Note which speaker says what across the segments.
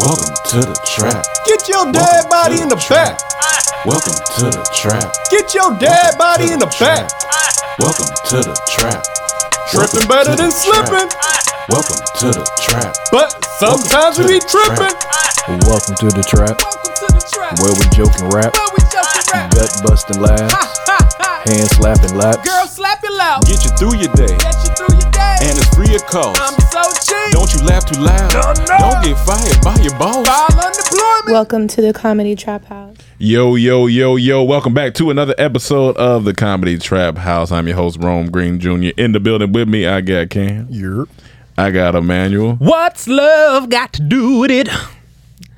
Speaker 1: Welcome to the trap.
Speaker 2: Get your dead body in the back.
Speaker 1: Welcome to the trap.
Speaker 2: Get your dead body in the back.
Speaker 1: Welcome to the trap.
Speaker 2: Tripping better than slipping,
Speaker 1: Welcome to the trap.
Speaker 2: but sometimes we be tripping.
Speaker 3: Welcome to the trap, where we joke and rap, gut busting laughs, hand slapping laps.
Speaker 4: slap it loud.
Speaker 2: Get you through your day,
Speaker 4: Get you through your day.
Speaker 2: and it's free of cost.
Speaker 4: so cheap.
Speaker 2: Don't you laugh too loud. Don't get fired by your boss.
Speaker 4: unemployment.
Speaker 5: Welcome to the Comedy Trap House.
Speaker 6: Yo, yo, yo, yo. Welcome back to another episode of the Comedy Trap House. I'm your host, Rome Green Jr. In the building with me, I got Cam. Yep. I got Emmanuel.
Speaker 7: What's love got to do with it? I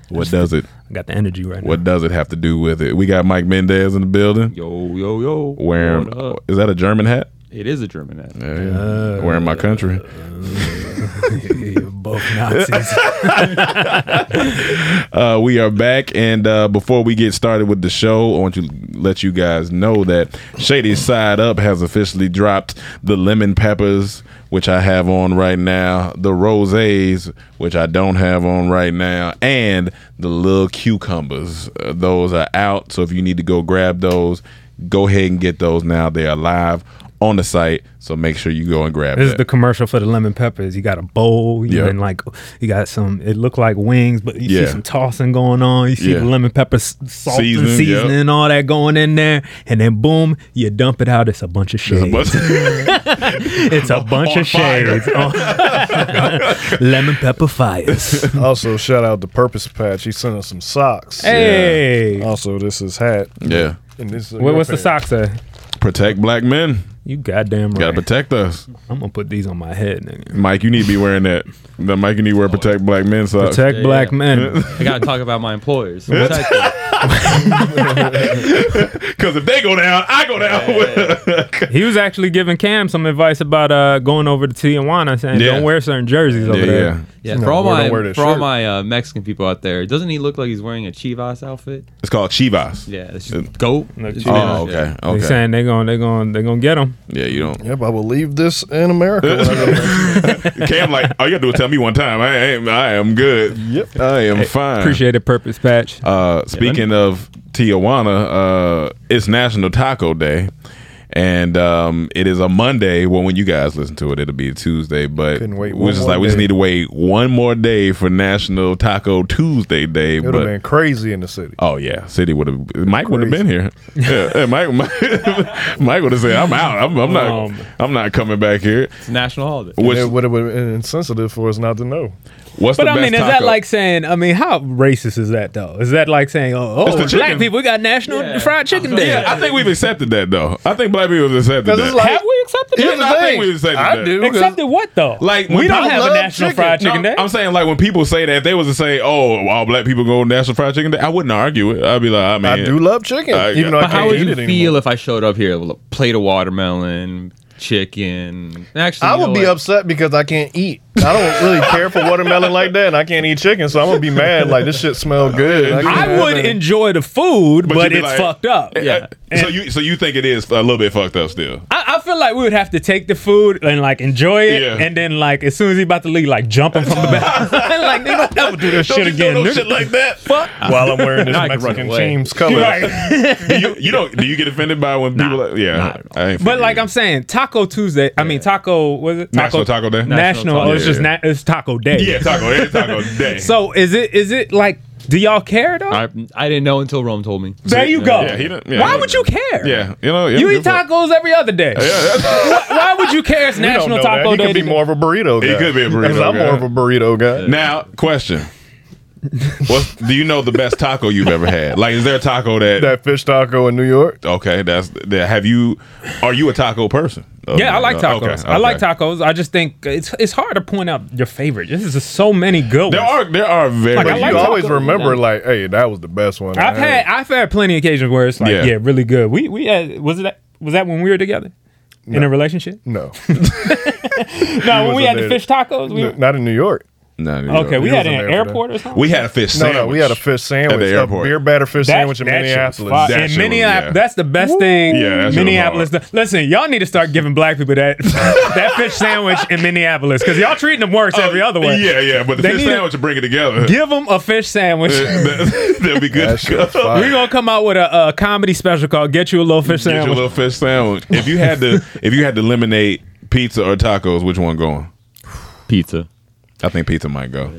Speaker 6: What does it?
Speaker 7: got the energy right
Speaker 6: What does it have to do with it? We got Mike Mendez in the building.
Speaker 3: Yo, yo, yo.
Speaker 6: Wearing
Speaker 3: What up?
Speaker 6: is that a German hat?
Speaker 3: It is a German ad.
Speaker 6: Yeah, wearing my country.
Speaker 7: now. Both Nazis.
Speaker 6: Uh, we are back, and uh, before we get started with the show, I want to let you guys know that Shady Side Up has officially dropped the lemon peppers, which I have on right now, the rosés, which I don't have on right now, and the little cucumbers. Uh, those are out, so if you need to go grab those, go ahead and get those now. They are live on the site, so make sure you go and grab
Speaker 7: this is
Speaker 6: that.
Speaker 7: the commercial for the lemon peppers. You got a bowl, you
Speaker 6: Yeah.
Speaker 7: and like you got some. It looked like wings, but you
Speaker 6: Yeah.
Speaker 7: see some tossing going on. You see
Speaker 6: Yeah.
Speaker 7: the lemon pepper s- salt
Speaker 6: Seasoning,
Speaker 7: and
Speaker 6: yep.
Speaker 7: seasoning, and all that going in there, and then boom, you dump it out. It's a bunch of
Speaker 6: There's a
Speaker 7: shades.
Speaker 6: bunch-
Speaker 7: It's a bunch
Speaker 6: On
Speaker 7: of
Speaker 6: fire.
Speaker 7: shades. Oh. lemon pepper fires.
Speaker 2: Also, shout out to Purpose Patch. He sent us some socks.
Speaker 7: Hey,
Speaker 2: Also, this is hat.
Speaker 6: yeah.
Speaker 2: And this is
Speaker 7: what, what's the sock say?
Speaker 6: Protect black men.
Speaker 7: You goddamn right.
Speaker 6: Gotta protect us.
Speaker 7: I'm gonna put these on my head, nigga.
Speaker 6: Mike, you need to be wearing that. The Mike, you need to wear protect black men socks.
Speaker 7: Protect
Speaker 3: yeah,
Speaker 7: black
Speaker 3: yeah.
Speaker 7: men.
Speaker 3: I gotta talk about my employers. Protect them.
Speaker 6: Because if they go down, I go down.
Speaker 7: he was actually giving Cam some advice about uh, going over to Tijuana, saying
Speaker 6: Yeah.
Speaker 7: don't wear certain jerseys over
Speaker 6: yeah,
Speaker 7: there.
Speaker 6: yeah.
Speaker 3: Yeah, for all
Speaker 2: We're gonna
Speaker 3: my
Speaker 2: wear this
Speaker 3: for all
Speaker 2: shirt.
Speaker 3: my uh, Mexican people out there, doesn't he look like he's wearing a Chivas outfit?
Speaker 6: It's called Chivas.
Speaker 3: Yeah, it's just goat.
Speaker 7: Like
Speaker 3: It's
Speaker 7: Chivas.
Speaker 3: been-
Speaker 6: Oh, okay.
Speaker 3: yeah.
Speaker 7: They
Speaker 6: Okay.
Speaker 7: saying they're gonna they're gonna they're gonna get him.
Speaker 6: Yeah, you don't.
Speaker 2: Yep, I will leave this in America. when I go back.
Speaker 6: Cam, like, all you gotta do is tell me one time. I am, I am good. Yep. I am fine.
Speaker 7: Appreciate it, purpose patch.
Speaker 6: Uh, speaking of Tijuana, uh, it's National Taco Day. And um, it is a Monday. Well, when you guys listen to it, it'll be a Tuesday. But
Speaker 2: Couldn't wait
Speaker 6: we're
Speaker 2: one
Speaker 6: just
Speaker 2: more
Speaker 6: like we just
Speaker 2: day.
Speaker 6: need to wait one more day for National Taco Tuesday Day.
Speaker 2: It would
Speaker 6: but
Speaker 2: have been crazy in the city.
Speaker 6: Oh yeah, City would have. Mike would have been here. Yeah, yeah, Mike, Mike, Mike would have said, "I'm out. I'm, I'm not.
Speaker 7: Um,
Speaker 6: I'm not coming back here."
Speaker 3: It's a national holiday.
Speaker 6: Which,
Speaker 2: it would have been insensitive for us not to know.
Speaker 6: what's
Speaker 7: but
Speaker 6: the
Speaker 7: I
Speaker 6: best
Speaker 7: mean, is
Speaker 6: taco?
Speaker 7: that like saying? I mean, how racist is that though? Is that like saying, oh,
Speaker 6: It's the
Speaker 7: oh
Speaker 6: chicken.
Speaker 7: black people we got National
Speaker 3: Yeah.
Speaker 7: Fried Chicken Day?
Speaker 6: Yeah, I think we've accepted that though. I think black people have accepted
Speaker 2: 'Cause
Speaker 6: that.
Speaker 2: it's like-
Speaker 7: Have we accepted
Speaker 6: Yeah,
Speaker 7: it?
Speaker 2: Here's the
Speaker 6: I think
Speaker 2: thing.
Speaker 6: we accepted that.
Speaker 2: I do. 'cause-
Speaker 7: Accepted what though?
Speaker 6: like when
Speaker 7: we don't
Speaker 6: people-
Speaker 7: have
Speaker 2: love
Speaker 7: a National
Speaker 2: chicken.
Speaker 7: Fried Chicken
Speaker 6: No,
Speaker 7: Day.
Speaker 6: I'm saying like when people say that, if they was to say, "Oh, all black people go to National Fried Chicken Day," I wouldn't argue it. I'd be like, "I mean,
Speaker 2: I do love chicken,
Speaker 6: I-
Speaker 2: even though I
Speaker 6: But
Speaker 3: But how
Speaker 2: can't
Speaker 3: would
Speaker 2: eat
Speaker 3: you
Speaker 2: it
Speaker 3: feel
Speaker 2: anymore.
Speaker 3: if I showed up here with a plate of watermelon,
Speaker 8: chicken. Actually,
Speaker 9: I
Speaker 8: you know
Speaker 9: would be
Speaker 8: what?
Speaker 9: upset because I can't eat. I don't really care for watermelon like that, and I can't eat chicken, so I'm gonna be mad. Like this shit smell good. can't
Speaker 7: I
Speaker 9: have
Speaker 7: would
Speaker 9: it.
Speaker 7: enjoy the food, but,
Speaker 6: you'd be
Speaker 7: it's
Speaker 6: like-
Speaker 7: fucked up.
Speaker 6: Yeah. So you so you think it is a little bit fucked up still?
Speaker 7: I, I feel like we would have to take the food and like enjoy it,
Speaker 6: Yeah.
Speaker 7: and then like as soon as he about to leave, like jump him from the back. like they don't ever do this
Speaker 6: Don't
Speaker 7: shit
Speaker 6: you do
Speaker 7: again.
Speaker 6: no
Speaker 7: nigga.
Speaker 6: shit like that?
Speaker 7: Fuck.
Speaker 9: While I'm wearing this
Speaker 6: I can
Speaker 9: Mexican
Speaker 6: run away.
Speaker 9: James color.
Speaker 6: do you, you don't do you get offended by when people like yeah I ain't
Speaker 7: But like I'm saying, Taco Tuesday. I mean, Taco was it
Speaker 6: National Taco Day?
Speaker 7: National.
Speaker 6: National Taco
Speaker 7: oh, it's
Speaker 6: Day.
Speaker 7: just na- it's Taco Day.
Speaker 6: Yeah, Taco- it's Taco Day.
Speaker 7: so is it is it like? Do y'all care though?
Speaker 8: I, I didn't know until Rome told me.
Speaker 7: there you go.
Speaker 8: Yeah, he didn't- yeah,
Speaker 7: Why
Speaker 8: he
Speaker 7: would you care?
Speaker 6: yeah you know
Speaker 7: you eat tacos every other day. why, why would you care? It's
Speaker 9: We don't
Speaker 7: National
Speaker 9: know that.
Speaker 7: Taco
Speaker 9: He
Speaker 7: Day.
Speaker 9: could be
Speaker 7: today?
Speaker 9: more of a burrito.
Speaker 6: He
Speaker 9: Guy.
Speaker 6: could be a
Speaker 9: 'Cause
Speaker 6: burrito
Speaker 9: I'm more
Speaker 6: guy.
Speaker 9: of a burrito guy.
Speaker 6: now question. What do you know the best taco you've ever had? Like, is there a taco that
Speaker 9: that fish taco in New York?
Speaker 6: Okay, that's that. Have you? Are you a taco person?
Speaker 7: Yeah, I like
Speaker 6: Okay,
Speaker 7: tacos. I like
Speaker 6: okay.
Speaker 7: tacos. I just think it's it's hard to point out your favorite. This is just so many good
Speaker 6: There
Speaker 7: ones.
Speaker 6: are there are very.
Speaker 7: Like, I
Speaker 9: you
Speaker 7: like
Speaker 9: always
Speaker 7: tacos.
Speaker 9: remember, like, hey, that was the best one. I
Speaker 7: I've had I've had plenty of occasions where it's like,
Speaker 6: Yeah.
Speaker 7: yeah, really good. We we had, was it that was that when we were together in a relationship?
Speaker 9: No,
Speaker 7: no, when
Speaker 9: was
Speaker 7: we
Speaker 9: a
Speaker 7: had the
Speaker 9: date.
Speaker 7: fish tacos, we
Speaker 9: N- not in New York.
Speaker 6: No, no,
Speaker 7: okay, we
Speaker 9: He
Speaker 7: had it
Speaker 9: wasn't
Speaker 7: in an
Speaker 9: there for
Speaker 7: airport
Speaker 9: that.
Speaker 7: or something.
Speaker 6: We had a fish
Speaker 9: No,
Speaker 6: sandwich.
Speaker 9: no, we had a fish sandwich,
Speaker 6: at the
Speaker 9: a
Speaker 6: airport.
Speaker 9: beer batter fish
Speaker 7: That-
Speaker 9: sandwich in
Speaker 7: that shit was
Speaker 9: Minneapolis.
Speaker 7: fire.
Speaker 6: That
Speaker 7: in
Speaker 6: shit was-
Speaker 7: Minneapolis,
Speaker 6: yeah.
Speaker 7: that's the best thing.
Speaker 6: Yeah, that shit was
Speaker 7: Minneapolis. Listen, y'all need to start giving black people that that fish sandwich in Minneapolis because y'all treating them worse every other way.
Speaker 6: Oh, Yeah, yeah, but the
Speaker 7: They
Speaker 6: fish
Speaker 7: need to-
Speaker 6: sandwich will bring it together.
Speaker 7: Give them a fish sandwich.
Speaker 6: that, will be good. to go.
Speaker 7: We're gonna come out with a, a comedy special called "Get You a Little Fish
Speaker 6: Get your
Speaker 7: Sandwich."
Speaker 6: little fish sandwich. If you had to, if you had to eliminate pizza or tacos, which one going?
Speaker 8: Pizza.
Speaker 6: I think pizza might go.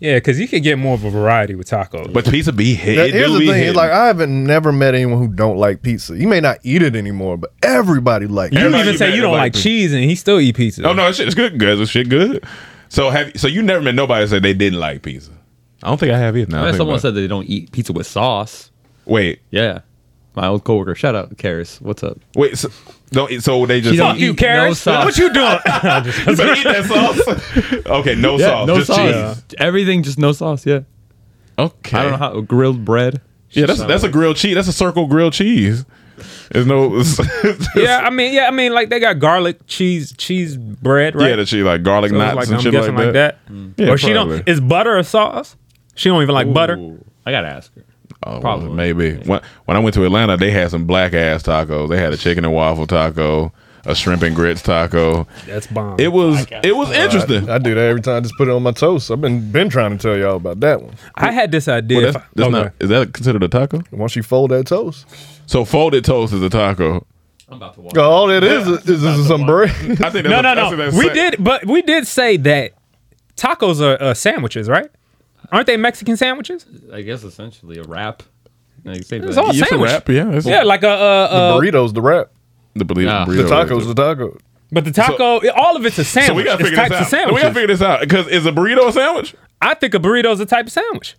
Speaker 7: yeah, because you could get more of a variety with tacos.
Speaker 6: But pizza be hit.
Speaker 9: That-
Speaker 6: it
Speaker 9: here's
Speaker 6: do
Speaker 9: the
Speaker 6: be
Speaker 9: thing:
Speaker 6: hitting.
Speaker 9: it's like I haven't never met anyone who don't like pizza. You may not eat it anymore, but everybody like.
Speaker 7: you
Speaker 9: it.
Speaker 7: even say you don't like cheese, and he still eat pizza.
Speaker 6: oh no, that shit is good, guys. That shit good. So have so you never met nobody that said they didn't like pizza? I don't think I have either. Now I
Speaker 8: Yeah,
Speaker 6: think
Speaker 8: someone
Speaker 6: about it.
Speaker 8: said they don't eat pizza with sauce.
Speaker 6: Wait,
Speaker 8: Yeah. My old coworker, shout out Karis. What's up?
Speaker 6: wait. So, don't, so they just
Speaker 8: She don't eat
Speaker 6: eat-
Speaker 8: no sauce.
Speaker 7: you doing?
Speaker 6: you better eat that sauce. Okay, no
Speaker 8: Yeah,
Speaker 6: sauce,
Speaker 8: no
Speaker 6: just
Speaker 8: sauce.
Speaker 6: cheese.
Speaker 8: Everything, just no sauce. Yeah.
Speaker 6: Okay.
Speaker 8: I don't know how grilled bread.
Speaker 6: Yeah, that's that's a grilled cheese. That's a circle grilled cheese. There's no
Speaker 7: yeah, I mean, yeah, I mean, like they got garlic cheese cheese bread, right?
Speaker 6: yeah, the cheese like garlic
Speaker 7: So it's
Speaker 6: knots
Speaker 7: like,
Speaker 6: and
Speaker 7: I'm
Speaker 6: shit
Speaker 7: guessing like that.
Speaker 8: Mm.
Speaker 6: Yeah,
Speaker 7: or she don't
Speaker 6: probably.
Speaker 7: is butter a sauce? She don't even like butter.
Speaker 8: I gotta ask her.
Speaker 6: Oh,
Speaker 8: Probably.
Speaker 6: maybe. When, when I went to Atlanta, they had some black ass tacos. They had a chicken and waffle taco, a shrimp and grits taco.
Speaker 7: That's bomb.
Speaker 6: It was it was interesting.
Speaker 9: I, I do that every time. I just put it on my toast. I've been been trying to tell y'all about that one.
Speaker 7: I had this idea.
Speaker 6: Well,
Speaker 7: if
Speaker 6: that's,
Speaker 7: I-
Speaker 6: that's
Speaker 7: okay.
Speaker 6: not, is that considered a taco?
Speaker 9: Once you fold that toast,
Speaker 6: So folded toast is a taco.
Speaker 9: all it is is, is, some bread.
Speaker 6: I think that's
Speaker 7: no,
Speaker 6: a- I
Speaker 7: no,
Speaker 6: think
Speaker 7: no.
Speaker 6: that's
Speaker 7: We
Speaker 6: sa-
Speaker 7: did, but we did say that tacos are uh, sandwiches, right? Aren't they Mexican sandwiches?
Speaker 8: I guess essentially a wrap. Like, say
Speaker 7: It's
Speaker 8: that.
Speaker 7: all
Speaker 6: It's a
Speaker 7: sandwich.
Speaker 6: wrap, yeah, it's-
Speaker 7: yeah, like a. Uh,
Speaker 9: the
Speaker 7: uh,
Speaker 9: burritos, the wrap,
Speaker 6: the, believe,
Speaker 7: Oh.
Speaker 8: Ah.
Speaker 9: the
Speaker 6: burrito
Speaker 9: tacos,
Speaker 6: is a-
Speaker 9: the taco.
Speaker 7: but the taco, all of it's a sandwich.
Speaker 6: So we gotta
Speaker 7: it's
Speaker 6: figure this
Speaker 7: types
Speaker 6: out.
Speaker 7: of
Speaker 6: We gotta
Speaker 7: sandwiches.
Speaker 6: figure this out because is a burrito a sandwich?
Speaker 7: I think a burrito is a type of sandwich.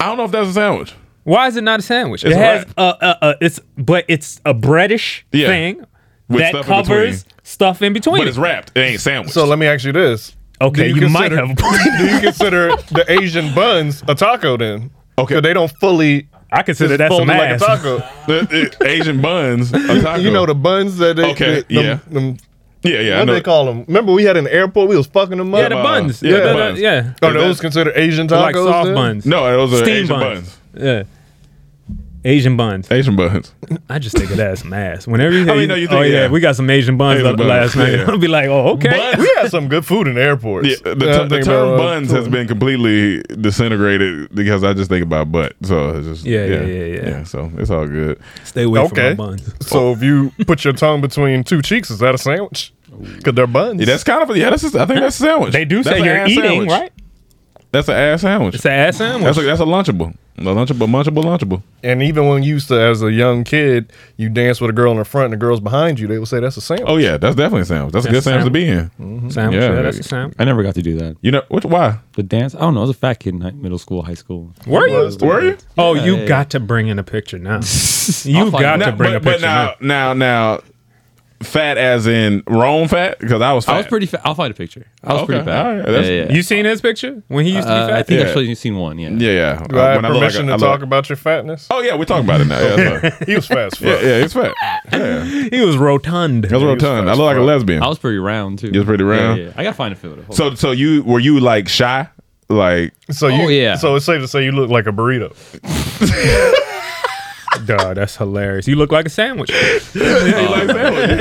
Speaker 6: I don't know if that's a sandwich.
Speaker 7: Why is it not a sandwich?
Speaker 6: It's
Speaker 7: it
Speaker 6: a
Speaker 7: has
Speaker 6: wrap.
Speaker 7: a, a, a it's but it's a breadish
Speaker 6: Yeah.
Speaker 7: thing
Speaker 6: With
Speaker 7: that
Speaker 6: stuff in
Speaker 7: covers
Speaker 6: between.
Speaker 7: stuff in between.
Speaker 6: But it's wrapped. It ain't sandwich.
Speaker 9: So let me ask you this:
Speaker 7: Okay,
Speaker 9: Do
Speaker 7: you, might
Speaker 9: consider-
Speaker 7: have. a point.
Speaker 9: do you consider the Asian buns a taco then?
Speaker 6: Okay.
Speaker 9: 'Cause they don't fully
Speaker 7: I
Speaker 9: just
Speaker 7: consider that
Speaker 9: fold
Speaker 7: some
Speaker 9: them like a
Speaker 7: ass.
Speaker 9: taco.
Speaker 6: The- the Asian buns. a taco.
Speaker 9: You know the buns that they
Speaker 6: Okay,
Speaker 9: that- them-
Speaker 6: yeah.
Speaker 9: them-
Speaker 6: yeah yeah. I
Speaker 9: what
Speaker 6: know. Uh,
Speaker 9: they call them? Remember we had an airport. We was fucking them up.
Speaker 7: Yeah, the buns.
Speaker 6: yeah,
Speaker 7: Yeah,
Speaker 6: the
Speaker 7: the-
Speaker 6: buns.
Speaker 7: yeah.
Speaker 9: Are
Speaker 6: Is
Speaker 9: Oh, those
Speaker 6: that-
Speaker 9: considered Asian
Speaker 7: They're
Speaker 9: tacos?
Speaker 7: like soft
Speaker 9: then?
Speaker 7: buns.
Speaker 6: No, those are Asian buns.
Speaker 7: Yeah. Asian buns.
Speaker 6: Asian buns.
Speaker 7: I just think it has some ass. Whenever you,
Speaker 6: I mean, no, you
Speaker 7: oh
Speaker 6: think-
Speaker 7: yeah,
Speaker 6: yeah.
Speaker 7: we got some Asian buns
Speaker 6: Asian
Speaker 7: up
Speaker 6: buns,
Speaker 7: last night.
Speaker 6: yeah.
Speaker 7: I'll be like, oh okay.
Speaker 6: Buns.
Speaker 9: We had some good food in airports.
Speaker 6: Yeah, the,
Speaker 9: Now I'm
Speaker 6: ter- the
Speaker 9: thinking
Speaker 6: term
Speaker 9: about uh, it.
Speaker 6: buns has been completely disintegrated because I just think about butt. So it's just
Speaker 7: Yeah, yeah, yeah, yeah.
Speaker 6: So it's all good.
Speaker 7: Stay away
Speaker 9: Okay.
Speaker 7: from my buns.
Speaker 9: So if you put your tongue between two cheeks, is that a sandwich? Because they're buns.
Speaker 6: Yeah, that's kind of yeah. That's a, I think that's a sandwich.
Speaker 7: They do
Speaker 6: That's
Speaker 7: say
Speaker 6: an
Speaker 7: you're
Speaker 6: ass
Speaker 7: eating,
Speaker 6: sandwich.
Speaker 7: right?
Speaker 6: That's an ass sandwich.
Speaker 7: It's an ass sandwich.
Speaker 6: that's a, that's a lunchable. A lunchable, munchable, lunchable.
Speaker 9: and even when you used to, as a young kid, you dance with a girl in the front and the girls behind you, they would say that's a sandwich.
Speaker 6: Oh yeah, that's definitely a sandwich. That's a good
Speaker 7: That's a
Speaker 6: sandwich, to be in.
Speaker 7: sandwich. Mm-hmm.
Speaker 6: Yeah,
Speaker 7: Yeah, that's
Speaker 6: baby.
Speaker 7: a sandwich.
Speaker 8: I never got to do that.
Speaker 6: You know which why?
Speaker 8: The dance. I don't know. I was a fat kid in high, middle school, high school.
Speaker 7: Were you?
Speaker 6: Were you?
Speaker 7: Oh,
Speaker 8: Yeah,
Speaker 7: you
Speaker 8: yeah.
Speaker 7: got to bring in a picture now.
Speaker 8: I'll
Speaker 7: you
Speaker 8: find
Speaker 7: got
Speaker 8: out.
Speaker 7: to
Speaker 6: Now-
Speaker 7: bring a
Speaker 6: but,
Speaker 7: picture
Speaker 6: but now, now, now, fat as in Rome fat? Because I was fat.
Speaker 8: I was pretty fat. I'll find a picture. I was
Speaker 6: Okay,
Speaker 8: pretty fat.
Speaker 6: all right, that's-
Speaker 7: You seen his picture when he used to be
Speaker 8: Uh,
Speaker 7: fat?
Speaker 8: I think I've actually seen one. Yeah.
Speaker 6: Yeah, yeah.
Speaker 9: Do I have
Speaker 6: Uh, When I look like
Speaker 9: permission
Speaker 6: a- I
Speaker 9: to talk
Speaker 6: look-
Speaker 9: about your fatness?
Speaker 6: Oh yeah, we're talking about it now. Yeah, that's right.
Speaker 9: he was fast.
Speaker 6: yeah, yeah, it's fat.
Speaker 7: He was rotund.
Speaker 6: That's rotund. I look like a lesbian.
Speaker 8: I was pretty round too.
Speaker 6: You was pretty round?
Speaker 8: Yeah, yeah. I gotta find a photo. Hold
Speaker 6: So, so you were you like shy? Like
Speaker 9: So you,
Speaker 8: Oh, yeah.
Speaker 9: So it's safe to say you look like a burrito.
Speaker 7: Duh, that's hilarious. You look like a sandwich.
Speaker 6: like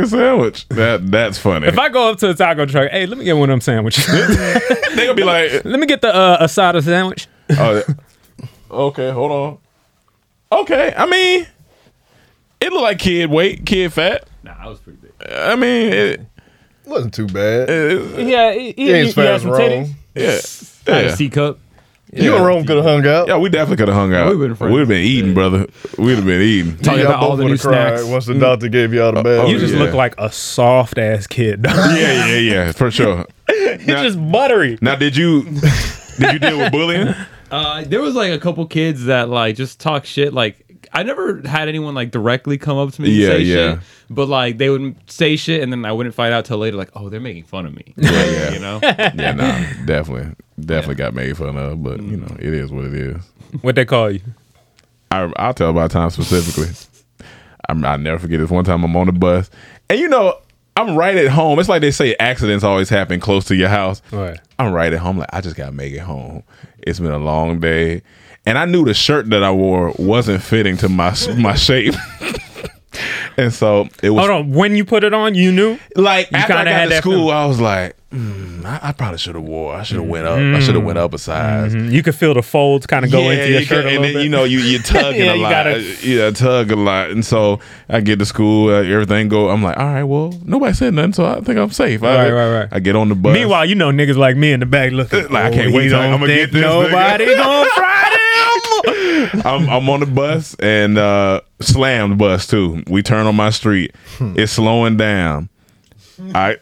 Speaker 6: a sandwich. That that's funny.
Speaker 7: If I go up to a taco truck, hey, let me get one of them sandwiches. they
Speaker 6: gonna be like,
Speaker 7: let me get the uh, asada sandwich.
Speaker 6: Oh, okay, hold on. Okay, I mean, it looked like kid weight, kid fat. Nah, I was pretty big. I mean, it
Speaker 9: wasn't too bad.
Speaker 7: Yeah,
Speaker 9: he-
Speaker 7: he,
Speaker 9: ain't he- as he fat had as some Rome. titties.
Speaker 6: Yeah,
Speaker 8: Had a
Speaker 6: yeah.
Speaker 8: C cup.
Speaker 9: You and Rome could have hung out.
Speaker 6: Yeah, we definitely could have hung out.
Speaker 8: We've been friends.
Speaker 6: We'd have been eating, brother. We'd have been eating.
Speaker 8: Talking
Speaker 9: Y'all
Speaker 8: about all
Speaker 9: both
Speaker 8: the
Speaker 9: would've
Speaker 8: new
Speaker 9: cried
Speaker 8: snacks.
Speaker 9: Once the doctor gave you all
Speaker 6: Oh,
Speaker 9: the bad.
Speaker 7: you just
Speaker 6: yeah.
Speaker 7: look like a soft ass kid.
Speaker 6: yeah, yeah, yeah, for sure.
Speaker 7: You're just buttery.
Speaker 6: Now, did you did you deal with bullying?
Speaker 8: Uh, there was like a couple kids that like just talk shit. Like I never had anyone like directly come up to me.
Speaker 6: Yeah,
Speaker 8: and say
Speaker 6: yeah.
Speaker 8: Shit, but like they would say shit, and then I wouldn't find out till later. Like, oh, they're making fun of me. Yeah,
Speaker 6: yeah.
Speaker 8: You know.
Speaker 6: Yeah, nah, definitely, definitely got made fun of, but you know, it is what it is.
Speaker 7: What they call you?
Speaker 6: I, I'll tell about time specifically. I'm, I'll never forget this one time I'm on the bus, and you know, I'm right at home. It's like they say accidents always happen close to your house.
Speaker 7: Right.
Speaker 6: I'm right at home. Like I just gotta make it home. It's been a long day, and I knew the shirt that I wore wasn't fitting to my my shape. And so it was
Speaker 7: Hold on. When you put it on, you knew.
Speaker 6: Like
Speaker 7: you
Speaker 6: after I
Speaker 7: kinda
Speaker 6: got
Speaker 7: had
Speaker 6: to
Speaker 7: that
Speaker 6: school,
Speaker 7: feeling.
Speaker 6: I was like, "Hmm, I, I probably should have wore. I should have went up. I should have went up a size.
Speaker 7: Mhm. You could feel the folds kind of Mm-hmm. go into your
Speaker 6: you
Speaker 7: shirt
Speaker 6: can-
Speaker 7: a little
Speaker 6: and then
Speaker 7: bit.
Speaker 6: you know you you tugging
Speaker 7: Yeah,
Speaker 6: a
Speaker 7: you
Speaker 6: lot.
Speaker 7: gotta-
Speaker 6: yeah, I tug a lot, and so I get to school, uh, everything go. I'm like, all right, well, nobody said nothing, so I think I'm safe. I,
Speaker 7: Right, right, right.
Speaker 6: I get on the bus.
Speaker 7: Meanwhile, you know niggas like me in the back looking.
Speaker 6: Uh, Like, I can't
Speaker 7: "Oh,
Speaker 6: wait
Speaker 7: he
Speaker 6: till
Speaker 7: don't
Speaker 6: I'ma get
Speaker 7: think
Speaker 6: this nigga."
Speaker 7: Nobody gonna fry
Speaker 6: I'm, I'm on the bus and uh, slammed bus too. We turn on my street.
Speaker 7: Hmm.
Speaker 6: It's slowing down. I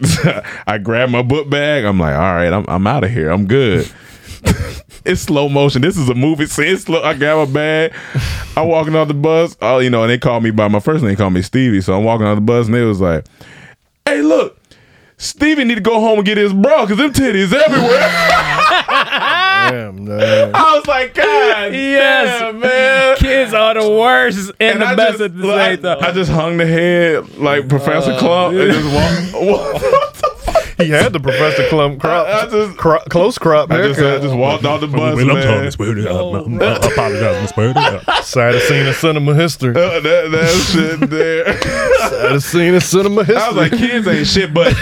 Speaker 6: I grab my book bag. I'm like, all right, I'm I'm out of here. I'm good. it's slow motion. This is a movie. So it's slow. I grab a bag. I'm walking off the bus. Oh, you know, and they called me by my first name. They called me Stevie. So I'm walking off the bus, and they was like, "Hey, look, Stevie need to go home and get his bra because them titties everywhere."
Speaker 9: Damn, no.
Speaker 6: I was like, God,
Speaker 7: Yes.
Speaker 6: damn, man.
Speaker 7: Kids are the worst and, the
Speaker 6: I
Speaker 7: best
Speaker 6: just,
Speaker 7: at the
Speaker 6: look,
Speaker 7: same
Speaker 6: I,
Speaker 7: time.
Speaker 6: I just hung the head like Professor
Speaker 7: Uh,
Speaker 6: Clump and just walked.
Speaker 9: He had the Professor Clump crop,
Speaker 6: I just-
Speaker 9: cro- close crop
Speaker 6: I just, I
Speaker 9: haircut.
Speaker 6: just walked off the bus. man.
Speaker 7: I apologize, Miss Birdie.
Speaker 9: Side of scene of cinema history.
Speaker 6: Uh, that, that shit there.
Speaker 9: Side of scene of cinema history.
Speaker 6: I was like, kids ain't shit, but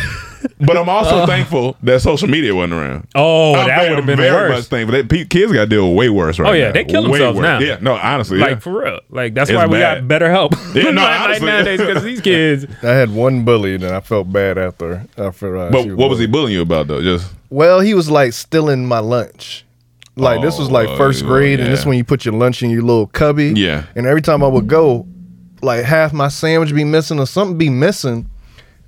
Speaker 6: but I'm also thankful that social media wasn't around.
Speaker 7: Uh. Oh,
Speaker 6: I'm
Speaker 7: that
Speaker 6: very-
Speaker 7: would have been
Speaker 6: very
Speaker 7: worse.
Speaker 6: Much thankful. They, pe- kids got to deal with way worse right
Speaker 7: Oh, yeah,
Speaker 6: now.
Speaker 7: they kill
Speaker 6: Way
Speaker 7: themselves now.
Speaker 6: Yeah, no, honestly,
Speaker 7: Like
Speaker 6: yeah.
Speaker 7: for real. Like that's
Speaker 6: It's
Speaker 7: why we
Speaker 6: bad.
Speaker 7: got better help.
Speaker 6: Yeah, no,
Speaker 7: like, like
Speaker 6: honestly.
Speaker 7: nowadays because these kids.
Speaker 9: I had one bully, and I felt bad after. after uh, I
Speaker 6: But what was he bullying you about though? Just
Speaker 9: Well, he was like stealing my lunch. Like this was like
Speaker 6: Oh,
Speaker 9: first
Speaker 6: oh,
Speaker 9: grade, and this
Speaker 6: yeah.
Speaker 9: when you put your lunch in your little cubby.
Speaker 6: Yeah.
Speaker 9: And every time I would go, like half my sandwich be missing or something be missing,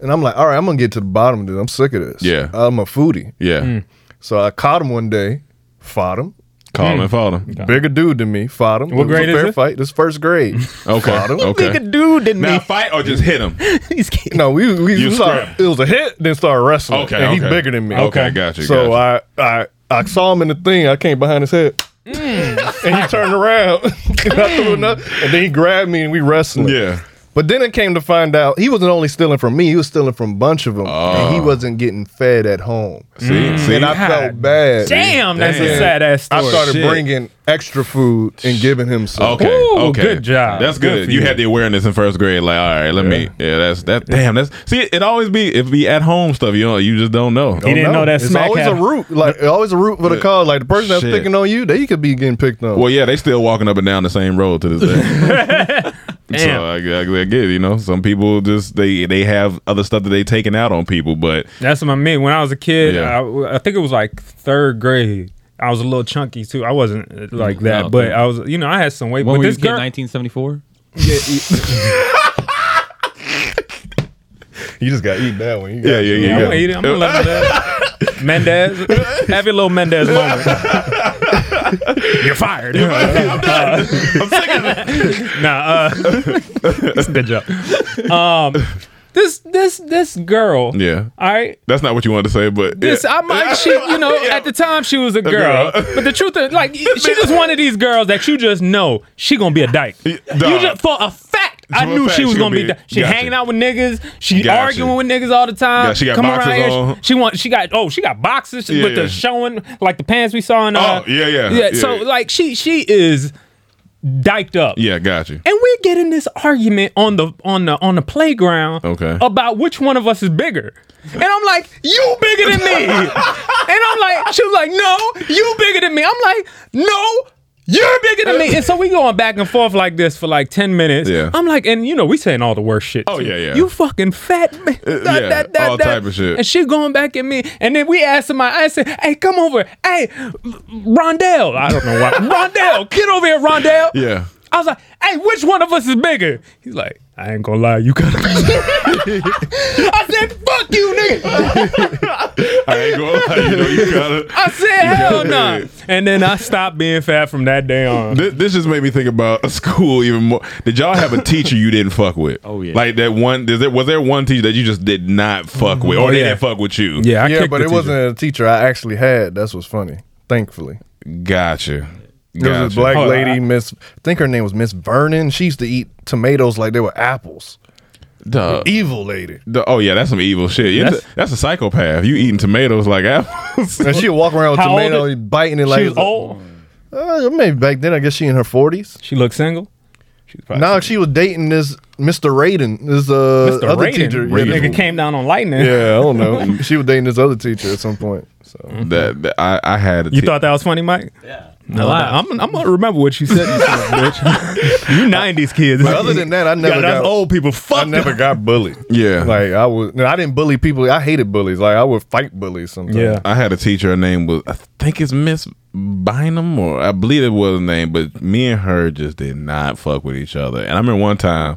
Speaker 9: and I'm like, all right, I'm gonna get to the bottom of this. I'm sick of this.
Speaker 6: Yeah.
Speaker 9: I'm a foodie.
Speaker 6: yeah,
Speaker 7: Mm.
Speaker 9: So I caught him one day, fought him.
Speaker 6: call
Speaker 7: Mm.
Speaker 6: him and follow him.
Speaker 9: Bigger dude than me, fought him.
Speaker 7: What
Speaker 9: It was
Speaker 7: grade
Speaker 9: a
Speaker 7: is
Speaker 9: fair
Speaker 7: it?
Speaker 9: fight. This first grade.
Speaker 6: Okay,
Speaker 9: Fought him.
Speaker 6: okay.
Speaker 7: dude didn't
Speaker 6: Now fight or just hit him.
Speaker 7: these kids.
Speaker 9: No, we, we,
Speaker 6: You
Speaker 9: we started-
Speaker 6: scrapped.
Speaker 9: it was a hit, then started wrestling.
Speaker 6: Okay,
Speaker 9: and he's
Speaker 6: okay.
Speaker 9: bigger than me.
Speaker 6: Okay, got you,
Speaker 9: So
Speaker 6: got
Speaker 9: I, I I saw him in the thing. I came behind his head,
Speaker 7: Mm.
Speaker 9: and he turned around, and I threw another, and then he grabbed me, and we wrestled.
Speaker 6: Yeah.
Speaker 9: But then it came to find out he wasn't only stealing from me; he was stealing from a bunch of them, and he
Speaker 6: Oh.
Speaker 9: wasn't getting fed at home.
Speaker 7: Mm-hmm.
Speaker 6: See, see,
Speaker 9: and I felt bad.
Speaker 7: Damn, that's a
Speaker 6: Damn.
Speaker 7: sad ass
Speaker 9: I
Speaker 7: story.
Speaker 9: started
Speaker 6: Shit.
Speaker 9: bringing extra food and giving him some.
Speaker 6: Okay.
Speaker 7: Ooh,
Speaker 6: okay.
Speaker 7: good job.
Speaker 6: That's
Speaker 7: Good
Speaker 6: good.
Speaker 7: for
Speaker 6: you
Speaker 7: you.
Speaker 6: had the awareness in first grade. Like, all right, let me. Yeah, that's that. Damn, that's see. It always be if be at home stuff. You know, you just don't know.
Speaker 7: he didn't
Speaker 9: No,
Speaker 7: know that
Speaker 9: it's
Speaker 7: smack
Speaker 9: always a
Speaker 7: happened.
Speaker 9: root, like always a root for the cause. Like the person that's
Speaker 6: Shit.
Speaker 9: picking on you, they could be getting picked on.
Speaker 6: Well, yeah, they still walking up and down the same road to this day.
Speaker 7: Damn.
Speaker 6: so I, I, I get it. You know, some people just they they have other stuff that they taking out on people, but
Speaker 7: That's what I mean. When I was a kid,
Speaker 6: Yeah.
Speaker 7: I, I think it was like third grade. I was a little chunky too. I wasn't uh, like that,
Speaker 8: No,
Speaker 7: but
Speaker 8: no.
Speaker 7: I was, you know, I had some weight.
Speaker 8: When
Speaker 7: but
Speaker 8: were you
Speaker 7: this
Speaker 8: a kid?
Speaker 7: girl,
Speaker 8: 1974.
Speaker 9: You just got to eat that one. You
Speaker 6: yeah, yeah,
Speaker 7: I'm
Speaker 6: yeah.
Speaker 7: gonna eat it. I'm gonna let it. Mendez, have your little Mendez moment. You're fired. I'm done. I'm sick of it. Nah, uh, good job. Um, this this this girl.
Speaker 6: Yeah.
Speaker 7: All right.
Speaker 6: That's not what you wanted to say, but
Speaker 7: This
Speaker 6: yeah.
Speaker 7: I might she you know at the time she was a
Speaker 6: girl.
Speaker 7: girl, but the truth is like she just one of these girls that you just know she gonna be a dyke. You
Speaker 6: dog.
Speaker 7: just for a fact I
Speaker 6: For a
Speaker 7: knew
Speaker 6: fact
Speaker 7: she was
Speaker 6: she
Speaker 7: gonna,
Speaker 6: gonna
Speaker 7: be.
Speaker 6: be-
Speaker 7: a dyke. She
Speaker 6: gotcha.
Speaker 7: hanging out with niggas. She
Speaker 6: Gotcha.
Speaker 7: arguing with niggas all the time.
Speaker 6: Yeah, she got
Speaker 7: Come
Speaker 6: boxers
Speaker 7: around here,
Speaker 6: on.
Speaker 7: She, she want. She got. Oh, she got boxes
Speaker 6: Yeah,
Speaker 7: with
Speaker 6: yeah.
Speaker 7: the showing like the pants we saw in. Uh,
Speaker 6: Oh, yeah, yeah,
Speaker 7: yeah.
Speaker 6: yeah.
Speaker 7: So like she she is dyked up.
Speaker 6: yeah, got you.
Speaker 7: And we're getting this argument on the on the on the playground
Speaker 6: Okay.
Speaker 7: about which one of us is bigger. And I'm like, you bigger than me. and I'm like, she was like, no, you bigger than me. I'm like, no, you're bigger than me. And so we going back and forth like this for like 10 minutes.
Speaker 6: Yeah.
Speaker 7: I'm like, and you know, we saying all the worst shit.
Speaker 6: Oh,
Speaker 7: too.
Speaker 6: yeah, yeah.
Speaker 7: You fucking fat man. That,
Speaker 6: yeah,
Speaker 7: that, that,
Speaker 6: all
Speaker 7: that.
Speaker 6: type of shit.
Speaker 7: And she going back at me. And then we asked somebody, I said, hey, come over. Hey, Rondell. I don't know why. Rondell, get over here, Rondell.
Speaker 6: Yeah.
Speaker 7: I was like, hey, which one of us is bigger? He's like, I ain't gonna lie, you gotta I said, fuck you, nigga.
Speaker 6: I ain't gonna lie, you know you gotta
Speaker 7: I said, hell no. And then I stopped being fat from that day on.
Speaker 6: This, this just made me think about school even more. Did y'all have a teacher you didn't fuck with? Oh yeah, like that one. Is there, was there one teacher that you just did not fuck with, or
Speaker 9: Oh,
Speaker 6: they
Speaker 9: yeah.
Speaker 6: didn't fuck with you?
Speaker 9: yeah, but it wasn't a teacher I actually had. That's what's funny. Thankfully,
Speaker 6: Gotcha.
Speaker 9: there was
Speaker 6: Gotcha. Oh,
Speaker 9: a black
Speaker 6: Hold on,
Speaker 9: lady,
Speaker 6: I-
Speaker 9: Miss. I think her name was Miss Vernon. She used to eat tomatoes like they were apples.
Speaker 6: Duh.
Speaker 9: Evil lady.
Speaker 6: e, The- oh yeah, that's some evil shit. You-
Speaker 9: That's-
Speaker 6: That's, a psychopath. You eating tomatoes like apples?
Speaker 9: And she'd walk around with
Speaker 6: How old
Speaker 9: tomato,
Speaker 6: is-
Speaker 9: biting it like
Speaker 6: She was
Speaker 7: old.
Speaker 9: Uh, maybe back then. I guess she in her forties.
Speaker 7: She looked single.
Speaker 9: No, she was dating this Mr. Raiden, this uh,
Speaker 7: Mr.
Speaker 9: other
Speaker 7: Raiden.
Speaker 9: teacher.
Speaker 7: That
Speaker 9: Yeah,
Speaker 7: nigga
Speaker 9: this-
Speaker 7: came down on lightning.
Speaker 9: yeah, I don't know. she was dating this other teacher at some point. So
Speaker 6: that, that- I, I had. A
Speaker 7: You thought that was funny, Mike? Yeah. No,
Speaker 9: I
Speaker 7: I'm, I'm gonna remember what you said, you son of a bitch. You '90s kids.
Speaker 9: But other than that, I never
Speaker 7: Yeah, that's
Speaker 9: got
Speaker 7: old people. Fuck.
Speaker 9: I never got bullied.
Speaker 6: Yeah.
Speaker 9: Like I was, no, I didn't bully people. I hated bullies. Like I would fight bullies sometimes.
Speaker 6: I had a teacher. Her name was I think it's Miss Bynum, or I believe it was her name. But me and her just did not fuck with each other. And I remember one time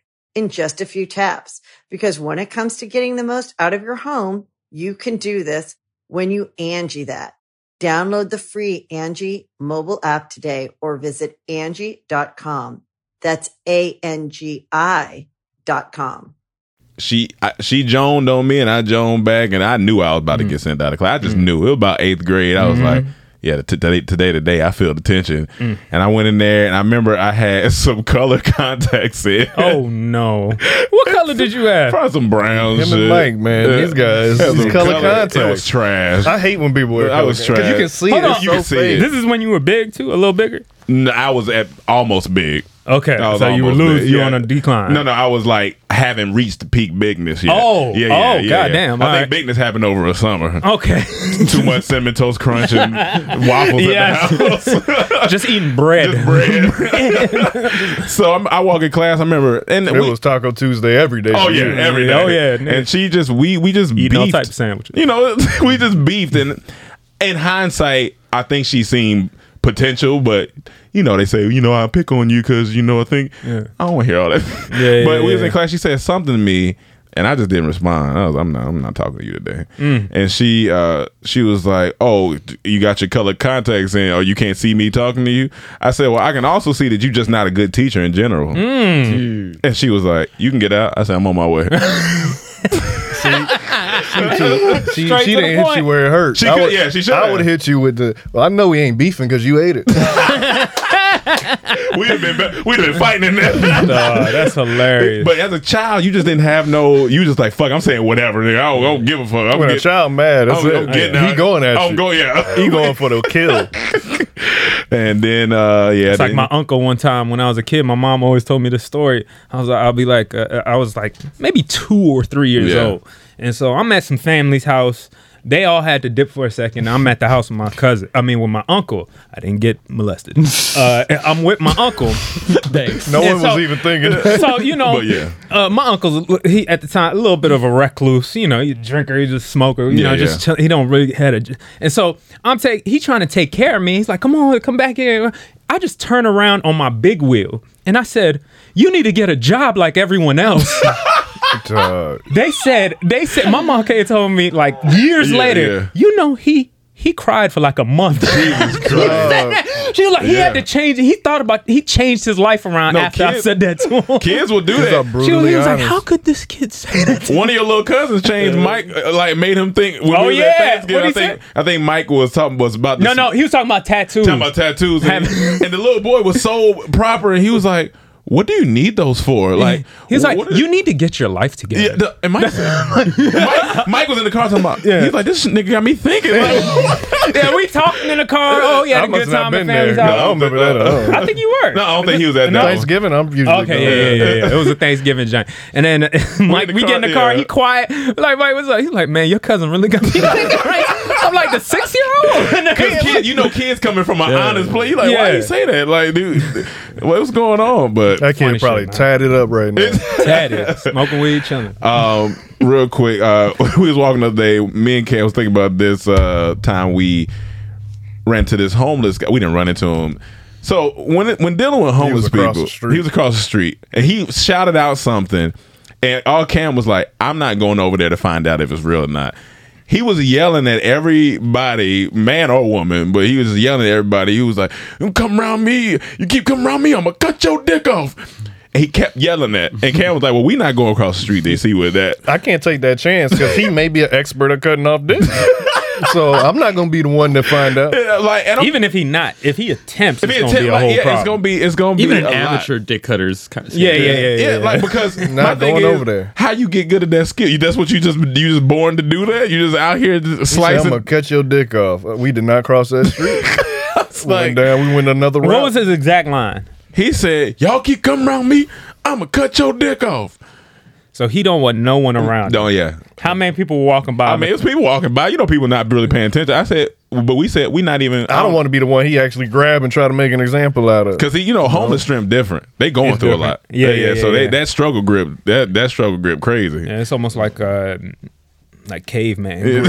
Speaker 10: in just a few taps. Because when it comes to getting the most out of your home, you can do this when you Angie that. Download the free Angie mobile app today or visit Angie.com. That's A-N-G-I dot com.
Speaker 6: she I, she joned on me and I joned back and I knew I was about to get sent out of class. I just knew it was about eighth grade. I was
Speaker 11: Mhm.
Speaker 6: like, yeah, t- today today today I feel the tension.
Speaker 11: Mm.
Speaker 6: And I went in there and I remember I had some color contacts in.
Speaker 7: Oh no! What color did you have?
Speaker 6: Probably some brown
Speaker 9: Him and
Speaker 6: shit.
Speaker 9: Mike, man,
Speaker 6: Yeah.
Speaker 9: these guys,
Speaker 6: Had
Speaker 9: these
Speaker 6: some
Speaker 9: color
Speaker 6: That
Speaker 9: contacts.
Speaker 6: was trash.
Speaker 9: I hate when people wear
Speaker 6: I
Speaker 9: color
Speaker 6: was
Speaker 9: contacts.
Speaker 6: trash.
Speaker 9: 'Cause you can see it, it's
Speaker 6: You
Speaker 9: so
Speaker 6: can see
Speaker 9: fake.
Speaker 6: it.
Speaker 9: This
Speaker 7: is when you were big too, a little bigger.
Speaker 6: No, I was at almost big.
Speaker 7: Okay,
Speaker 6: I was
Speaker 7: so you were
Speaker 6: almost
Speaker 7: lose.
Speaker 6: big,
Speaker 7: You
Speaker 6: yeah.
Speaker 7: on a decline.
Speaker 6: No, no, I was like haven't reached the peak bigness yet.
Speaker 7: Oh,
Speaker 6: yeah,
Speaker 7: oh,
Speaker 6: yeah, yeah,
Speaker 7: goddamn,
Speaker 6: Yeah. I
Speaker 7: all
Speaker 6: think bigness happened over a summer.
Speaker 7: Okay.
Speaker 6: Too much cinnamon toast crunch and waffles
Speaker 7: Yeah.
Speaker 6: at the house.
Speaker 7: Just eating bread.
Speaker 6: so I'm, I walk in class. I remember, and
Speaker 9: It was Taco Tuesday every day.
Speaker 6: Oh
Speaker 9: for
Speaker 6: yeah,
Speaker 9: you.
Speaker 6: every day. and she just we we just
Speaker 7: Eating
Speaker 6: beefed.
Speaker 7: all type of sandwiches.
Speaker 6: You know, we just beefed, and in hindsight, I think she seen potential, but you know, they say you know I pick on you because you know I think I don't want to hear all that.
Speaker 7: Yeah,
Speaker 6: but
Speaker 7: yeah,
Speaker 6: we was
Speaker 7: yeah.
Speaker 6: in class. She said something to me, and I just didn't respond. I was, I'm not I'm not talking to you today.
Speaker 7: Mm.
Speaker 6: And she uh she was like, oh, d- you got your colored contacts in, or you can't see me talking to you. I said, well, I can also see that you're just not a good teacher in general.
Speaker 7: Mm.
Speaker 6: And she was like, "You can get out." I said, "I'm on my way."
Speaker 9: She, she
Speaker 6: Straight to the
Speaker 9: didn't hit
Speaker 6: point.
Speaker 9: you where it hurt.
Speaker 6: She
Speaker 9: I
Speaker 6: could-
Speaker 9: would-
Speaker 6: yeah, she
Speaker 9: I
Speaker 6: should've.
Speaker 9: would hit you with the. Well, I know we ain't beefing because you ate it.
Speaker 6: we have been ba- we been fighting in there.
Speaker 7: that's hilarious.
Speaker 6: But as a child, you just didn't have no. You just like fuck. I'm saying whatever. Nigga. I, don't, I don't give a fuck. I'm
Speaker 9: When a
Speaker 6: get-
Speaker 9: child mad, that's
Speaker 6: I'm,
Speaker 9: it.
Speaker 6: I'm getting
Speaker 9: He
Speaker 6: out.
Speaker 9: going at
Speaker 6: I'm
Speaker 9: you.
Speaker 6: Going, yeah.
Speaker 9: He going for the kill.
Speaker 6: And then, uh, yeah,
Speaker 7: It's like
Speaker 6: then-
Speaker 7: my uncle one time when I was a kid. My mom always told me this story. I was like, I'll be like, uh, I was like maybe two or three years
Speaker 6: Yeah.
Speaker 7: old, and so I'm at some family's house. They all had to dip for a second. I'm at the house with my cousin. I mean, with my uncle. I didn't get molested. uh, and I'm with my uncle. Thanks.
Speaker 9: No
Speaker 7: And
Speaker 9: one was even thinking that.
Speaker 7: So you know,
Speaker 9: But yeah.
Speaker 7: uh, my uncle's he at the time a little bit of a recluse. You know, he's a drinker, he's a smoker. You
Speaker 9: Yeah,
Speaker 7: know, just
Speaker 9: yeah.
Speaker 7: chill- he don't really had a. And so I'm take he trying to take care of me. He's like, come on, come back here. I just turn around on my big wheel and I said, you need to get a job like everyone else. they said they said my mom came and told me like years
Speaker 6: Yeah,
Speaker 7: later.
Speaker 6: yeah.
Speaker 7: You know he. He cried for like a month. she was like, he
Speaker 6: Yeah.
Speaker 7: had to change. it. He thought about. He changed his life around
Speaker 6: No,
Speaker 7: after I
Speaker 6: kids-
Speaker 7: said that to him.
Speaker 6: Kids will do
Speaker 7: These
Speaker 6: that.
Speaker 7: are brutally She was- he was like, honest. "How could this kid say that?"
Speaker 6: One of your little cousins changed Mike, uh, like made him think. When
Speaker 7: Oh,
Speaker 6: we was at
Speaker 7: yeah.
Speaker 6: Thanksgiving,
Speaker 7: What'd
Speaker 6: I
Speaker 7: he
Speaker 6: think I think Mike was talking was about
Speaker 7: No,
Speaker 6: this-
Speaker 7: no, he was talking about tattoos.
Speaker 6: talking about tattoos, and, and the little boy was so proper, and he was like, "What do you need those for?" Like
Speaker 7: He's like,
Speaker 6: what
Speaker 7: you need to get your life together.
Speaker 6: Yeah, the- and Mike, Mike, Mike was in the car talking about. He's like, this nigga got me thinking. Like,
Speaker 7: yeah, we talking in the car. Oh, yeah,
Speaker 6: I
Speaker 7: a good
Speaker 6: must not
Speaker 7: time.
Speaker 6: been
Speaker 7: and family's
Speaker 6: there.
Speaker 7: out.
Speaker 6: No, I don't remember that at all.
Speaker 7: I think you were.
Speaker 6: No, I don't think he was at that one.
Speaker 9: Thanksgiving, I'm usually
Speaker 7: okay. Yeah, yeah, yeah, yeah. It was a Thanksgiving joint, and then uh, Mike, we get in the
Speaker 9: car,
Speaker 7: car.
Speaker 9: yeah.
Speaker 7: He quiet. Like Mike was like, he's like, man, your cousin really got me. thinking, right?" I'm like the six year old.
Speaker 6: Because kid, you know, kids coming from an
Speaker 7: Yeah.
Speaker 6: honest place. You like, why
Speaker 7: Yeah.
Speaker 6: you say that? Like, dude, what's going on? But
Speaker 9: that kid probably tied it up right now.
Speaker 7: Tatted, smoking weed, chilling.
Speaker 6: Um, real quick, uh, we was walking the other day. Me and Kay was thinking about this uh, time we ran to this homeless guy. We didn't run into him. So when it, when dealing with homeless
Speaker 9: across the
Speaker 6: people, he was across the street and he shouted out something, and all Cam was like, "I'm not going over there to find out if it's real or not." He was yelling at everybody, man or woman, but he was yelling at everybody. He was like, "You come around me, you keep coming around me, I'm gonna cut your dick off." And he kept yelling that, and Cam was like, "Well, we not going across the street. They see with that."
Speaker 9: I can't take that chance because he may be an expert at cutting off dicks. so I'm not gonna be the one to find out.
Speaker 6: like,
Speaker 7: even if he not, if he attempts, it's
Speaker 6: he
Speaker 7: gonna be
Speaker 6: attempt-
Speaker 7: a
Speaker 6: like,
Speaker 7: whole
Speaker 6: yeah, it's
Speaker 7: problem.
Speaker 6: gonna be- it's gonna be
Speaker 8: even an
Speaker 6: a lot.
Speaker 8: amateur dick cutters kind of.
Speaker 7: Yeah, yeah, yeah, yeah.
Speaker 6: like because
Speaker 9: Not
Speaker 6: my thing
Speaker 9: going
Speaker 6: is,
Speaker 9: over there.
Speaker 6: How you get good at that skill? You, that's what you just you just born to do that. You just out here just
Speaker 9: I'm
Speaker 6: slicing.
Speaker 9: gonna cut your dick off. Uh, We did not cross that street.
Speaker 6: like-
Speaker 9: went down, we went another route.
Speaker 7: What was his exact line?
Speaker 6: He said, "Y'all keep coming around me, I'ma cut your dick off."
Speaker 7: So he don't want no one around.
Speaker 6: No, yeah.
Speaker 7: How many people were walking by?
Speaker 6: I mean, it's people walking by. You know, people not really paying attention. I said, but we said we not even.
Speaker 7: um,
Speaker 9: I don't want to be the one he actually grabbed and try to make an example out of.
Speaker 6: because you know homeless shrimp different. They going
Speaker 9: It's
Speaker 6: through a
Speaker 9: different.
Speaker 6: lot.
Speaker 7: Yeah, yeah,
Speaker 6: so
Speaker 7: yeah,
Speaker 6: they,
Speaker 7: yeah.
Speaker 6: that struggle grip, that that struggle grip, crazy.
Speaker 7: Yeah, it's almost like uh, like caveman.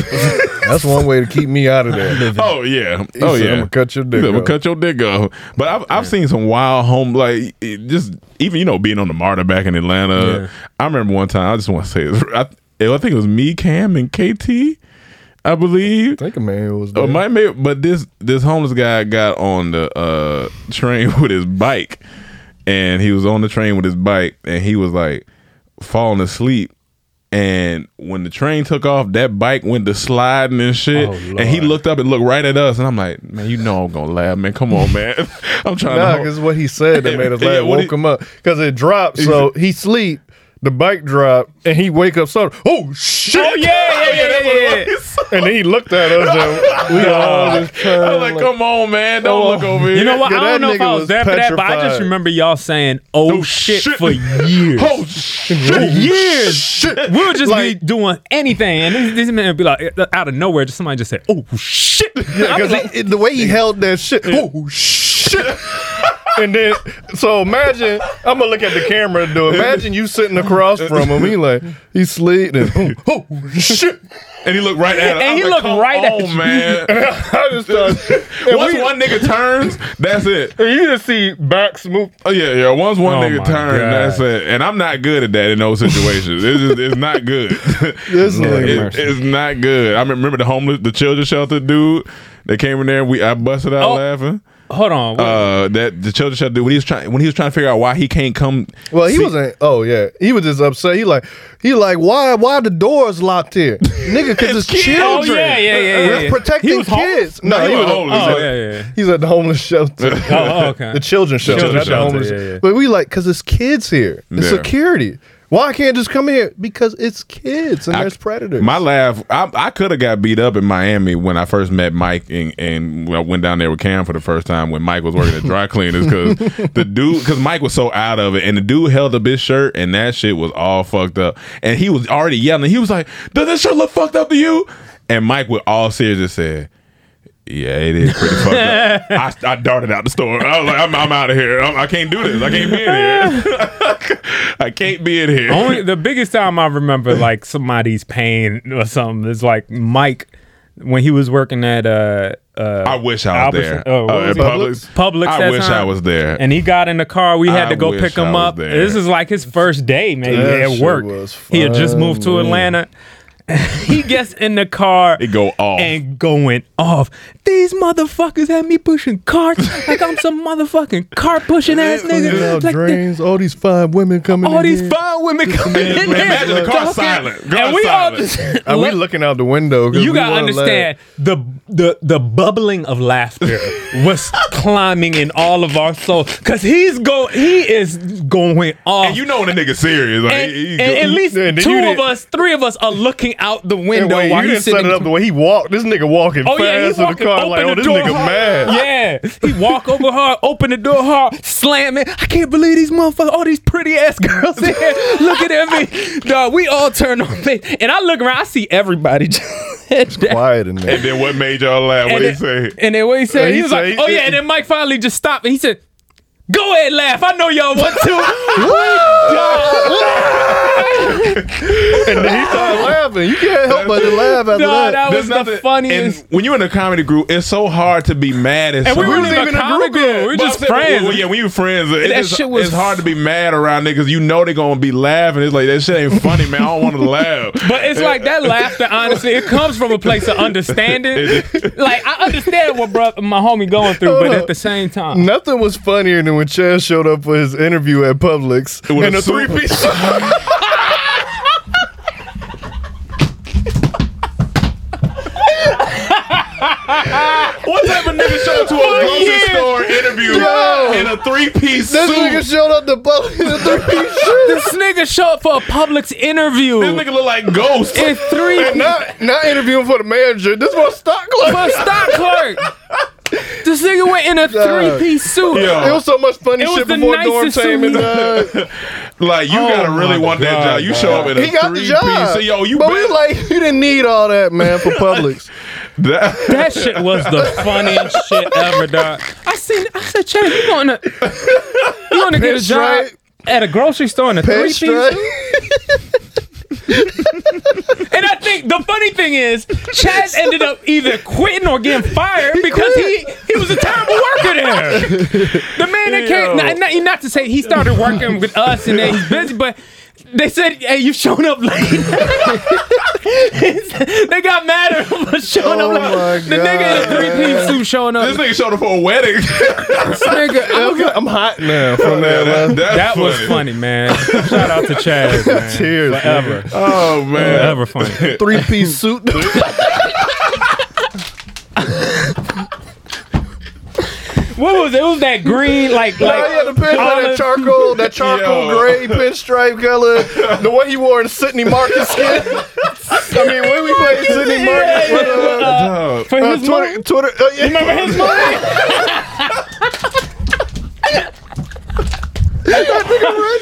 Speaker 9: That's one way to keep me out of there.
Speaker 6: Oh yeah,
Speaker 9: He
Speaker 6: oh
Speaker 9: said,
Speaker 6: yeah.
Speaker 9: "I'ma cut your dick
Speaker 6: He said, "I'ma
Speaker 9: off."
Speaker 6: cut your dick off. But I've I've seen some wild home like it just even you know being on the MARTA back in Atlanta. I remember one time I just want to say this. I, I think it was me, Cam, and KT. I believe. I
Speaker 9: think a man was.
Speaker 6: Oh, my may but this this homeless guy got on the uh, train with his bike, and he was on the train with his bike, and he was like falling asleep. And when the train took off, that bike went to sliding and shit.
Speaker 7: Oh,
Speaker 6: and he looked up and looked right at us, and I'm like, man, you know I'm gonna laugh, man. Come on, man. I'm trying
Speaker 9: Nah,
Speaker 6: to.
Speaker 9: because what he said that made us
Speaker 6: Yeah,
Speaker 9: laugh
Speaker 6: what
Speaker 9: woke
Speaker 6: he-
Speaker 9: him up. Because it dropped, so he sleep, the bike dropped, and he wake up suddenly. Oh shit!
Speaker 7: Oh, yeah, yeah, yeah,
Speaker 9: that's
Speaker 7: yeah,
Speaker 9: what it was. And then he looked at us. And we all just turned.
Speaker 7: oh, uh,
Speaker 6: I'm like, come on, man. Don't look over here.
Speaker 7: You know what?
Speaker 9: Yeah,
Speaker 7: I
Speaker 9: that
Speaker 7: don't know if
Speaker 9: nigga
Speaker 7: I was
Speaker 9: was
Speaker 7: there for that, but I just
Speaker 9: petrified.
Speaker 7: remember y'all saying "oh, shit, for years.
Speaker 6: Oh
Speaker 7: For
Speaker 6: shit!
Speaker 7: years, we would just
Speaker 9: Like-
Speaker 7: be doing anything, and this, this man would be like, uh, out of nowhere, just somebody just said, "Oh shit!"
Speaker 9: Yeah,
Speaker 7: I was
Speaker 9: because
Speaker 7: like,
Speaker 9: the way he held that shit. Oh shit! and then, so imagine I'm gonna look at the camera and do. it. Imagine you sitting across from him. He like he sleep and oh, oh shit.
Speaker 6: And he looked right at us.
Speaker 7: And
Speaker 6: I was
Speaker 7: he
Speaker 6: like,
Speaker 7: looked
Speaker 6: come
Speaker 7: right at
Speaker 6: on,
Speaker 7: you.
Speaker 6: man.
Speaker 9: I just thought, and
Speaker 6: Once
Speaker 9: we-
Speaker 6: one nigga turns, that's it.
Speaker 9: and you just see backs move.
Speaker 6: Oh yeah, yeah. Once one
Speaker 7: Oh,
Speaker 6: nigga
Speaker 7: my
Speaker 6: turn,
Speaker 7: God.
Speaker 6: that's it. And I'm not good at that in those situations. it's, just, it's not good.
Speaker 9: This
Speaker 6: It-
Speaker 9: nigga.
Speaker 6: it's not good. I remember the homeless, the children shelter dude. They came in there. and We I busted out
Speaker 7: Oh.
Speaker 6: laughing.
Speaker 7: Hold on.
Speaker 6: Uh, that the children should do when he was trying when he was trying to figure out why he can't come.
Speaker 9: Well, he wasn't. Oh yeah, he was just upset. He like he like why why the doors locked here, nigga? Because it's,
Speaker 7: kids.
Speaker 9: children.
Speaker 7: Oh, yeah, yeah, yeah, yeah,
Speaker 9: We're
Speaker 7: yeah.
Speaker 9: protecting
Speaker 7: He was homeless?
Speaker 9: kids.
Speaker 7: No, he was homeless.
Speaker 9: He's,
Speaker 7: Oh,
Speaker 9: at,
Speaker 7: yeah, yeah.
Speaker 9: he's at the homeless shelter.
Speaker 7: oh, okay.
Speaker 9: The children's shelter,
Speaker 7: Children's
Speaker 9: not the
Speaker 7: shelter,
Speaker 9: homeless.
Speaker 7: yeah, yeah.
Speaker 9: But we like because it's kids here. It's
Speaker 6: Yeah.
Speaker 9: security. Why I can't just come here? Because it's kids and there's predators.
Speaker 6: My laugh. I, I could have got beat up in Miami when I first met Mike and, and when I went down there with Cam for the first time when Mike was working at dry cleaners because the dude because Mike was so out of it and the dude held up his shirt and that shit was all fucked up and he was already yelling. He was like, "Does this shirt look fucked up to you?" And Mike, with all seriousness, said. Yeah, it is pretty fucked up. I, I darted out the store. I was like, I'm, I'm out of here. I'm, I can't do this. I can't be in here. I can't be in here.
Speaker 7: Only the biggest time I remember like somebody's pain or something is like Mike when he was working at uh uh
Speaker 6: I wish I was there.
Speaker 7: uh, what
Speaker 6: Uh,
Speaker 7: was
Speaker 6: at
Speaker 7: it?
Speaker 6: Publix? I
Speaker 7: that
Speaker 6: wish
Speaker 7: time.
Speaker 6: I was there.
Speaker 7: And he got in the car. We had
Speaker 6: I
Speaker 7: to go
Speaker 6: wish
Speaker 7: pick
Speaker 6: I
Speaker 7: him
Speaker 6: was
Speaker 7: up.
Speaker 6: there.
Speaker 7: This is like his first day maybe
Speaker 6: That
Speaker 7: at
Speaker 6: shit
Speaker 7: work.
Speaker 6: was
Speaker 7: He had just moved to
Speaker 6: fun,
Speaker 7: Atlanta. he gets in the car. It
Speaker 6: go off
Speaker 7: and going off. These motherfuckers had me pushing carts like I'm some motherfucking cart pushing ass
Speaker 9: Our
Speaker 7: nigga. Like
Speaker 9: drains, all these fine women coming.
Speaker 7: all
Speaker 9: in
Speaker 7: these
Speaker 9: here.
Speaker 7: fine women coming in there.
Speaker 9: Imagine the car
Speaker 7: talking,
Speaker 9: silent.
Speaker 6: Car
Speaker 7: and we all
Speaker 6: silent.
Speaker 7: just
Speaker 9: Are we
Speaker 7: let-
Speaker 9: looking out the window? 'Cause
Speaker 7: you
Speaker 9: we
Speaker 7: gotta
Speaker 9: wanna laugh.
Speaker 7: understand the the the bubbling of laughter was climbing in all of our soul because he's go he is going off.
Speaker 6: And you know when a nigga serious. Like,
Speaker 7: and,
Speaker 6: he- he
Speaker 7: and
Speaker 6: go-
Speaker 7: at least
Speaker 9: and you
Speaker 7: two of
Speaker 9: didn't-
Speaker 7: us, three of us are looking out the
Speaker 9: And
Speaker 7: window
Speaker 9: wait,
Speaker 7: while
Speaker 9: you didn't
Speaker 7: he's
Speaker 9: set
Speaker 7: sitting.
Speaker 9: it up the way he walked. This nigga walking
Speaker 7: Oh
Speaker 9: fast
Speaker 7: yeah, he
Speaker 9: in the
Speaker 7: walking,
Speaker 9: car. Like,
Speaker 7: open
Speaker 9: oh,
Speaker 7: the
Speaker 9: this
Speaker 7: door
Speaker 9: nigga
Speaker 7: hard.
Speaker 9: mad.
Speaker 7: Yeah, he walk over hard, open the door hard, slam it. I can't believe these motherfuckers, all these pretty ass girls in here looking at me. Dog, we all turn on face, and I look around, I see everybody. it's
Speaker 9: quiet in there.
Speaker 6: And then what made y'all laugh? What
Speaker 7: And
Speaker 6: did he
Speaker 7: then-
Speaker 6: say?
Speaker 7: And then what he said,
Speaker 6: He
Speaker 7: he, was
Speaker 6: said-
Speaker 7: like, "Oh yeah." And then Mike finally just stopped, and he said, "Go ahead, laugh. I know y'all want to."
Speaker 9: and then he started laughing. You can't help but to laugh after
Speaker 7: Nah,
Speaker 9: that.
Speaker 7: that was the funniest.
Speaker 6: And when you're in a comedy group, it's so hard to be mad at
Speaker 7: And we
Speaker 6: someone.
Speaker 7: weren't even a comedy group. We were
Speaker 6: But I'm
Speaker 7: just
Speaker 6: saying, well,
Speaker 7: friends.
Speaker 6: well, yeah, when you friends, it-
Speaker 7: That
Speaker 6: it's,
Speaker 7: shit was-
Speaker 6: it's hard to be mad around niggas. You know they're gonna be laughing. It's like that shit ain't funny, man. I don't want to laugh.
Speaker 7: But it's like that laughter, honestly, it comes from a place of understanding. like I understand what bro, my homie going through,
Speaker 9: Hold
Speaker 7: but
Speaker 9: up.
Speaker 7: at the same time,
Speaker 9: Nothing was funnier than when Chaz showed up for his interview at Publix
Speaker 6: With
Speaker 9: in
Speaker 6: a
Speaker 9: a
Speaker 6: suit.
Speaker 9: three piece.
Speaker 6: what type of nigga showed up to a
Speaker 9: Fuck
Speaker 6: grocery
Speaker 9: yeah.
Speaker 6: store interview
Speaker 9: Yo.
Speaker 6: in a three piece
Speaker 9: This nigga
Speaker 6: suit?
Speaker 9: showed up to Publix in a three piece shirt.
Speaker 7: this nigga show up for a Publix interview.
Speaker 6: This nigga look like Ghost.
Speaker 7: in three
Speaker 9: And not not interviewing for the manager. This was stock clerk.
Speaker 7: for a stock clerk. This nigga went in a three piece suit.
Speaker 6: Yo.
Speaker 9: It was so much funny
Speaker 7: It was
Speaker 9: shit
Speaker 7: the
Speaker 9: before dorm
Speaker 7: nicest suit.
Speaker 9: time and uh,
Speaker 6: Like you gotta
Speaker 7: Oh
Speaker 6: really want that job. You show up in a
Speaker 9: he got the
Speaker 6: three piece.
Speaker 9: job.
Speaker 6: So, yo, you
Speaker 9: but
Speaker 6: bet.
Speaker 9: we like you didn't need all that man for Publix.
Speaker 6: that.
Speaker 7: That shit was the funniest shit ever, dog. I seen. I said, Chad, you going to you going to get a job
Speaker 9: Pinstripe.
Speaker 7: at a grocery store in a three piece?
Speaker 9: Pinstripe.
Speaker 7: And I think the funny thing is, Chaz ended up either quitting or getting fired because he he was a terrible worker there. The man that came, not, not, not to say he started working with us and then he's busy, but they said, "Hey, you shown up late." they got mad at him for showing
Speaker 9: Oh
Speaker 7: up
Speaker 9: my
Speaker 7: late. The nigga in a
Speaker 9: God.
Speaker 7: three piece suit showing up.
Speaker 6: This nigga showed up for a wedding.
Speaker 7: This nigga,
Speaker 9: I'm hot now from that.
Speaker 6: That-
Speaker 9: man.
Speaker 6: that's
Speaker 7: that was funny, man. Shout out to Chaz, man.
Speaker 9: Cheers.
Speaker 7: Forever,
Speaker 6: Oh man.
Speaker 7: forever funny.
Speaker 9: Three piece suit.
Speaker 7: What was it? It was that green, like
Speaker 9: Like, yeah, the
Speaker 7: like.
Speaker 9: pin, like that
Speaker 7: olive-
Speaker 9: charcoal, that charcoal
Speaker 6: Yo.
Speaker 9: gray pinstripe color, the one he wore in Sydney Marcus skin. I mean, when we played Sydney Marcus, with, uh,
Speaker 6: Dog.
Speaker 7: For
Speaker 9: uh,
Speaker 7: his
Speaker 9: Twitter,
Speaker 7: mom?
Speaker 9: Twitter, uh, yeah.
Speaker 7: Remember his mom?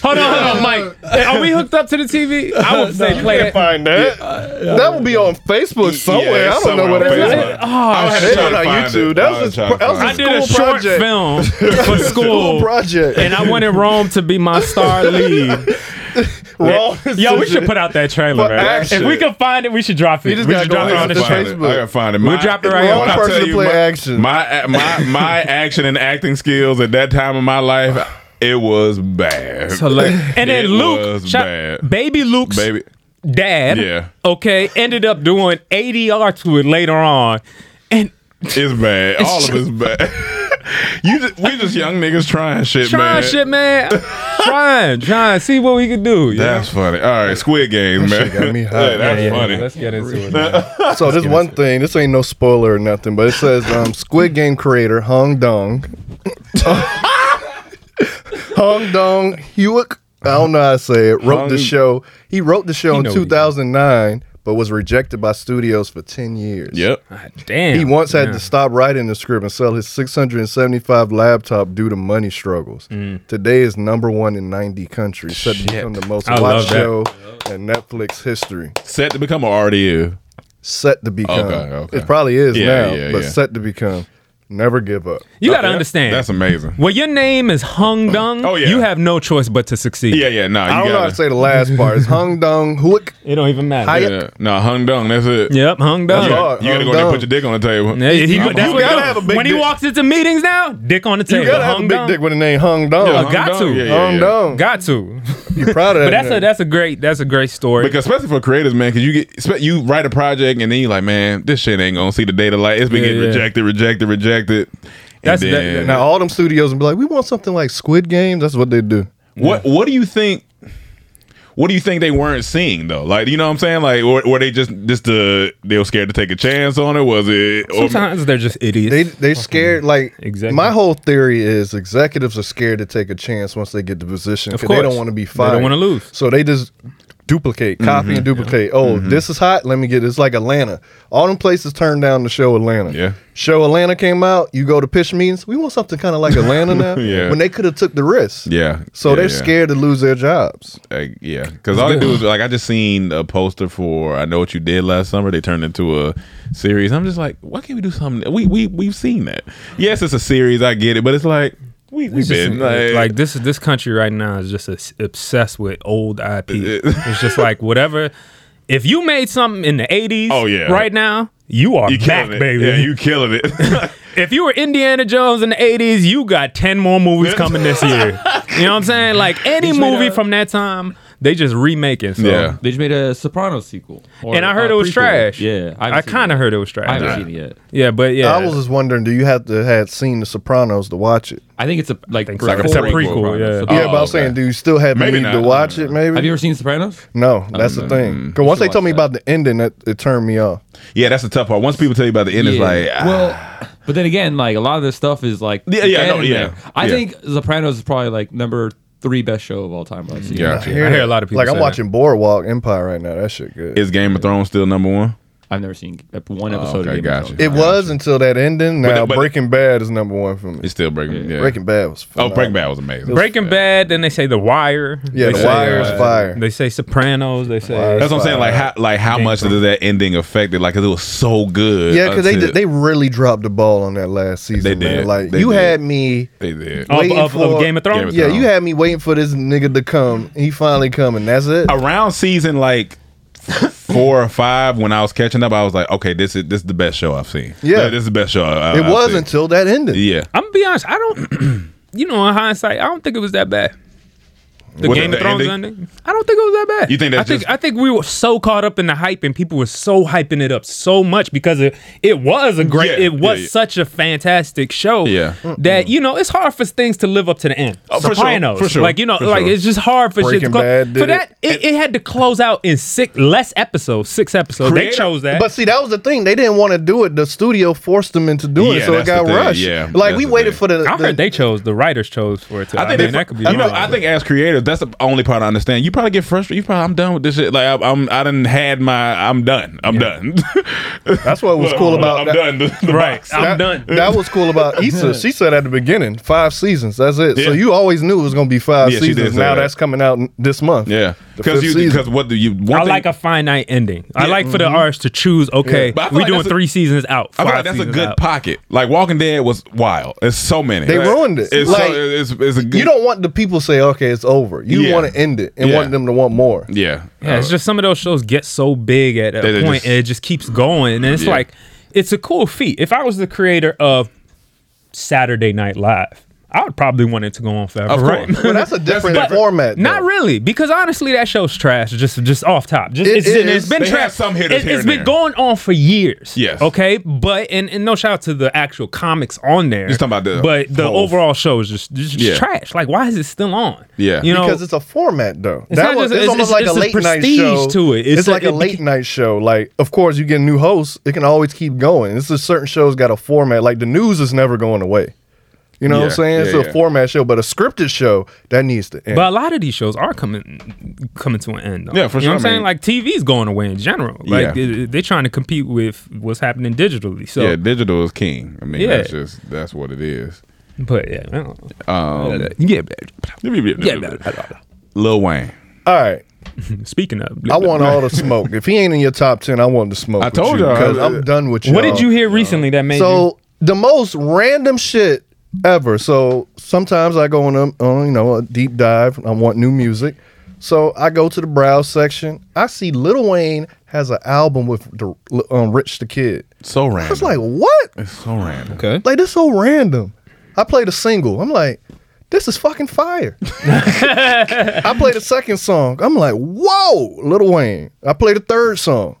Speaker 7: Hold on, hold on, Mike. Are we hooked up to the TV? I would say play
Speaker 9: can't
Speaker 7: it.
Speaker 9: find that. that will be on Facebook somewhere.
Speaker 6: Yeah,
Speaker 9: I don't know
Speaker 6: somewhere
Speaker 9: where
Speaker 6: on
Speaker 9: that
Speaker 6: Facebook.
Speaker 9: is.
Speaker 6: I had
Speaker 9: Oh,
Speaker 6: to
Speaker 9: shit.
Speaker 6: try to
Speaker 9: On
Speaker 6: find
Speaker 9: YouTube.
Speaker 6: it.
Speaker 9: That
Speaker 6: I
Speaker 9: was his
Speaker 6: trying to
Speaker 9: pro- that was
Speaker 6: find
Speaker 7: I
Speaker 6: it.
Speaker 7: did a
Speaker 9: School
Speaker 7: short
Speaker 9: project.
Speaker 7: film
Speaker 9: School
Speaker 7: for school,
Speaker 9: project.
Speaker 7: and I wanted Rome to be my star lead.
Speaker 9: Wrong
Speaker 7: Yo, we
Speaker 9: decision.
Speaker 7: should put out that trailer,
Speaker 9: For
Speaker 7: man.
Speaker 9: action.
Speaker 7: If we can find it, we should drop it.
Speaker 9: You just
Speaker 7: we
Speaker 9: gotta
Speaker 7: should
Speaker 9: go
Speaker 7: drop it
Speaker 9: ahead
Speaker 7: on
Speaker 6: I
Speaker 7: the
Speaker 9: and
Speaker 6: gotta
Speaker 9: just
Speaker 7: show.
Speaker 6: find
Speaker 9: Facebook.
Speaker 6: it. I gotta find it. My,
Speaker 7: We'll drop it right
Speaker 9: Wrong
Speaker 7: here.
Speaker 6: when I
Speaker 9: person
Speaker 6: tell
Speaker 9: to
Speaker 6: you
Speaker 9: play
Speaker 6: my,
Speaker 9: action.
Speaker 6: My my my action and acting skills at that time of my life, it was bad.
Speaker 7: And then
Speaker 6: It
Speaker 7: Luke,
Speaker 6: was
Speaker 7: shout-
Speaker 6: bad.
Speaker 7: baby Luke's
Speaker 6: Baby.
Speaker 7: dad,
Speaker 6: Yeah.
Speaker 7: okay, ended up doing ADR to it later on, and
Speaker 6: It's bad. All of it's bad. you just, we just young niggas trying shit,
Speaker 7: Trying
Speaker 6: man.
Speaker 7: shit, man. trying, trying. See what we can do. Yeah.
Speaker 6: That's funny. All right, Squid Game,
Speaker 9: That
Speaker 6: man.
Speaker 9: shit got me hot.
Speaker 6: Yeah, that's
Speaker 9: Yeah, yeah,
Speaker 6: funny.
Speaker 9: yeah.
Speaker 7: Let's get into it. man.
Speaker 9: So this one thing, this ain't no spoiler or nothing, but it says um, Squid Game creator Hong Dong, Hong Dong Hewick. I don't know how to say it. Wrote the
Speaker 6: Hong-
Speaker 9: show. He wrote the show
Speaker 6: He
Speaker 9: in
Speaker 6: know what he did.
Speaker 9: 2009, but was rejected by studios for 10 years.
Speaker 6: Yep.
Speaker 7: Damn.
Speaker 9: He once had
Speaker 7: Yeah.
Speaker 9: to stop writing the script and sell his 675 laptop due to money struggles.
Speaker 7: Mm.
Speaker 9: Today is number one in 90 countries, set to
Speaker 6: Shit.
Speaker 9: become the most
Speaker 6: I love
Speaker 9: watched
Speaker 6: that.
Speaker 9: show in Netflix history.
Speaker 6: Set to become or already is.
Speaker 9: Set to become.
Speaker 6: Okay, okay.
Speaker 9: It probably is
Speaker 6: Yeah,
Speaker 9: now,
Speaker 6: yeah,
Speaker 9: but
Speaker 6: yeah.
Speaker 9: set to become. Never give up.
Speaker 7: You gotta understand.
Speaker 6: That's amazing.
Speaker 7: Well, your name is Hung Dung. Oh yeah. You have no choice but to succeed.
Speaker 6: Yeah, yeah, no. Nah, you
Speaker 9: I don't know how
Speaker 6: gotta-
Speaker 9: to say the last part. It's Hung Dong Huik.
Speaker 7: It don't even matter.
Speaker 6: Yeah. No, hung dung. That's it.
Speaker 7: Yep, hung dung.
Speaker 6: You,
Speaker 7: That's
Speaker 6: gotta-
Speaker 7: hard,
Speaker 6: you gotta
Speaker 7: hung
Speaker 6: go there and
Speaker 7: dung.
Speaker 6: put your dick on the table.
Speaker 7: Yeah, he-
Speaker 6: I'm-
Speaker 7: that's
Speaker 6: I'm-
Speaker 7: what he
Speaker 9: gotta
Speaker 7: do.
Speaker 9: have a big
Speaker 7: when he
Speaker 9: dick.
Speaker 7: walks into meetings now, dick on the
Speaker 9: You
Speaker 7: table.
Speaker 9: gotta have a
Speaker 7: Hung
Speaker 9: big
Speaker 7: Dung.
Speaker 9: dick with the name Hung Dong.
Speaker 7: Yeah, got to.
Speaker 6: Yeah, yeah,
Speaker 9: Hung
Speaker 6: yeah.
Speaker 9: Dong.
Speaker 7: Got to.
Speaker 9: You proud of that?
Speaker 7: But that's a
Speaker 9: nigga.
Speaker 7: that's a great that's a great story.
Speaker 6: Because especially for creators, man, because you get spe- you write a project and then you like, man, this shit ain't gonna see the data light. It's been
Speaker 7: Yeah,
Speaker 6: getting
Speaker 7: yeah.
Speaker 6: rejected, rejected, rejected. And
Speaker 7: That's- that-
Speaker 6: then,
Speaker 9: now all them studios and be like, we want something like Squid Game. That's what they do.
Speaker 6: what what do you think? What do you think they weren't seeing though? Like, you know what I'm saying? Like, were, were they just just the they were scared to take a chance on it? Was it? or-
Speaker 7: Sometimes they're just idiots.
Speaker 9: They they scared like
Speaker 7: Exactly.
Speaker 9: my whole theory is executives are scared to take a chance once they get the position
Speaker 7: Of
Speaker 9: because they
Speaker 7: course.
Speaker 9: don't want to be
Speaker 7: They don't
Speaker 9: fired.
Speaker 7: wanna lose.
Speaker 9: So they just duplicate,
Speaker 6: Mm-hmm.
Speaker 9: copy and duplicate. Oh, this is hot. Let me get it. It's like Atlanta. All them places turned down the show Atlanta.
Speaker 6: Yeah.
Speaker 9: Show Atlanta came out. You go to pitch meetings. We want something kind of like Atlanta now.
Speaker 6: Yeah.
Speaker 9: When they could have took the risk.
Speaker 6: yeah.
Speaker 9: So
Speaker 6: yeah,
Speaker 9: they're
Speaker 6: yeah.
Speaker 9: scared to lose their jobs.
Speaker 6: Like, yeah, because all they do is like I just seen a poster for I know what you did last summer. They turned into a series. I'm just like, why can't we do something? We we we've seen that. Yes, it's a series. I get it, but it's like we we've
Speaker 7: It's just-
Speaker 6: been like,
Speaker 7: like this is this country right now is just obs- obsessed with old IP. it's just like whatever. If you made something in the '80s,
Speaker 6: Oh, yeah.
Speaker 7: right now you are
Speaker 6: you
Speaker 7: back,
Speaker 6: killing it,
Speaker 7: baby.
Speaker 6: Yeah, you killing it.
Speaker 7: if you were Indiana Jones in the '80s, you got ten more movies coming this year. You know what I'm saying? Like any
Speaker 8: made
Speaker 7: movie
Speaker 8: a-
Speaker 7: from that time, they just remaking. So.
Speaker 6: Yeah.
Speaker 8: They just made a Sopranos sequel. or
Speaker 7: And I heard
Speaker 8: a
Speaker 7: it was
Speaker 8: prequel.
Speaker 7: trash.
Speaker 8: Yeah,
Speaker 7: I,
Speaker 8: haven't seen
Speaker 7: kind
Speaker 8: it.
Speaker 7: of heard it was trash.
Speaker 8: I haven't seen it yet.
Speaker 7: Yeah, but yeah,
Speaker 9: I was just wondering, do you have to have seen The Sopranos to watch it?
Speaker 8: I think it's a like,
Speaker 7: so. It's a prequel, yeah.
Speaker 9: yeah, but I'm saying, do you still have
Speaker 6: Oh, Maybe
Speaker 9: need
Speaker 6: not.
Speaker 9: to watch it? Maybe.
Speaker 8: Have you ever seen Sopranos?
Speaker 9: No, that's the
Speaker 6: Mm.
Speaker 9: thing. Because once they told me about the ending, it, it turned me off.
Speaker 6: yeah, that's the tough part. Once people tell you about the end, it's
Speaker 8: Yeah.
Speaker 6: like ah,
Speaker 8: well, but then again, like a lot of this stuff is like
Speaker 6: Yeah, yeah, I know,
Speaker 8: anime.
Speaker 6: yeah,
Speaker 8: I
Speaker 6: yeah.
Speaker 8: think Sopranos is probably like number three best show of all time. I've seen.
Speaker 6: Yeah. I
Speaker 7: hear a lot of people
Speaker 9: Like
Speaker 7: say
Speaker 9: I'm
Speaker 7: that.
Speaker 9: watching Boardwalk Empire right now. That shit good.
Speaker 6: is Game of Thrones still number one?
Speaker 8: I've never seen one
Speaker 6: Oh,
Speaker 8: episode.
Speaker 6: okay,
Speaker 8: of Game of
Speaker 6: gotcha.
Speaker 8: Thrones.
Speaker 9: it was until that ending. Now
Speaker 6: but-
Speaker 9: Breaking Bad is number one for me.
Speaker 6: It's still Breaking. Yeah.
Speaker 9: Breaking Bad was.
Speaker 6: Oh,
Speaker 9: Phenomenal.
Speaker 6: Breaking Bad was amazing.
Speaker 7: Breaking Bad, then they say The Wire.
Speaker 9: Yeah,
Speaker 7: They
Speaker 9: The
Speaker 7: say, uh,
Speaker 9: Wire is fire.
Speaker 7: They say Sopranos. They say
Speaker 6: That's what I'm saying. Like how like how much did that ending affect it? Like, 'cause it was so good.
Speaker 9: Yeah, because they
Speaker 6: until-
Speaker 9: did, they really dropped the ball on that last season.
Speaker 6: They
Speaker 9: man.
Speaker 6: did.
Speaker 9: Like
Speaker 6: They
Speaker 9: you
Speaker 6: did.
Speaker 9: had me.
Speaker 6: they did.
Speaker 7: Of-
Speaker 9: waiting
Speaker 7: of- of
Speaker 9: for-
Speaker 7: Game of Thrones? Game of
Speaker 9: Yeah,
Speaker 6: Thrones.
Speaker 9: you had me waiting for this nigga to come. He finally come, and that's it.
Speaker 6: around season like four or five when I was catching up, I was like, okay, this is this is the best show I've seen.
Speaker 9: Yeah.
Speaker 6: Like, this is the best show. I,
Speaker 9: it
Speaker 6: I've
Speaker 9: was
Speaker 6: seen.
Speaker 9: until that ending.
Speaker 6: Yeah,
Speaker 7: I'm gonna be honest. I don't. you know, in hindsight, I don't think it was that bad. The
Speaker 6: What's
Speaker 7: Game
Speaker 6: that,
Speaker 7: of Thrones
Speaker 6: the
Speaker 7: ending?
Speaker 6: ending?
Speaker 7: I don't think it was that bad.
Speaker 6: You think that's
Speaker 7: I think
Speaker 6: just-
Speaker 7: I think we were so caught up in the hype and people were so hyping it up so much because it, it was a great,
Speaker 6: Yeah,
Speaker 7: it was
Speaker 6: yeah, yeah.
Speaker 7: such a fantastic show.
Speaker 6: Yeah.
Speaker 7: that you know it's hard for things to live up to the end.
Speaker 6: Oh, for sure,
Speaker 7: Sopranos,
Speaker 6: for sure,
Speaker 7: like you know,
Speaker 6: for
Speaker 7: like
Speaker 6: sure.
Speaker 7: it's just hard for shit to
Speaker 9: Breaking
Speaker 7: close.
Speaker 9: Bad did
Speaker 7: for
Speaker 9: it.
Speaker 7: that, it, it had to close out in six less episodes, six episodes.
Speaker 6: Creative-
Speaker 7: they chose that.
Speaker 9: But see, that was the thing. They didn't want to do it. The studio forced them into doing
Speaker 6: Yeah,
Speaker 9: it, so it
Speaker 6: that's the
Speaker 9: got
Speaker 6: thing.
Speaker 9: rushed.
Speaker 6: Yeah,
Speaker 9: like
Speaker 6: that's
Speaker 9: we
Speaker 6: the
Speaker 9: waited
Speaker 6: thing.
Speaker 9: for the.
Speaker 7: I
Speaker 9: the-
Speaker 7: heard they chose the writers chose for it. Too.
Speaker 6: I think they,
Speaker 7: mean, that could be.
Speaker 6: you know,
Speaker 7: wrong,
Speaker 6: I
Speaker 7: but-
Speaker 6: think as creators, that's the only part I understand. You probably get frustrated. You probably I'm done with this shit. Like I, I'm I done had my I'm done. I'm done.
Speaker 9: That's what was cool about
Speaker 6: I'm
Speaker 9: that.
Speaker 6: done. The, the
Speaker 7: Right.
Speaker 6: box.
Speaker 7: I'm
Speaker 9: that,
Speaker 7: done.
Speaker 9: That was cool about Issa. She said at the beginning, five seasons. That's it. So
Speaker 6: Yeah.
Speaker 9: you always knew it was going to be five
Speaker 6: Yeah, she did
Speaker 9: seasons.
Speaker 6: say
Speaker 9: Now
Speaker 6: that.
Speaker 9: that's coming out n- this month.
Speaker 6: Yeah,
Speaker 9: The
Speaker 6: because
Speaker 9: fifth
Speaker 6: you
Speaker 9: season.
Speaker 6: because what do you? One
Speaker 7: I
Speaker 6: thing-
Speaker 7: like a finite ending. I
Speaker 6: Yeah. mm-hmm.
Speaker 7: like for the artists to choose. Okay,
Speaker 6: But I feel
Speaker 7: we're
Speaker 6: like
Speaker 7: doing
Speaker 6: that's a-
Speaker 7: three seasons out.
Speaker 6: I
Speaker 7: Five
Speaker 6: feel like that's a
Speaker 7: seasons
Speaker 6: good
Speaker 7: out.
Speaker 6: pocket. Like Walking Dead was wild. It's so many.
Speaker 9: They
Speaker 6: Like,
Speaker 9: ruined it.
Speaker 6: It's
Speaker 9: Like,
Speaker 6: so, it's, it's a good.
Speaker 9: You don't want the people say, okay, it's over. You
Speaker 6: Yeah.
Speaker 9: want to end it and
Speaker 6: Yeah.
Speaker 9: want them to want more.
Speaker 6: Yeah.
Speaker 7: Yeah, it's just some of those shows get so big at a
Speaker 6: They- they
Speaker 7: point
Speaker 6: just-
Speaker 7: and it just keeps going, and it's
Speaker 6: Yeah.
Speaker 7: like it's a cool feat. If I was the creator of Saturday Night Live, I would probably want it to go on forever.
Speaker 9: Of course.
Speaker 7: right?
Speaker 9: Well, that's a different
Speaker 7: But
Speaker 9: format, though.
Speaker 7: Not really, because honestly, that show's trash. Just just off top. Just,
Speaker 9: It
Speaker 7: it's, been-
Speaker 9: is.
Speaker 7: it's been
Speaker 9: They
Speaker 7: trash.
Speaker 9: had some hitters
Speaker 7: It-
Speaker 9: here
Speaker 7: it's
Speaker 9: and
Speaker 7: been
Speaker 9: there.
Speaker 7: going on for years.
Speaker 9: Yes.
Speaker 7: Okay. But and, and no shout out to the actual comics on there.
Speaker 9: Just talking about the
Speaker 7: but the
Speaker 9: whole-
Speaker 7: overall show is just, just
Speaker 9: Yeah.
Speaker 7: trash. Like, why is it still on? You know,
Speaker 9: because it's a format though.
Speaker 7: It's
Speaker 9: that
Speaker 7: not
Speaker 9: was,
Speaker 7: just-
Speaker 9: it's,
Speaker 7: it's-
Speaker 9: almost
Speaker 7: it's-
Speaker 9: like a
Speaker 7: it's
Speaker 9: late
Speaker 7: a
Speaker 9: night
Speaker 7: prestige
Speaker 9: show.
Speaker 7: to it.
Speaker 9: It's,
Speaker 7: It's a-
Speaker 9: like a
Speaker 7: it
Speaker 9: late night show. Like, of course, you get new hosts. It can always keep going. It's just certain shows got a format. Like the news is never going away. You know what
Speaker 7: Yeah,
Speaker 9: I'm saying? it's
Speaker 7: yeah,
Speaker 9: a
Speaker 7: yeah.
Speaker 9: format show, but a scripted show that needs to end.
Speaker 7: But a lot of these shows are coming coming to an end. Though.
Speaker 9: Yeah, for
Speaker 7: You know what I'm
Speaker 9: sure, I
Speaker 7: saying?
Speaker 9: mean-
Speaker 7: Like TV's going away in general. Like
Speaker 6: Yeah.
Speaker 7: it- it- they're trying to compete with what's happening digitally. So
Speaker 6: yeah, digital is king. I mean,
Speaker 7: Yeah.
Speaker 6: that's just that's what it is.
Speaker 7: But yeah, I don't know.
Speaker 6: Um,
Speaker 7: yeah,
Speaker 6: Lil Wayne.
Speaker 9: All right.
Speaker 7: Speaking of,
Speaker 9: I want all the smoke. If he ain't in your top ten, I want the smoke.
Speaker 7: I
Speaker 9: with
Speaker 7: told
Speaker 9: you
Speaker 7: y'all.
Speaker 9: because I'm done with you.
Speaker 7: What did you hear recently that made
Speaker 9: so the most random shit ever. So sometimes I go on a on, you know a deep dive. I want new music, so I go to the browse section. I see Lil Wayne has an album with the, um, Rich the Kid.
Speaker 6: So random.
Speaker 9: I was like, what?
Speaker 6: It's so random.
Speaker 7: Okay.
Speaker 9: Like this so random. I played a single. I'm like, this is fucking fire. I played the second song. I'm like, whoa, Lil Wayne. I played the third song.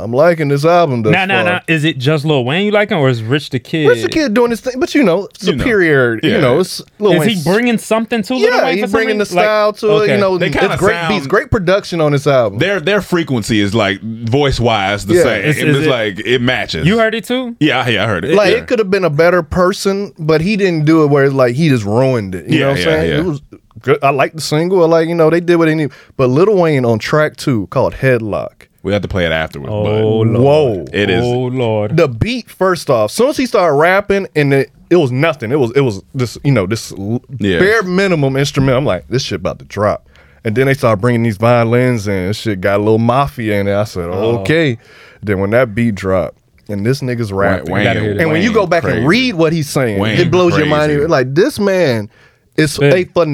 Speaker 9: I'm liking this album.
Speaker 7: you?
Speaker 9: thus
Speaker 7: Nah, nah,
Speaker 9: far.
Speaker 7: nah. Is it just Lil Wayne you like him, or is Rich the Kid?
Speaker 9: Rich the Kid doing his thing, but you know,
Speaker 7: You know.
Speaker 9: superior. You know,
Speaker 7: Yeah.
Speaker 9: it's Lil
Speaker 7: Is he
Speaker 9: Wayne's-
Speaker 7: bringing something to Lil
Speaker 9: yeah,
Speaker 7: Wayne for
Speaker 9: he's
Speaker 7: some
Speaker 9: bringing the
Speaker 7: reason? Like,
Speaker 9: style to it.
Speaker 7: okay.
Speaker 9: You know,
Speaker 6: They
Speaker 9: it's
Speaker 6: kinda
Speaker 9: great
Speaker 6: sound-
Speaker 9: beats, great production on this album.
Speaker 6: Their their frequency is like voice wise the
Speaker 9: Yeah.
Speaker 6: same.
Speaker 9: Is-
Speaker 6: It's,
Speaker 9: is it-
Speaker 6: like it matches.
Speaker 7: You heard it too?
Speaker 6: Yeah, I- yeah, I heard it.
Speaker 9: Like
Speaker 6: yeah.
Speaker 9: it could have been a better person, but he didn't do it. Where it's like he just ruined it. You
Speaker 6: Yeah,
Speaker 9: know what
Speaker 6: yeah,
Speaker 9: I'm saying?
Speaker 6: yeah.
Speaker 9: It was good. I like the single. I like you know they did what they need. But Lil Wayne on track two called Headlock.
Speaker 6: we have to play it afterwards.
Speaker 7: Oh
Speaker 6: but
Speaker 9: Whoa!
Speaker 6: It is.
Speaker 7: lord!
Speaker 9: The beat first off. soon as he started rapping, and it, it was nothing. It was it was this you know this l-
Speaker 6: Yeah.
Speaker 9: bare minimum instrument. I'm like this shit about to drop. And then they started bringing these violins in. This shit got a little mafia in it. I said
Speaker 6: Oh.
Speaker 9: okay. Then when that beat dropped. And this nigga's rapping.
Speaker 6: Wayne-
Speaker 9: and when you
Speaker 6: Wayne
Speaker 9: go back
Speaker 6: crazy.
Speaker 9: and read what he's saying,
Speaker 6: Wayne
Speaker 9: it blows your mind.
Speaker 6: crazy.
Speaker 9: You're Like this man is a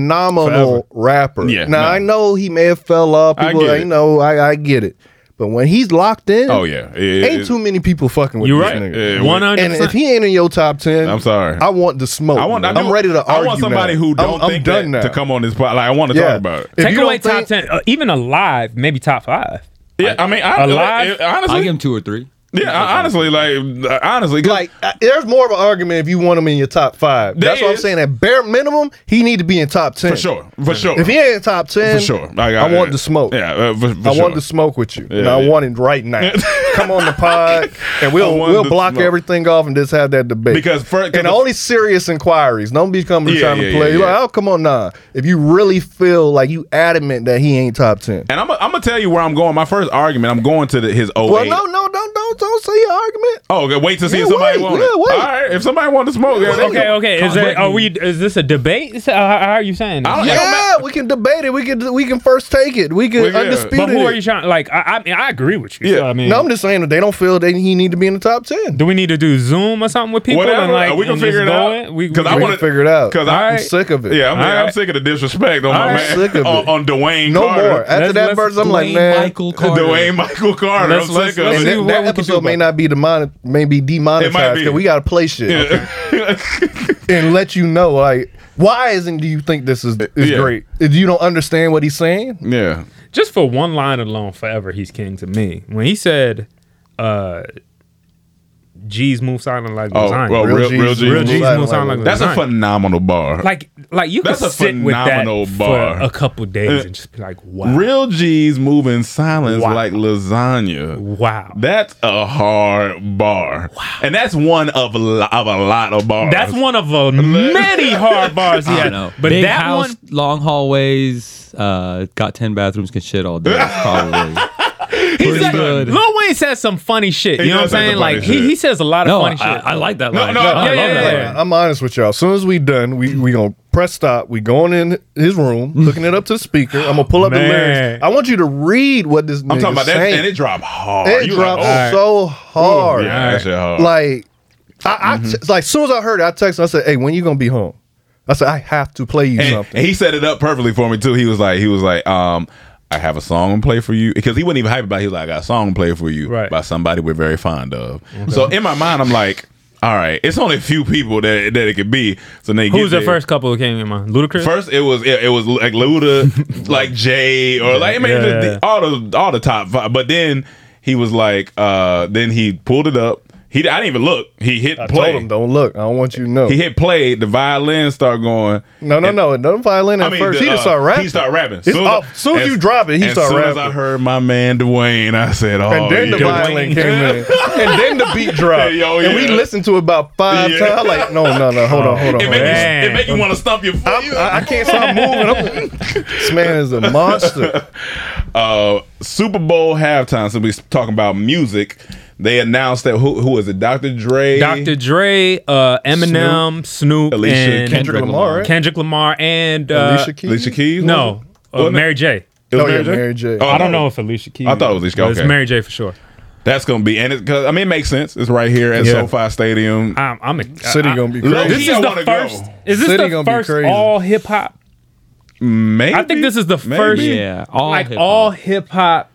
Speaker 6: Forever.
Speaker 9: phenomenal rapper.
Speaker 6: Yeah,
Speaker 9: now
Speaker 6: no.
Speaker 9: I know he may have fell off.
Speaker 6: I
Speaker 9: People,
Speaker 6: get
Speaker 9: you
Speaker 6: it.
Speaker 9: know, I, I get it. But when he's locked in,
Speaker 6: Oh, yeah. It-
Speaker 9: ain't
Speaker 6: it-
Speaker 9: too many people fucking with
Speaker 6: You're
Speaker 9: this
Speaker 6: right.
Speaker 9: nigga.
Speaker 6: Yeah, we- 100%.
Speaker 9: And if he ain't in your top ten,
Speaker 6: I'm sorry.
Speaker 9: I want the smoke. I
Speaker 6: want- I
Speaker 9: am
Speaker 6: do-
Speaker 9: ready to
Speaker 6: I
Speaker 9: argue.
Speaker 6: want somebody
Speaker 9: now.
Speaker 6: who
Speaker 9: I'm-
Speaker 6: don't
Speaker 9: I'm,
Speaker 6: think
Speaker 9: done now.
Speaker 6: that to come on this pod. Like I want to
Speaker 9: Yeah.
Speaker 6: talk about it.
Speaker 7: Take away top ten, uh, even alive, maybe top five.
Speaker 6: Yeah, I mean, I,
Speaker 7: alive.
Speaker 6: like, honestly,
Speaker 9: I give
Speaker 8: him two or three.
Speaker 6: Yeah, I, honestly, like honestly,
Speaker 9: like uh, there's more of an argument if you want him in your top five.
Speaker 6: There
Speaker 9: That's what I'm
Speaker 6: is.
Speaker 9: saying. At bare minimum, he need to be in top ten
Speaker 6: for sure, for sure,
Speaker 9: If he ain't in top ten,
Speaker 6: for sure. Like,
Speaker 9: I want the smoke.
Speaker 6: Yeah, uh, for, for
Speaker 9: I
Speaker 6: sure.
Speaker 9: want to smoke with you.
Speaker 6: Yeah,
Speaker 9: and I
Speaker 6: yeah.
Speaker 9: want it right now. Come on the pod, and we'll
Speaker 6: I want
Speaker 9: we'll
Speaker 6: the
Speaker 9: block
Speaker 6: smoke.
Speaker 9: everything off and just have that debate.
Speaker 6: Because fir- 'cause
Speaker 9: and
Speaker 6: the-
Speaker 9: only serious inquiries. Don't be coming
Speaker 6: Yeah,
Speaker 9: trying
Speaker 6: yeah,
Speaker 9: to play.
Speaker 6: yeah,
Speaker 9: Like,
Speaker 6: yeah.
Speaker 9: oh, come on, nah. If you really feel like you adamant that he ain't top ten.
Speaker 6: And I'm, I'm gonna tell you where I'm going. My first argument, I'm going to the, his 08.
Speaker 9: Well, no, no, don't, don't, don't say your argument.
Speaker 6: Oh, okay, wait to see
Speaker 9: Yeah,
Speaker 6: if somebody
Speaker 9: wait,
Speaker 6: wants
Speaker 9: yeah,
Speaker 6: it.
Speaker 9: wait.
Speaker 6: All right, if somebody wants to smoke, yeah, they
Speaker 7: Okay,
Speaker 6: go.
Speaker 7: okay. Is there, are we? Is this a debate? Is- uh, How how are you saying?
Speaker 6: I don't-
Speaker 7: This?
Speaker 6: it don't
Speaker 9: Yeah, we can debate it. We can we can first take it. We can
Speaker 7: Well, yeah.
Speaker 9: undisputed.
Speaker 7: But who
Speaker 9: it.
Speaker 7: are you trying? Like, I, I mean, I agree with you. Yeah, I mean,
Speaker 9: no, I'm just saying that they don't feel that he need to be in the top ten.
Speaker 7: do we need to do Zoom or something with people?
Speaker 6: Whatever.
Speaker 7: And like,
Speaker 6: we can
Speaker 7: and
Speaker 6: figure it
Speaker 7: just go
Speaker 6: out.
Speaker 7: in? We,
Speaker 6: Because I
Speaker 9: we
Speaker 6: want
Speaker 9: can figure it out.
Speaker 6: Because
Speaker 9: I'm
Speaker 6: I,
Speaker 9: sick of it.
Speaker 6: Yeah, I'm,
Speaker 9: All
Speaker 6: I'm
Speaker 9: right.
Speaker 6: sick of the disrespect on
Speaker 9: All
Speaker 6: my
Speaker 9: right.
Speaker 6: man.
Speaker 9: Sick of it.
Speaker 6: On, on Dwayne
Speaker 9: No
Speaker 6: Carter.
Speaker 9: more. After that
Speaker 6: let's-
Speaker 9: verse, I'm like,
Speaker 6: Dwayne
Speaker 9: man.
Speaker 6: Michael Carter. Dwayne Michael Carter.
Speaker 7: Let's-
Speaker 6: I'm
Speaker 7: let's-
Speaker 6: sick of
Speaker 7: let's
Speaker 6: it.
Speaker 9: And
Speaker 7: see
Speaker 9: that,
Speaker 7: what
Speaker 9: that
Speaker 7: we can do
Speaker 9: episode may not be demon, may be demonetized
Speaker 6: be.
Speaker 9: because we gotta play shit and let you know like why isn't do you think this is is
Speaker 7: Yeah.
Speaker 9: great? If you don't understand what he's saying,
Speaker 6: yeah.
Speaker 7: Just for one line alone, forever he's king to me. When he said, uh, "G's move silent like
Speaker 6: Oh,
Speaker 7: lasagna."
Speaker 6: well, real, real,
Speaker 7: G's, real G's move silent like
Speaker 6: That's a
Speaker 7: lasagna.
Speaker 6: phenomenal bar.
Speaker 7: Like, like you
Speaker 6: That's
Speaker 7: could
Speaker 6: a
Speaker 7: sit with that
Speaker 6: phenomenal
Speaker 7: for
Speaker 6: bar.
Speaker 7: a couple days and just be like, "Wow."
Speaker 6: Real G's moving silence
Speaker 7: Wow.
Speaker 6: like lasagna.
Speaker 7: Wow,
Speaker 6: that's a hard bar, and that's one of a lo- of a lot of bars.
Speaker 7: That's one of uh, many hard bars he
Speaker 8: I
Speaker 7: had.
Speaker 8: don't know.
Speaker 7: But
Speaker 8: Big
Speaker 7: that
Speaker 8: house,
Speaker 7: one,
Speaker 8: long hallways, uh, got ten bathrooms, can shit all day. Probably.
Speaker 7: he
Speaker 8: Pretty
Speaker 7: said,
Speaker 8: good.
Speaker 7: Lil Wayne says some funny shit.
Speaker 8: He
Speaker 7: You know what I'm
Speaker 8: does say
Speaker 7: saying?
Speaker 8: some
Speaker 7: Like
Speaker 8: funny
Speaker 7: he,
Speaker 8: shit.
Speaker 7: he says a lot of
Speaker 8: No,
Speaker 7: funny
Speaker 8: I-
Speaker 7: shit.
Speaker 8: I like that
Speaker 7: No,
Speaker 8: line.
Speaker 7: no,
Speaker 8: I
Speaker 7: yeah,
Speaker 8: love
Speaker 7: yeah,
Speaker 8: that
Speaker 7: yeah.
Speaker 8: line.
Speaker 9: Like, I'm honest with y'all. As soon as we done, we we gonna press stop. We going in his room, hooking it up to the speaker. I'm gonna pull up the
Speaker 6: Man.
Speaker 9: lyrics. I want you to read what this.
Speaker 6: I'm talking about that, and it dropped hard.
Speaker 9: It
Speaker 6: You
Speaker 9: dropped
Speaker 6: like, oh.
Speaker 9: so hard.
Speaker 6: Yeah, that shit hard. Mm-hmm.
Speaker 9: Like, I, I t- like as soon as I heard it, I texted. I said, "Hey, when you gonna be home?" I said, "I have to play you
Speaker 6: and,
Speaker 9: something."
Speaker 6: and he set it up perfectly for me too. He was like, he was like, um, I have a song to play for you because he wasn't even hype about. It. He was like, I got a song to play for you by somebody we're very fond of. So in my mind, I'm like, all right, it's only a few people that that it could be. So they
Speaker 7: Who's
Speaker 6: get
Speaker 7: the first couple that came in mind? Ludacris.
Speaker 6: First, it was it, it was like Luda, like Jay, or like I mean,
Speaker 7: Yeah.
Speaker 6: the- all the all the top five. But then he was like, uh then he pulled it up. He I didn't even look. He hit
Speaker 9: I
Speaker 6: play.
Speaker 9: told him, don't look. I don't want you to know.
Speaker 6: He hit play. The violin started going.
Speaker 9: no, no, no. Don't violin at
Speaker 6: I mean,
Speaker 9: first.
Speaker 6: the,
Speaker 9: he just
Speaker 6: uh,
Speaker 9: started rapping.
Speaker 6: He started rapping.
Speaker 9: As soon, as, soon as you drop it, he
Speaker 6: as
Speaker 9: started
Speaker 6: soon
Speaker 9: rapping.
Speaker 6: As I heard my man Dwayne, I said, "Oh,
Speaker 9: and then the
Speaker 6: yeah.
Speaker 9: violin came in, and then the beat dropped,
Speaker 6: Yo,
Speaker 9: and we
Speaker 6: yeah.
Speaker 9: listened to it about five
Speaker 6: Yeah.
Speaker 9: times. I'm like, no, no, no, hold on, hold on.
Speaker 6: It
Speaker 9: hold on.
Speaker 6: make, you, it make you want to stomp your foot.
Speaker 9: I, I can't stop moving. I'm, this man is a monster.
Speaker 6: uh, Super Bowl halftime. So we talking about music. They announced that who who is it? Dr. Dre.
Speaker 7: Dr. Dre, uh, Eminem, Snoop,
Speaker 6: Alicia
Speaker 7: and
Speaker 6: Keys. Kendrick Lamar, right?
Speaker 7: Kendrick Lamar, and uh,
Speaker 6: Alicia Keys? Alicia Keys?
Speaker 7: No, uh,
Speaker 6: Wasn't it-
Speaker 7: Mary J.
Speaker 6: It was Oh, yeah, Mary J? Mary J. Oh,
Speaker 7: I don't
Speaker 6: no.
Speaker 7: know if Alicia Keys.
Speaker 6: I thought it was Alicia.
Speaker 7: but It's
Speaker 6: Okay.
Speaker 7: Mary J. for sure.
Speaker 6: That's gonna be and it's cause I mean it makes sense. It's right here at
Speaker 7: Yeah.
Speaker 6: SoFi Stadium.
Speaker 7: I'm, I'm a,
Speaker 6: City
Speaker 7: I-
Speaker 6: gonna be crazy.
Speaker 7: Low-key, This is
Speaker 6: I
Speaker 7: the
Speaker 6: wanna
Speaker 7: first.
Speaker 6: go.
Speaker 7: Is this
Speaker 6: City
Speaker 7: the
Speaker 6: gonna be
Speaker 7: first
Speaker 6: crazy.
Speaker 7: all hip hop?
Speaker 6: Maybe.
Speaker 7: I think this is the
Speaker 6: Maybe.
Speaker 7: first,
Speaker 6: Yeah, all
Speaker 7: like
Speaker 6: hip-hop.
Speaker 7: all hip hop,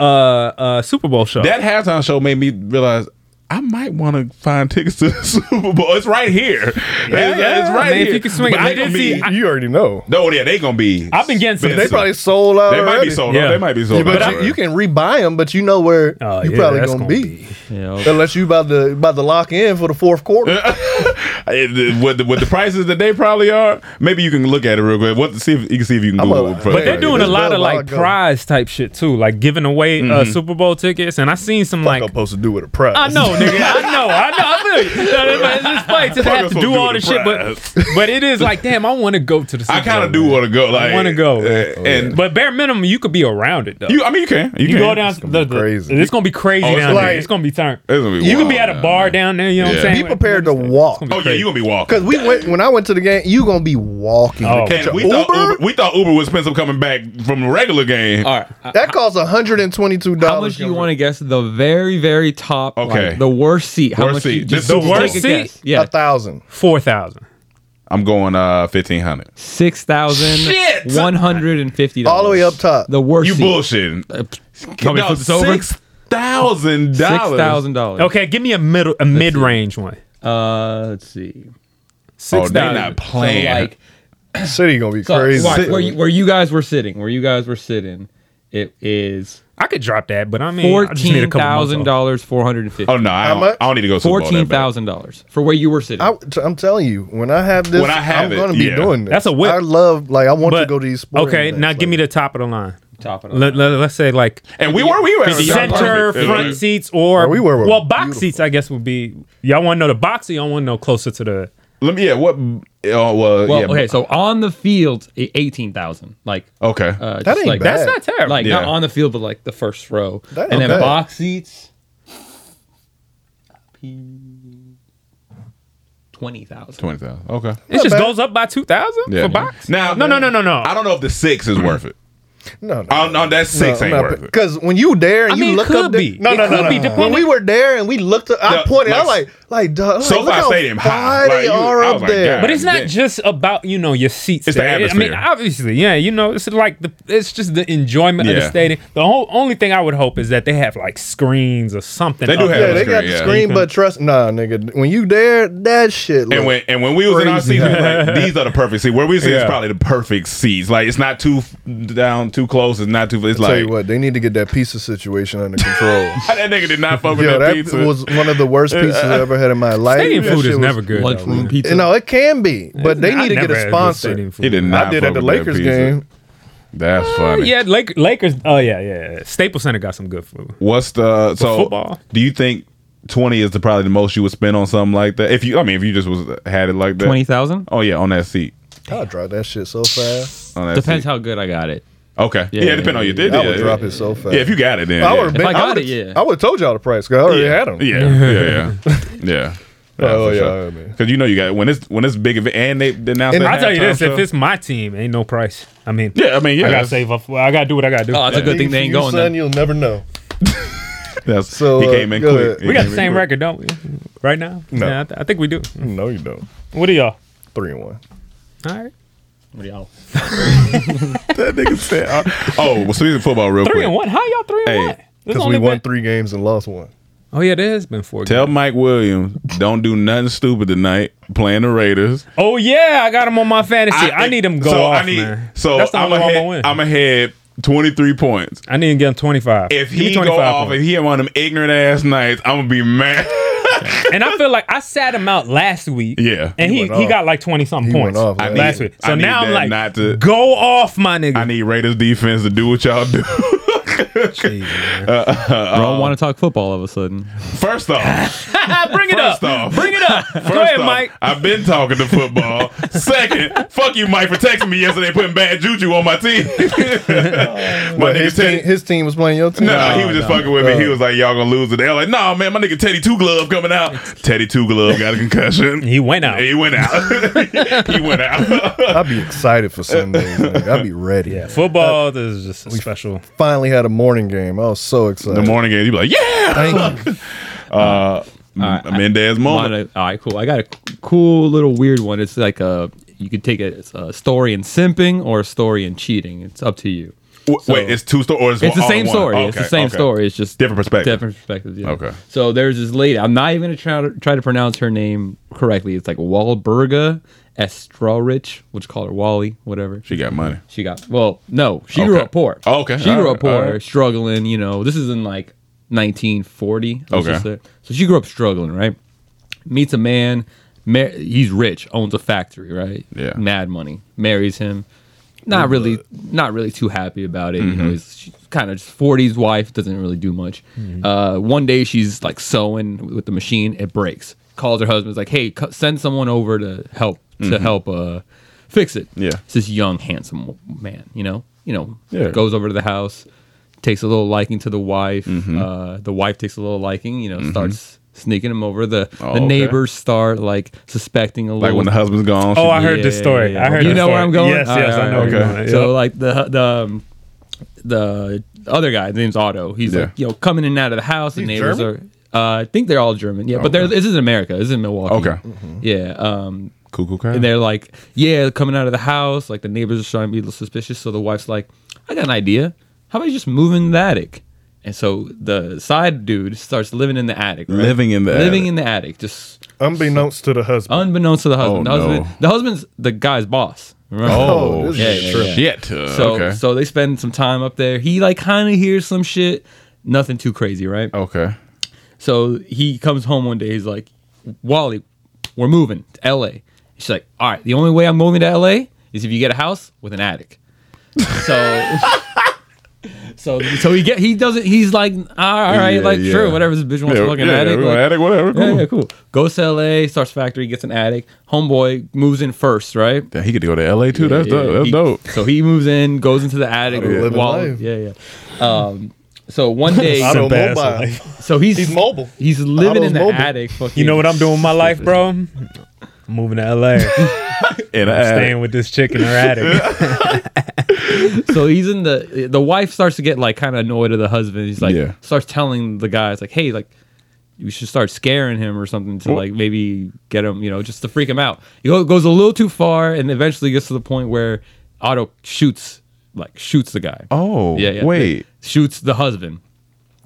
Speaker 7: uh, uh, Super Bowl show.
Speaker 6: That halftime show made me realize I might want to find tickets to the Super Bowl. It's right here. it's, it's
Speaker 7: yeah.
Speaker 6: right
Speaker 7: I mean,
Speaker 6: here.
Speaker 7: if you can swing it.
Speaker 6: But they
Speaker 7: I did
Speaker 6: gonna
Speaker 7: see-
Speaker 6: Be,
Speaker 7: I-
Speaker 9: You already know.
Speaker 6: no, yeah, they gonna be.
Speaker 7: I've been getting some.
Speaker 9: They probably sold out.
Speaker 6: They might be
Speaker 9: already.
Speaker 6: sold out. Yeah. They might be sold
Speaker 9: Yeah, but
Speaker 6: out.
Speaker 9: you- You, can rebuy them, but you know where
Speaker 7: oh,
Speaker 9: you
Speaker 6: yeah,
Speaker 9: probably
Speaker 6: that's
Speaker 9: gonna,
Speaker 6: gonna
Speaker 9: be,
Speaker 8: Yeah.
Speaker 9: unless you about to about to lock in for the fourth quarter.
Speaker 6: I- with Uh, the, with the prices that they probably are, maybe you can look at it real quick. What see if you can see if you can Google. it for-
Speaker 7: But they're doing a lot of like
Speaker 6: Bro,
Speaker 7: prize type shit too, like giving away uh,
Speaker 6: Mhm.
Speaker 7: Super Bowl tickets. And I seen some like I'm
Speaker 9: supposed to do with a prize.
Speaker 7: I know, nigga. I know. I know. I feel you. No, that's- It's funny to
Speaker 6: Fuck
Speaker 7: have
Speaker 6: us
Speaker 7: to
Speaker 6: will
Speaker 7: do
Speaker 6: do
Speaker 7: all
Speaker 6: the
Speaker 7: this shit, but but it is like, damn, I want to go to the. Super
Speaker 6: I kind
Speaker 7: Bowl,
Speaker 6: of do
Speaker 7: man.
Speaker 6: want to go. Like
Speaker 7: I want to go.
Speaker 6: uh, and
Speaker 7: but bare minimum, you could be around it though.
Speaker 6: You- I mean, you can. You can.
Speaker 7: go down.
Speaker 6: It's
Speaker 7: It's
Speaker 6: gonna
Speaker 7: gonna,
Speaker 6: be
Speaker 7: the, the-
Speaker 6: crazy.
Speaker 7: it's gonna be crazy
Speaker 6: Oh, it's
Speaker 7: down
Speaker 6: like-
Speaker 7: there. It's gonna be turned.
Speaker 6: It's gonna be
Speaker 7: you could be
Speaker 6: wild
Speaker 7: at a bar down there. You know what
Speaker 6: Yeah.
Speaker 7: I'm
Speaker 9: Be
Speaker 7: saying?
Speaker 9: prepared to walk.
Speaker 6: Oh yeah, you gonna be walking.
Speaker 9: Cause we went when I went to the game, you gonna be walking.
Speaker 6: Oh,
Speaker 9: Get your
Speaker 6: we, Thought Uber, we thought Uber was expensive coming back from a regular
Speaker 7: Uh,
Speaker 6: game.
Speaker 8: All right.
Speaker 9: that costs one hundred and twenty-two dollars.
Speaker 8: How much do you want to guess? The very, very top.
Speaker 6: Okay.
Speaker 8: like, the worst seat. How
Speaker 6: Worst
Speaker 8: much?
Speaker 6: seat.
Speaker 8: you- Just
Speaker 6: This
Speaker 8: the
Speaker 6: Super
Speaker 8: worst
Speaker 6: Bowl.
Speaker 8: seat. Guess. Yeah.
Speaker 9: A thousand.
Speaker 7: Four thousand.
Speaker 6: I'm going uh fifteen hundred.
Speaker 8: Six thousand
Speaker 6: Shit!
Speaker 8: one hundred and fifty dollars.
Speaker 9: All the way up top.
Speaker 8: The worst.
Speaker 6: You
Speaker 8: seat.
Speaker 6: bullshitting.
Speaker 8: Coming
Speaker 6: No,
Speaker 8: flips this over.
Speaker 6: six thousand dollars.
Speaker 8: $6,000.
Speaker 7: Okay, give me a middle, a mid range one.
Speaker 8: Uh, let's see.
Speaker 6: Oh,
Speaker 7: Six
Speaker 6: they
Speaker 7: thousand.
Speaker 6: not playing.
Speaker 8: So, like,
Speaker 9: City gonna be
Speaker 8: so,
Speaker 9: crazy.
Speaker 8: right, where, you, where you guys were sitting, where you guys were sitting, it is
Speaker 7: I could drop that, but I mean, I just need a
Speaker 8: fourteen
Speaker 7: couple months
Speaker 8: thousand
Speaker 7: off.
Speaker 8: dollars, four hundred and fifty.
Speaker 6: Oh no, I
Speaker 9: How
Speaker 6: don't,
Speaker 9: much?
Speaker 6: I don't need to go. Super Bowl that
Speaker 8: Fourteen
Speaker 6: bad.
Speaker 8: thousand dollars for where you were sitting.
Speaker 9: I, t- I'm telling you, when I have this,
Speaker 6: When I have
Speaker 9: am
Speaker 6: it,
Speaker 9: gonna be
Speaker 6: yeah.
Speaker 9: doing this.
Speaker 7: That's a whip.
Speaker 9: I love, like, I want to
Speaker 7: But-
Speaker 9: go to these sports.
Speaker 7: Okay, now give me the top of the line.
Speaker 8: Top of the
Speaker 7: Let, us say like
Speaker 6: And we were we were at
Speaker 7: center
Speaker 6: Perfect.
Speaker 7: front seats or
Speaker 9: Where we were were
Speaker 7: well box seats I guess would be y'all want to know the box or y'all want to know closer to the
Speaker 6: Let me. Yeah. What? Oh well.
Speaker 8: well,
Speaker 6: yeah,
Speaker 8: okay, so on the field, eighteen thousand. Like
Speaker 6: Okay.
Speaker 8: uh,
Speaker 9: That
Speaker 8: just
Speaker 9: ain't
Speaker 8: like,
Speaker 9: bad.
Speaker 7: that's not terrible
Speaker 8: Like not
Speaker 6: Yeah.
Speaker 8: on the field, but like the first row,
Speaker 9: That ain't
Speaker 8: and then
Speaker 9: bad.
Speaker 8: box seats. Twenty thousand.
Speaker 6: Twenty thousand. Okay.
Speaker 7: it just goes up by two thousand
Speaker 6: Yeah.
Speaker 7: for box
Speaker 6: Now,
Speaker 7: no no no no no
Speaker 6: I don't know if the six is worth it.
Speaker 9: No, no.
Speaker 6: Oh no, that six ain't worth it.
Speaker 9: Because when you there and
Speaker 7: I
Speaker 9: you
Speaker 7: mean, it
Speaker 9: look
Speaker 7: could
Speaker 9: up, there-
Speaker 7: be.
Speaker 9: no,
Speaker 7: It
Speaker 9: no,
Speaker 7: could
Speaker 9: no,
Speaker 7: be,
Speaker 9: no, no. When
Speaker 7: depending-
Speaker 9: we were there and we looked up, I
Speaker 6: No,
Speaker 9: pointed.
Speaker 6: like-
Speaker 9: I'm like, like, duh, like,
Speaker 6: SoFi
Speaker 9: look how
Speaker 6: Stadium high.
Speaker 9: far they
Speaker 6: Like, you-
Speaker 9: are
Speaker 6: I was
Speaker 9: up
Speaker 6: like,
Speaker 9: there.
Speaker 6: God.
Speaker 7: but it's not
Speaker 6: Yeah.
Speaker 7: just about you know your seats
Speaker 6: It's the
Speaker 7: there. I- I mean
Speaker 6: atmosphere.
Speaker 7: obviously yeah you know it's like the it's just the enjoyment of
Speaker 6: Yeah.
Speaker 7: the stadium the whole only thing I would hope is that they have like screens or something
Speaker 6: They do
Speaker 7: up
Speaker 6: have
Speaker 7: there.
Speaker 9: yeah, they
Speaker 6: screen,
Speaker 9: got the
Speaker 6: yeah.
Speaker 9: screen, but trust, nah, nigga. When you there, that shit. Look,
Speaker 6: And when and when we was in our
Speaker 9: Crazy.
Speaker 6: seats, we was like, these are the perfect seats. Where we sit is
Speaker 9: Yeah.
Speaker 6: probably the perfect seats. Like it's not too f- down, too close. It's not too. It's
Speaker 9: tell
Speaker 6: like
Speaker 9: you what, they need to get that pizza situation under control.
Speaker 6: that nigga did not fuck with
Speaker 9: Yo,
Speaker 6: that,
Speaker 9: that
Speaker 6: pizza.
Speaker 9: was one of the worst pizzas I ever had in my life.
Speaker 7: stadium
Speaker 9: That
Speaker 7: food
Speaker 9: shit
Speaker 7: is
Speaker 9: was-
Speaker 7: never good though,
Speaker 8: Lunchroom
Speaker 7: man.
Speaker 8: pizza.
Speaker 9: No, it can be, but they
Speaker 7: I
Speaker 9: need to get
Speaker 7: never had
Speaker 9: a
Speaker 7: good
Speaker 9: sponsor.
Speaker 7: stadium food.
Speaker 6: he did not.
Speaker 9: I did at
Speaker 6: fuck
Speaker 9: the
Speaker 6: with that
Speaker 9: Lakers
Speaker 6: pizza.
Speaker 9: game.
Speaker 6: That's funny.
Speaker 7: Uh, Yeah, Lake, Lakers. Oh yeah, yeah. yeah. Staples Center got some good food.
Speaker 6: What's the so?
Speaker 7: football?
Speaker 6: Do you think twenty is the probably the most you would spend on something like that? If you, I mean, if you just was had it like that,
Speaker 8: Twenty thousand.
Speaker 6: Oh yeah, on that seat.
Speaker 9: I'll drop that shit so fast.
Speaker 6: On that
Speaker 8: Depends
Speaker 6: seat.
Speaker 8: how good I got it.
Speaker 6: Okay. Yeah,
Speaker 8: Yeah,
Speaker 6: it depends on
Speaker 8: yeah,
Speaker 6: your. Yeah,
Speaker 9: I would
Speaker 6: yeah.
Speaker 9: drop it so fast.
Speaker 6: Yeah, if you got it, then
Speaker 9: I
Speaker 6: yeah.
Speaker 9: would have been.
Speaker 8: If I got
Speaker 9: would've-
Speaker 8: it, yeah.
Speaker 9: I would have told y'all the price. 'cause I already
Speaker 6: yeah.
Speaker 9: had them.
Speaker 6: Yeah, yeah, yeah, yeah. Yeah,
Speaker 9: Oh,
Speaker 6: for
Speaker 9: yeah,
Speaker 6: sure.
Speaker 9: I mean.
Speaker 6: Cause you know you got when it's when it's big event and they they announce.
Speaker 9: And
Speaker 6: that
Speaker 7: I tell you
Speaker 6: halftime
Speaker 7: this:
Speaker 6: show.
Speaker 7: if it's my team, ain't no price. I mean,
Speaker 6: yeah, I mean yeah,
Speaker 7: I gotta
Speaker 6: that's-
Speaker 7: save up. For, I gotta do what I gotta do.
Speaker 8: Oh, that's a good thing
Speaker 9: If
Speaker 8: they ain't
Speaker 9: you,
Speaker 8: going.
Speaker 9: Son,
Speaker 8: Then.
Speaker 9: you'll never know.
Speaker 6: that's
Speaker 9: So,
Speaker 6: he
Speaker 9: uh,
Speaker 6: came in
Speaker 9: go
Speaker 6: quick.
Speaker 9: ahead.
Speaker 6: He
Speaker 7: we got
Speaker 6: came
Speaker 7: the
Speaker 6: in
Speaker 7: same
Speaker 6: quick.
Speaker 7: record, don't we? Right now?
Speaker 9: No.
Speaker 7: Yeah, I, th- I think we do.
Speaker 9: No, you don't.
Speaker 7: What are y'all?
Speaker 9: Three and one.
Speaker 7: All right,
Speaker 8: Y'all.
Speaker 6: That nigga said, uh, "Oh, well, speaking of football, real
Speaker 7: three
Speaker 6: quick,
Speaker 7: and one. How y'all three and
Speaker 6: Hey,
Speaker 7: one? This
Speaker 9: Because we
Speaker 7: only
Speaker 9: won
Speaker 7: been-
Speaker 9: three games and lost one.
Speaker 8: Oh yeah, there has been four.
Speaker 6: Tell Mike Williams, don't do nothing stupid tonight. Playing the Raiders.
Speaker 8: Oh yeah, I got him on my fantasy. I, need him to go
Speaker 6: so
Speaker 8: off,
Speaker 6: I need.
Speaker 8: man.
Speaker 6: So
Speaker 8: That's the
Speaker 6: I'm
Speaker 8: only way I'm
Speaker 6: ahead.
Speaker 8: gonna win.
Speaker 6: I'm ahead. Twenty three points.
Speaker 8: I need to get him twenty five.
Speaker 6: If he go off, if he had one of them ignorant ass nights, I'm gonna be mad.
Speaker 8: and I feel like I sat him out last week.
Speaker 6: Yeah,
Speaker 8: and he, he got like twenty something points
Speaker 6: I need-
Speaker 8: last week.
Speaker 6: I
Speaker 8: So
Speaker 6: need
Speaker 8: now I'm
Speaker 6: that
Speaker 8: like,
Speaker 6: not to
Speaker 8: go off, my nigga. I
Speaker 6: need Raiders defense to do what y'all do.
Speaker 7: I don't want to talk football all of a sudden.
Speaker 6: First off,
Speaker 8: bring it up. Uh, Bring it up.
Speaker 6: First off, I've been talking to football. Second, fuck you, Mike, for texting me yesterday, putting bad juju on my team. my
Speaker 9: But his, team,
Speaker 6: nigga Teddy.
Speaker 9: his team was playing your team.
Speaker 6: No, he was just fucking with me. He was like, "Y'all gonna lose it." They're like, "No, nah, man, my nigga Teddy Two Glove coming out. Teddy Two Glove got a concussion.
Speaker 8: he went out.
Speaker 6: He went out. he went out.
Speaker 9: I'd be excited for Sundays. Like, I'd be ready. Yeah,
Speaker 6: Uh,
Speaker 8: football is just special.
Speaker 9: Finally had a morning game. I was so excited.
Speaker 6: The morning game, you be like, "Yeah,
Speaker 9: Thank you.
Speaker 6: Uh, Mendez moment.
Speaker 7: Mine, uh, all right, cool. I got a c- cool little weird one. It's like a you could take a, a story in simping or a story in cheating. It's up to you.
Speaker 6: W- wait, it's two sto- or it's
Speaker 7: the
Speaker 6: all
Speaker 7: same
Speaker 6: one?
Speaker 7: story. it's the
Speaker 6: Okay,
Speaker 7: same
Speaker 6: okay.
Speaker 7: story. It's just
Speaker 6: Different perspective.
Speaker 7: Different perspectives. Yeah.
Speaker 6: Okay.
Speaker 7: So there's this lady. I'm not even gonna try to try to pronounce her name correctly. It's like Walburga Estrarich. We'll just call her Wally. Whatever.
Speaker 6: She got money.
Speaker 7: She got well. No, she grew
Speaker 6: Okay.
Speaker 7: up poor.
Speaker 6: Oh, okay.
Speaker 7: She
Speaker 6: All
Speaker 7: grew
Speaker 6: right,
Speaker 7: up poor,
Speaker 6: all right.
Speaker 7: struggling. You know, this is in like 1940. let's
Speaker 6: Okay.
Speaker 7: just say. So she grew up struggling, right? Meets a man. Mar- he's rich, owns a factory, right? Yeah. Mad money. Marries him. Not really, not really too happy about it. You know,
Speaker 6: Mhm.
Speaker 7: he's she's kind of just 40s wife doesn't really do much.
Speaker 6: Mm-hmm.
Speaker 7: Uh, one day she's like sewing with the machine, it breaks. Calls her husband's like, "Hey, c- send someone over to help to
Speaker 6: Mhm.
Speaker 7: help uh, fix it."
Speaker 6: Yeah.
Speaker 7: it's this young, handsome w- man. You know, you know,
Speaker 6: Yeah.
Speaker 7: goes over to the house, takes a little liking to the wife.
Speaker 6: Mhm.
Speaker 7: Uh, the wife takes a little liking. You know,
Speaker 6: Mhm.
Speaker 7: starts sneaking him over. The
Speaker 6: Oh,
Speaker 7: the
Speaker 6: okay.
Speaker 7: neighbors start like suspecting a
Speaker 6: Like
Speaker 7: little.
Speaker 6: when the husband's gone,
Speaker 8: Oh, she- I heard this story. I heard
Speaker 7: You
Speaker 8: this
Speaker 7: know where
Speaker 8: story.
Speaker 7: I'm going.
Speaker 8: Yes, yes, I know where you're going.
Speaker 7: So
Speaker 8: Yep.
Speaker 7: like the the. Um, the other guy, his name's Otto. He's
Speaker 6: Yeah.
Speaker 7: like, you know, coming in and out of the house. The
Speaker 6: He's
Speaker 7: neighbors
Speaker 6: German?
Speaker 7: are, uh, I think they're all German. Yeah, but they're, this is in America. This is in Milwaukee.
Speaker 6: Okay.
Speaker 7: Yeah. Um,
Speaker 6: cool, cool, cool.
Speaker 7: And they're like, yeah, coming out of the house. Like the neighbors are trying to be suspicious. So the wife's like, I got an idea. How about you just move in the attic? And so the side dude starts living in the attic. right?
Speaker 6: Living in the
Speaker 7: living
Speaker 6: attic.
Speaker 7: in the attic, just
Speaker 9: Unbeknownst to the husband.
Speaker 7: Unbeknownst to the husband.
Speaker 6: Oh,
Speaker 7: the, husband
Speaker 6: no.
Speaker 7: the husband's the guy's boss. remember?
Speaker 6: Oh, this is shit. Uh,
Speaker 7: So
Speaker 6: okay.
Speaker 7: so they spend some time up there. He like kind of hears some shit. Nothing too crazy, right?
Speaker 6: Okay.
Speaker 7: So he comes home one day. He's like, Wally, we're moving to L.A. She's like, All right. The only way I'm moving to L.A. is if you get a house with an attic. So. So, so he get he doesn't he's like all right, all right
Speaker 6: Yeah,
Speaker 7: like
Speaker 6: yeah.
Speaker 7: sure whatever this bitch wants
Speaker 6: Yeah,
Speaker 7: to fucking
Speaker 6: yeah,
Speaker 7: attic
Speaker 6: we're
Speaker 7: like,
Speaker 6: gonna attic, whatever,
Speaker 7: yeah,
Speaker 6: cool.
Speaker 7: yeah cool goes to L.A. starts factory gets an attic homeboy moves in first right
Speaker 6: he could go to L.A. too. that's dope. That's
Speaker 7: he-
Speaker 6: dope.
Speaker 7: So he moves in, goes into the attic.
Speaker 6: Otto living
Speaker 7: while-
Speaker 6: life.
Speaker 7: Yeah, yeah. Um, so one day,
Speaker 8: Otto Simple ass mobile. life.
Speaker 7: So he's
Speaker 8: He's mobile.
Speaker 7: He's living
Speaker 8: Otto's
Speaker 7: in the
Speaker 8: mobile.
Speaker 7: attic. Fucking
Speaker 8: You know what I'm doing with my life, bro? I'm moving to LA.
Speaker 6: And uh,
Speaker 8: I'm staying with this chick in her attic.
Speaker 7: so he's in the the wife starts to get like kind of annoyed at the husband. He's like
Speaker 6: Yeah.
Speaker 7: starts telling the guys like, hey, like you should start scaring him or something to
Speaker 6: Well-
Speaker 7: like maybe get him, you know, just to freak him out. He go- goes a little too far and eventually gets to the point where Otto shoots like shoots the guy.
Speaker 6: Oh, wait.
Speaker 7: shoots the husband.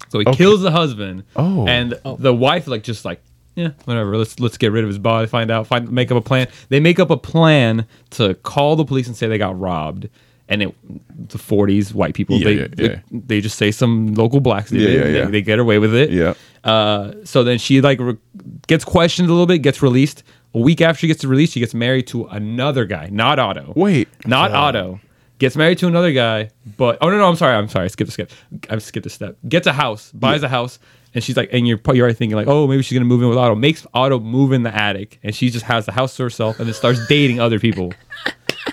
Speaker 7: So he
Speaker 6: Okay.
Speaker 7: kills the husband.
Speaker 6: Oh.
Speaker 7: and the wife like just like yeah, whatever. Let's let's get rid of his body. Find out. Find make up a plan. They make up a plan to call the police and say they got robbed. And it, the 40s white people
Speaker 6: Yeah,
Speaker 7: they,
Speaker 6: yeah,
Speaker 7: they
Speaker 6: yeah.
Speaker 7: they just say some local blacks. They,
Speaker 6: Yeah, yeah,
Speaker 7: they-
Speaker 6: yeah.
Speaker 7: they get away with it.
Speaker 6: Yeah.
Speaker 7: Uh, so then she like re- gets questioned a little bit, gets released. A week after she gets released, she gets married to another guy, not Otto. Wait,
Speaker 6: Uh,
Speaker 7: not Otto. Gets married to another guy, but oh no no I'm sorry I'm sorry skip a skip I skipped a step. Gets a house, buys a house, and she's like and you're pro- you're already thinking like oh maybe she's gonna move in with Otto. Makes Otto move in the attic, and she just has the house to herself, and then starts dating other people.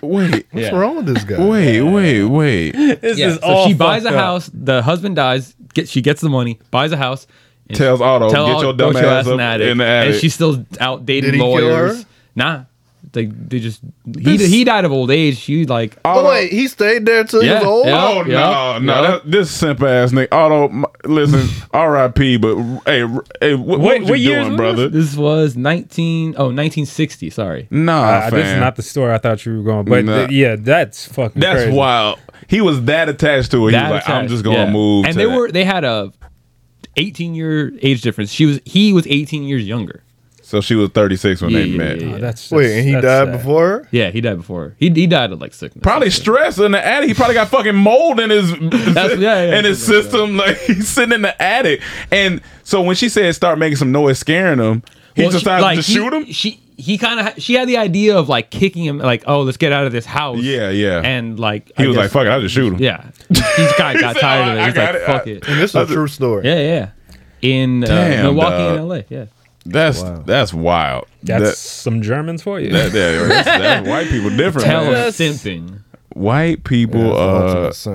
Speaker 6: Wait,
Speaker 9: what's wrong with this guy?
Speaker 6: Wait, wait, wait.
Speaker 9: This is
Speaker 7: so
Speaker 9: all
Speaker 7: she buys a
Speaker 9: fucked up.
Speaker 7: house. The husband dies. Get she gets the money, buys a house. and
Speaker 6: Tells Otto,
Speaker 7: tell
Speaker 6: "Get
Speaker 7: Otto,
Speaker 6: your dumb
Speaker 7: "Go
Speaker 6: ass up in the attic."
Speaker 7: And she's still out dating
Speaker 6: Did he kill
Speaker 7: lawyers.
Speaker 6: her?
Speaker 7: Nah, they they just he he died of old age. She like
Speaker 9: Oh, wait, he stayed there till he
Speaker 7: Yeah,
Speaker 9: was old?
Speaker 7: yeah.
Speaker 6: Oh no, no! That, this simp ass nigga. Auto, m- listen. R.I.P. But hey, r- hey, wh- what, what, you doing, brother?
Speaker 7: This was 19 oh 1960. Sorry,
Speaker 6: Nah,
Speaker 8: Uh, this is
Speaker 6: Ah, fam.
Speaker 8: not the story I thought you were going, but
Speaker 6: Nah.
Speaker 8: th- yeah, that's fucking.
Speaker 6: That's
Speaker 8: crazy.
Speaker 6: wild. He was that attached to it. He was like,
Speaker 7: That
Speaker 6: I'm
Speaker 7: attached,
Speaker 6: just gonna
Speaker 7: yeah.
Speaker 6: move.
Speaker 7: And
Speaker 6: to
Speaker 7: they
Speaker 6: that.
Speaker 7: were they had a
Speaker 8: 18 year age difference. She was he was 18 years younger.
Speaker 6: So she was 36 when
Speaker 8: Yeah,
Speaker 6: they
Speaker 8: yeah,
Speaker 6: met.
Speaker 8: yeah, yeah. Oh, that's-
Speaker 9: Wait, and he
Speaker 8: that's
Speaker 9: died
Speaker 8: sad.
Speaker 9: before her?
Speaker 8: Yeah, he died before. her. He he died of like sickness.
Speaker 6: Probably stress in the attic. He probably got fucking mold in his in his system. Like he's sitting in the attic, and so when she said start making some noise, scaring him, he
Speaker 8: Well, she-
Speaker 6: decided
Speaker 8: like,
Speaker 6: to
Speaker 8: he-
Speaker 6: shoot him.
Speaker 8: She he kind of she had the idea of like kicking him like oh let's get out of this house. Yeah,
Speaker 6: yeah.
Speaker 8: And like
Speaker 6: He was like, "Fuck it, I'll just shoot him."
Speaker 8: Yeah, he's kind of got
Speaker 6: said,
Speaker 8: tired of
Speaker 6: "Oh,
Speaker 8: it.
Speaker 6: I
Speaker 8: He's
Speaker 6: got
Speaker 8: like,
Speaker 6: it,
Speaker 8: fuck
Speaker 6: I-
Speaker 8: it.
Speaker 6: And this is a true
Speaker 9: story.
Speaker 8: Yeah, yeah. In uh,
Speaker 6: Damn,
Speaker 8: Milwaukee
Speaker 6: dog.
Speaker 8: and L.A. Yeah.
Speaker 6: That's that's wild.
Speaker 7: That's
Speaker 6: That-
Speaker 7: some Germans for you.
Speaker 6: that- that- that's, that's white people different.
Speaker 8: Tell
Speaker 6: man.
Speaker 8: him something.
Speaker 6: White people
Speaker 9: Yeah,
Speaker 6: are
Speaker 9: that's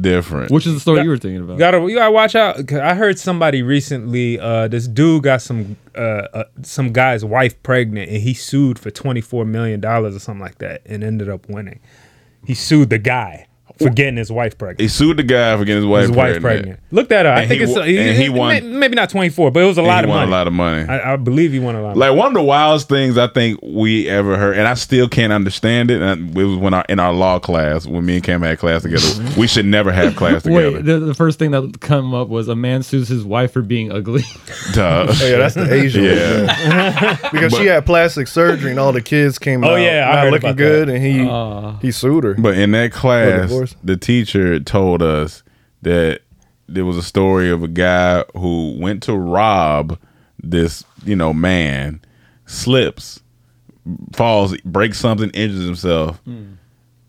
Speaker 6: different.
Speaker 8: Which is the story you were thinking about?
Speaker 7: Gotta, you gotta watch out. 'cause I heard somebody recently. Uh, this dude got some uh, uh, some guy's wife pregnant, and he sued for twenty four million dollars or something like that, and ended up winning. He sued the guy for getting his wife pregnant.
Speaker 6: He sued the guy for getting his wife
Speaker 7: His wife
Speaker 6: pregnant.
Speaker 7: pregnant. Look that up. I
Speaker 6: And
Speaker 7: think
Speaker 6: he
Speaker 7: it's
Speaker 6: wa- and he won-
Speaker 7: may- Maybe not twenty four, but it was a
Speaker 6: And
Speaker 7: lot
Speaker 6: he
Speaker 7: of
Speaker 6: won
Speaker 7: money.
Speaker 6: a lot of money.
Speaker 7: I, I believe he won a lot. Of
Speaker 6: Like one of the wildest things I think we ever heard, and I still can't understand it. And it was when our in our law class when me and Cam had class together. we should never have class together.
Speaker 8: Wait, the, the first thing that come up was a man sues his wife for being ugly.
Speaker 6: Duh.
Speaker 9: Oh, Yeah, that's the Asian. one,
Speaker 6: Yeah.
Speaker 9: yeah. because she
Speaker 6: But-
Speaker 9: had plastic surgery and all the kids came
Speaker 7: Oh,
Speaker 9: out
Speaker 7: yeah, I
Speaker 9: not
Speaker 7: heard
Speaker 9: looking
Speaker 7: about
Speaker 9: good,
Speaker 7: that. Uh.
Speaker 9: and he he sued her.
Speaker 6: But in that class,
Speaker 9: divorce.
Speaker 6: the teacher told us that there was a story of a guy who went to rob this, you know, man, slips, falls, breaks something, injures himself,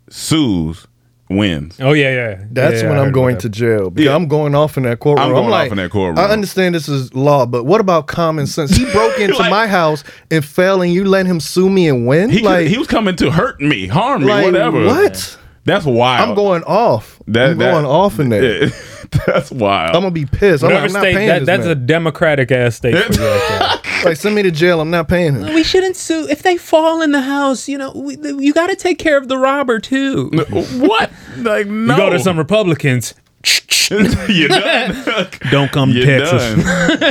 Speaker 6: sues, wins.
Speaker 7: Oh yeah, yeah.
Speaker 9: That's
Speaker 7: Yeah,
Speaker 9: when
Speaker 7: I
Speaker 9: I'm
Speaker 7: heard
Speaker 9: going
Speaker 7: about
Speaker 9: to
Speaker 7: that.
Speaker 9: jail. Because I'm going off in that courtroom.
Speaker 6: I'm going off
Speaker 9: like,
Speaker 6: in that courtroom.
Speaker 9: I understand this is law, but what about common sense? He broke into my house and fell, and you let him sue me and win.
Speaker 6: He could-
Speaker 9: like
Speaker 6: he was coming to hurt me, harm me,
Speaker 9: like,
Speaker 6: whatever.
Speaker 9: What?
Speaker 6: That's wild.
Speaker 9: I'm going off.
Speaker 6: That-
Speaker 9: I'm
Speaker 6: that-
Speaker 9: going off in there.
Speaker 6: Yeah. that's wild.
Speaker 9: I'm gonna be pissed. I'm,
Speaker 7: Whatever
Speaker 9: like, I'm not
Speaker 7: state,
Speaker 9: paying
Speaker 7: that,
Speaker 9: this
Speaker 7: that's
Speaker 9: man.
Speaker 7: a democratic ass state. for you right there.
Speaker 9: like send me to jail. I'm not paying him.
Speaker 7: We shouldn't sue if they fall in the house. You know, we, you got to take care of the robber too.
Speaker 6: What? Like no.
Speaker 7: You go to some Republicans.
Speaker 6: You're done.
Speaker 7: Don't come to
Speaker 6: You're
Speaker 7: Texas.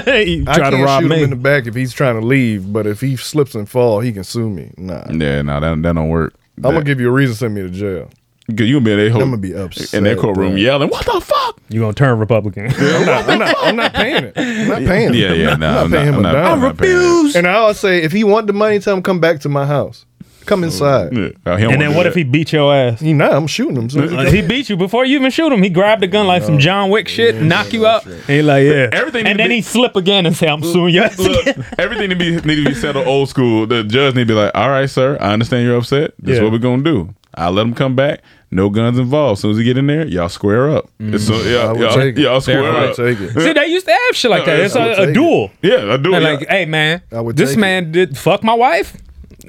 Speaker 9: I
Speaker 7: You try
Speaker 9: can't
Speaker 7: to rob
Speaker 9: shoot him
Speaker 7: me.
Speaker 9: in the back if he's trying to leave, but if he slips and fall, he can sue me. Nah, I'm
Speaker 6: Yeah, no, that, that don't work.
Speaker 9: gonna give you a reason to send me to jail.
Speaker 6: Cause you be in their whole,
Speaker 9: I'ma be upset,
Speaker 6: in their courtroom
Speaker 9: dog.
Speaker 6: yelling, "What the fuck?"
Speaker 7: You gonna turn Republican?
Speaker 9: I'm not, I'm not- I'm not paying it. I'm not paying.
Speaker 6: Yeah,
Speaker 9: him.
Speaker 6: yeah,
Speaker 9: I'm
Speaker 6: no,
Speaker 9: not,
Speaker 6: I'm
Speaker 9: paying
Speaker 6: not-
Speaker 9: him
Speaker 6: I'm
Speaker 9: a
Speaker 6: not- I'm
Speaker 9: dime.
Speaker 6: not paying it.
Speaker 9: And I always say, if he want the money, tell him come back to my house. Come inside.
Speaker 6: Oh, he don't
Speaker 7: And
Speaker 6: wanna
Speaker 7: then
Speaker 6: do
Speaker 7: what
Speaker 6: that.
Speaker 7: if he beat your ass?
Speaker 9: You know, I'm shooting him. soon as
Speaker 7: Uh, he beat you before you even shoot him. He grabbed a gun like some John Wick shit, knock you out, and he like yeah.
Speaker 6: Everything
Speaker 7: and
Speaker 6: need
Speaker 7: then
Speaker 6: to be-
Speaker 7: he slip again and say, "I'm suing you."
Speaker 6: Look, everything need to be need to be settled old school. The judge need to be like, "All right, sir, I understand you're upset. This is
Speaker 7: Yeah.
Speaker 6: what we're gonna do. I let him come back. No guns involved. As soon as he get in there, y'all square up. So,
Speaker 9: Mm. I
Speaker 6: y'all,
Speaker 9: would
Speaker 6: y'all,
Speaker 9: take it.
Speaker 6: y'all square
Speaker 9: I would
Speaker 6: up.
Speaker 9: take it.
Speaker 7: See, they used to have shit like that.
Speaker 6: Yeah,
Speaker 7: It's
Speaker 6: I would
Speaker 7: a,
Speaker 9: take
Speaker 7: a
Speaker 9: it.
Speaker 7: duel.
Speaker 6: Yeah, I do.
Speaker 7: They're
Speaker 6: it.
Speaker 7: like, hey man,
Speaker 9: I would
Speaker 7: this
Speaker 9: take it.
Speaker 7: man did fuck my wife.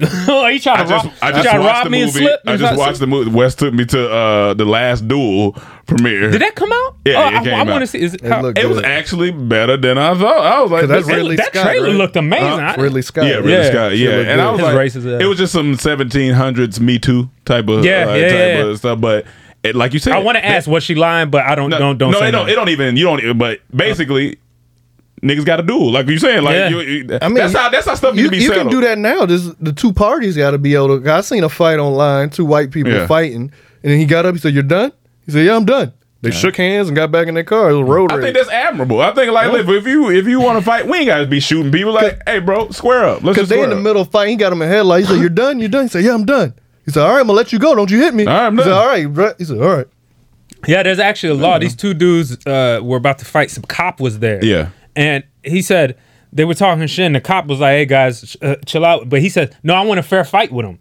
Speaker 7: he tried to,
Speaker 6: I just,
Speaker 7: rob,
Speaker 6: I
Speaker 7: he
Speaker 6: just
Speaker 7: tried to
Speaker 6: watched
Speaker 7: rob
Speaker 6: the
Speaker 7: me and
Speaker 6: movie.
Speaker 7: slip.
Speaker 6: I just watched the movie. Wes took me to uh, the last duel premiere.
Speaker 7: Did that come out?
Speaker 6: Yeah,
Speaker 7: oh,
Speaker 6: it
Speaker 7: I,
Speaker 6: came
Speaker 7: I want to
Speaker 6: out.
Speaker 7: see. Is it,
Speaker 9: It
Speaker 7: how,
Speaker 9: looked
Speaker 6: It was
Speaker 9: good.
Speaker 6: actually better than I thought. I was like,
Speaker 9: 'Cause that's
Speaker 6: this-
Speaker 9: Ridley
Speaker 7: that
Speaker 9: Scott,
Speaker 7: trailer
Speaker 9: right?
Speaker 7: looked amazing. I-
Speaker 9: Ridley Scott.
Speaker 6: Yeah, Ridley
Speaker 7: Yeah.
Speaker 6: Scott.
Speaker 9: She
Speaker 6: Yeah,
Speaker 9: looked
Speaker 6: and I
Speaker 9: good.
Speaker 6: was like,
Speaker 7: His racist ass.
Speaker 6: it was just some 1700s Me Too type of
Speaker 7: Yeah,
Speaker 6: uh,
Speaker 7: yeah,
Speaker 6: type
Speaker 7: yeah.
Speaker 6: of stuff. But it, like you said,
Speaker 7: I want to ask, was she lying? But I don't.
Speaker 6: No,
Speaker 7: don't. Don't.
Speaker 6: no,
Speaker 7: say
Speaker 6: it don't.
Speaker 7: nothing.
Speaker 6: It don't even. You don't. even- But basically, niggas got to duel, like you saying. Like,
Speaker 7: Yeah.
Speaker 6: you, you- that's how that's how stuff need
Speaker 9: you,
Speaker 6: to be
Speaker 9: you
Speaker 6: settled.
Speaker 9: can do that now. This, the two parties got to be able to. I seen a fight online, two white people
Speaker 6: Yeah.
Speaker 9: fighting, and then he got up. He said, "You're done." He said, "Yeah, I'm done." They shook hands and got back in their car. It was a road
Speaker 6: I
Speaker 9: rage.
Speaker 6: think that's admirable. I think like, look, if you if you want to fight, we ain't got to be shooting people. Like, hey, bro, square up.
Speaker 9: Because
Speaker 6: Let's just
Speaker 9: they
Speaker 6: square
Speaker 9: in the
Speaker 6: up.
Speaker 9: middle of fighting, he got him in headlight. He said, "You're done. You're done." He said, "Yeah, I'm done." He said, "All right, I'm gonna let you go. Don't you hit me."
Speaker 6: All right, I'm
Speaker 9: he said,
Speaker 6: done.
Speaker 9: "All right, bro." He said, "All right."
Speaker 7: Yeah, there's actually a law.
Speaker 9: Mm-hmm.
Speaker 7: These two dudes uh, were about to fight. Some cop was there.
Speaker 6: Yeah.
Speaker 7: And he said they were talking shit, and the cop was like, "Hey guys, sh- uh, chill out." But he said, "No, I want a fair fight with him."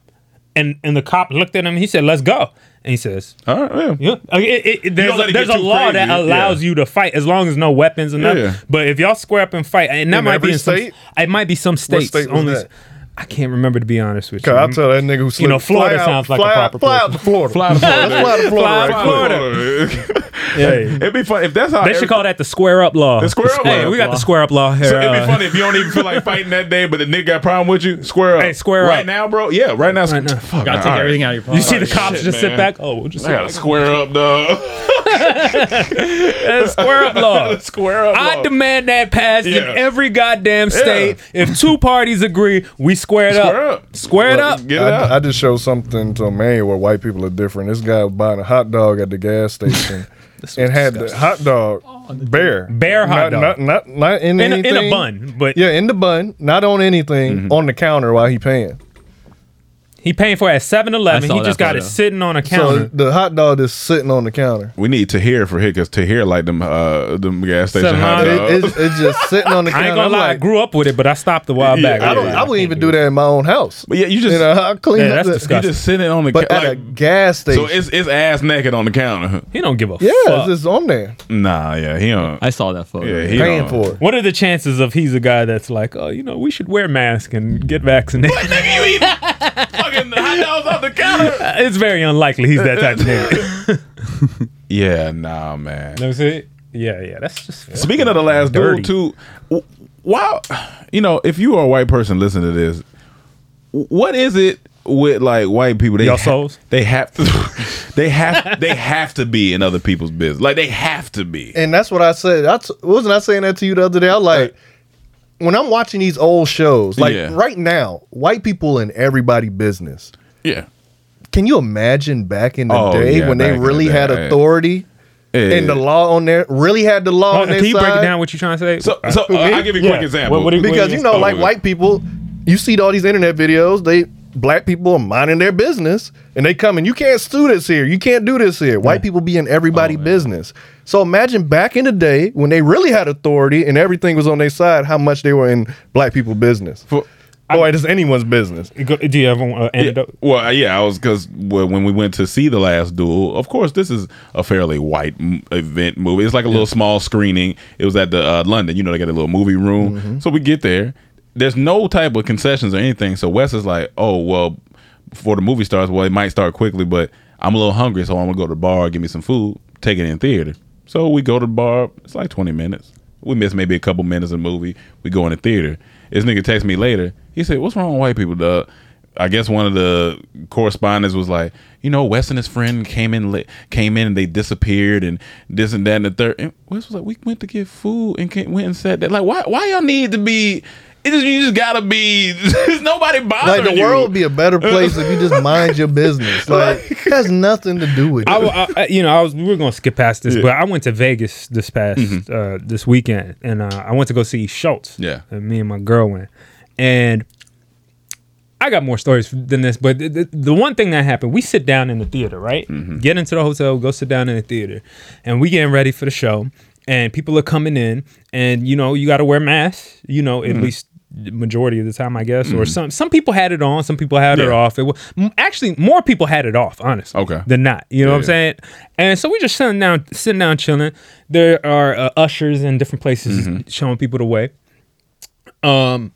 Speaker 7: And and the cop looked at him. He said, "Let's go." And he says,
Speaker 6: All right, yeah.
Speaker 7: "Yeah." Like, it- it- it- there's
Speaker 6: don't let
Speaker 7: a,
Speaker 6: it
Speaker 7: there's
Speaker 6: get
Speaker 7: a
Speaker 6: too
Speaker 7: law
Speaker 6: crazy,
Speaker 7: that
Speaker 6: yeah.
Speaker 7: allows you to fight as long as no weapons and nothing.
Speaker 6: Yeah.
Speaker 7: But if y'all square up and fight, and that
Speaker 9: In
Speaker 7: might
Speaker 9: every
Speaker 7: be in
Speaker 9: state?
Speaker 7: some. It might be some states
Speaker 9: state was
Speaker 7: only.
Speaker 9: that?
Speaker 7: I can't remember to be honest with you.
Speaker 9: God, I'll tell that nigga who slipped.
Speaker 7: You know, Florida
Speaker 9: fly out-
Speaker 7: sounds like a
Speaker 9: fly out-
Speaker 7: proper
Speaker 9: Fly
Speaker 7: place.
Speaker 9: out to Florida.
Speaker 6: Fly to Florida.
Speaker 9: Let's fly to Florida.
Speaker 7: Fly
Speaker 9: right
Speaker 7: to
Speaker 9: quick.
Speaker 7: Florida. Yeah.
Speaker 6: It'd be fun if that's how
Speaker 7: They should call that the square up law.
Speaker 6: The square up
Speaker 7: hey,
Speaker 6: law.
Speaker 7: we got the square up law here.
Speaker 6: So it'd be
Speaker 7: uh,
Speaker 6: funny if you don't even feel like fighting that day, but the nigga got a problem with you. Square up.
Speaker 7: Hey, square
Speaker 6: right
Speaker 7: up.
Speaker 6: now, bro. Yeah, right now.
Speaker 7: Right now.
Speaker 6: Fuck,
Speaker 8: Gotta take
Speaker 6: all right.
Speaker 8: everything out of your pocket.
Speaker 7: You see the cops
Speaker 6: shit,
Speaker 7: just
Speaker 6: man.
Speaker 7: sit back. Oh, we'll just
Speaker 6: I
Speaker 7: sit
Speaker 6: gotta
Speaker 7: back.
Speaker 6: square up, dog.
Speaker 7: Uh, square up law.
Speaker 6: square up.
Speaker 7: I
Speaker 6: law.
Speaker 7: demand that passed in
Speaker 6: Yeah.
Speaker 7: every goddamn state. If two parties agree, we square it
Speaker 6: Square
Speaker 7: up.
Speaker 6: up.
Speaker 7: Square it up.
Speaker 6: Get it
Speaker 9: I,
Speaker 6: out.
Speaker 9: I just showed something to a man where white people are different. This guy was buying a hot dog at the gas station. and had the hot dog bare,
Speaker 7: Oh, Bare hot
Speaker 9: not, not
Speaker 7: dog.
Speaker 9: not not in,
Speaker 7: In a- in a
Speaker 9: anything.
Speaker 7: bun, but
Speaker 9: yeah, in the bun, not on anything,
Speaker 6: Mm-hmm.
Speaker 9: on the counter while he paying.
Speaker 7: He paying for it at 7
Speaker 9: I
Speaker 7: Eleven.
Speaker 9: saw
Speaker 7: He just
Speaker 9: that
Speaker 7: got it
Speaker 9: photo.
Speaker 7: sitting on a counter.
Speaker 9: So the hot dog is sitting on the counter.
Speaker 6: We need to hear for here because to hear like them uh them gas station uh, hot dogs.
Speaker 9: It- it's, it's just sitting on the counter.
Speaker 7: Uh, I ain't gonna
Speaker 9: I'm
Speaker 7: lie, I
Speaker 9: like,
Speaker 7: grew up with it, but I stopped a while
Speaker 9: yeah,
Speaker 7: back.
Speaker 9: I, don't, I wouldn't even do that in my own house.
Speaker 6: But yeah, you just
Speaker 9: know, I clean
Speaker 6: Yeah,
Speaker 9: up
Speaker 6: that's
Speaker 9: the-
Speaker 6: disgusting. You just sitting on the
Speaker 9: but
Speaker 6: ca-
Speaker 9: at
Speaker 6: like-
Speaker 9: a gas
Speaker 6: so
Speaker 9: station.
Speaker 6: it's it's ass naked on the counter.
Speaker 7: He don't give a
Speaker 9: yeah, it's just on there.
Speaker 6: Nah, yeah, he don't.
Speaker 8: I saw that photo.
Speaker 6: Yeah, he
Speaker 7: Paying
Speaker 6: don't.
Speaker 9: for it.
Speaker 7: What are the chances of he's a guy that's like, oh, you know, we should wear masks and get vaccinated?
Speaker 6: you eating fucking hot dogs off the counter?
Speaker 7: it's very unlikely he's that type of nigga.
Speaker 6: Yeah, nah, man.
Speaker 7: Let me see. Yeah, yeah, that's just.
Speaker 6: Speaking of the last
Speaker 7: Dirty.
Speaker 6: dude, too, w- wow, you know, if you are a white person, listen to this. What is it with like white people? They
Speaker 7: Y'all
Speaker 6: ha-
Speaker 7: souls?
Speaker 6: They have to. they have. They have to be in other people's business. Like they have to be.
Speaker 9: And that's what I said. I t- wasn't I saying that to you the other day? I like when I'm watching these old shows, like
Speaker 6: Yeah.
Speaker 9: right now, white people in everybody business.
Speaker 6: Yeah.
Speaker 9: Can you imagine back in the
Speaker 6: Oh,
Speaker 9: day
Speaker 6: yeah,
Speaker 9: when they
Speaker 6: back in the
Speaker 9: really
Speaker 6: day.
Speaker 9: had authority and the law on there really had the law
Speaker 7: Oh,
Speaker 9: on their
Speaker 7: can you break
Speaker 9: side?
Speaker 7: it down what you're trying to say?
Speaker 6: So- so, uh, I'll give you a quick example. What- what do you-
Speaker 9: because
Speaker 6: what do you-
Speaker 9: you know, like
Speaker 6: oh.
Speaker 9: white people, you see all these internet videos. They black people are minding their business, and they come and you can't do this here. You can't do this here. White people be in everybody
Speaker 7: Oh,
Speaker 9: business. So imagine back in the day when they really had authority and everything was on their side, how much they were in black people business. Boy, it is anyone's business.
Speaker 7: Do you have an uh, antidote?
Speaker 6: Well, yeah, I was because when we went to see the last duel, of course, this is a fairly white m- event movie. It's like a little small screening. It was at the uh, London, you know, they got a little movie room. So we get there. There's no type of concessions or anything. So Wes is like, "Oh well, before the movie starts, well, it might start quickly, but I'm a little hungry, so I'm gonna go to the bar, get me some food, take it in theater." So we go to the bar. It's like 20 minutes. We miss maybe a couple minutes of the movie. We go in the theater. This nigga texts me later. He said, "What's wrong with white people, dog?" I guess one of the correspondents was like, you know, Wes and his friend came in, late came in, and they disappeared, and this and that and the third. And Wes was like, we went to get food and came, went and sat there. Like, why, why y'all need to be? It is, you just gotta be. there's nobody bothering
Speaker 9: Like the
Speaker 6: you.
Speaker 9: world be a better place if you just mind your business. Like it has nothing to do with it.
Speaker 7: I, w- I- I- you know, I was we were gonna skip past this, but I went to Vegas this past uh, this weekend, and uh, I went to go see Schultz.
Speaker 6: Yeah.
Speaker 7: and me and my girl went, and I got more stories than this, but the, the, the one thing that happened, we sit down in the theater, right? Get into the hotel, go sit down in the theater, and we getting ready for the show, and people are coming in, and you know, you got to wear masks, you know, at
Speaker 8: Mhm.
Speaker 7: least the majority of the time, I guess, or
Speaker 8: Mhm.
Speaker 7: some some people had it on, some people had it
Speaker 8: Yeah.
Speaker 7: off. It was, actually more people had it off, honestly. Okay, than not. You know what I'm saying? And so we just sitting down, sitting down, chilling. There are uh, ushers in different places
Speaker 6: Mm-hmm.
Speaker 7: showing people the way. Um,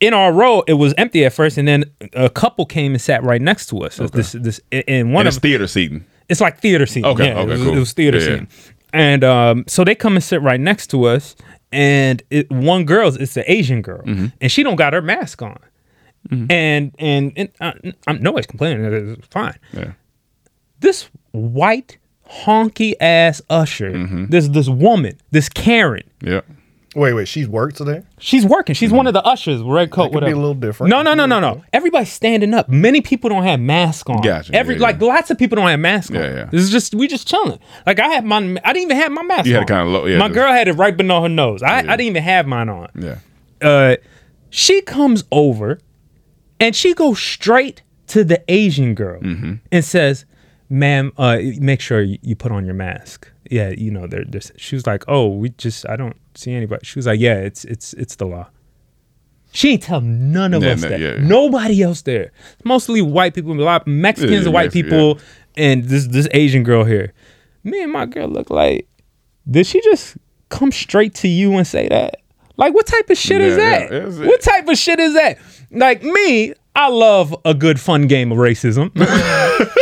Speaker 7: in our row, it was empty at first, and then a couple came and sat right next to us. This, this, and one
Speaker 6: and
Speaker 7: of
Speaker 6: it's theater seating.
Speaker 7: it's like theater scene.
Speaker 6: Okay,
Speaker 7: yeah,
Speaker 6: okay,
Speaker 7: it was,
Speaker 6: cool.
Speaker 7: It was theater
Speaker 6: Yeah, yeah.
Speaker 7: scene, and um, so they come and sit right next to us. And it, one girl, it's an Asian girl,
Speaker 6: Mm-hmm.
Speaker 7: and she don't got her mask on. And and, and uh, I'm nobody's complaining. It's fine. This white honky ass usher,
Speaker 6: Mm-hmm.
Speaker 7: this this woman, this Karen.
Speaker 6: Yeah.
Speaker 9: Wait, wait, she's worked today?
Speaker 7: She's working. She's one of the ushers, red coat.
Speaker 9: could be
Speaker 7: whatever.
Speaker 9: a little different.
Speaker 7: No, no, no, no, no. Everybody's standing up. Many people don't have masks on.
Speaker 6: Gotcha.
Speaker 7: Every
Speaker 6: Yeah,
Speaker 7: like lots of people don't have masks on.
Speaker 6: Yeah, yeah.
Speaker 7: This is just we just chilling. Like I had my I didn't even have my mask.
Speaker 6: You had
Speaker 7: on.
Speaker 6: it kinda low- yeah,
Speaker 7: my
Speaker 6: just-
Speaker 7: girl had it right below her nose. I, I didn't even have mine on.
Speaker 6: Yeah.
Speaker 7: Uh, she comes over, and she goes straight to the Asian girl
Speaker 6: Mm-hmm.
Speaker 7: and says, "Ma'am, uh, make sure you you put on your mask." Yeah, you know, they're, they're, she was like, "Oh, we just I don't see anybody." She was like, "Yeah, it's it's it's the law." She ain't tell none of
Speaker 6: Yeah,
Speaker 7: us
Speaker 6: no,
Speaker 7: that.
Speaker 6: yeah, yeah.
Speaker 7: Nobody else there. Mostly white people, a lot of Mexicans,
Speaker 6: Yeah,
Speaker 7: white
Speaker 6: Mexican,
Speaker 7: people, and this this Asian girl here. Me and my girl look like. Did she just come straight to you and say that? Like, what type of shit is
Speaker 6: Yeah, yeah,
Speaker 7: that?
Speaker 6: that's it.
Speaker 7: what type of shit is that? Like me, I love a good fun game of racism.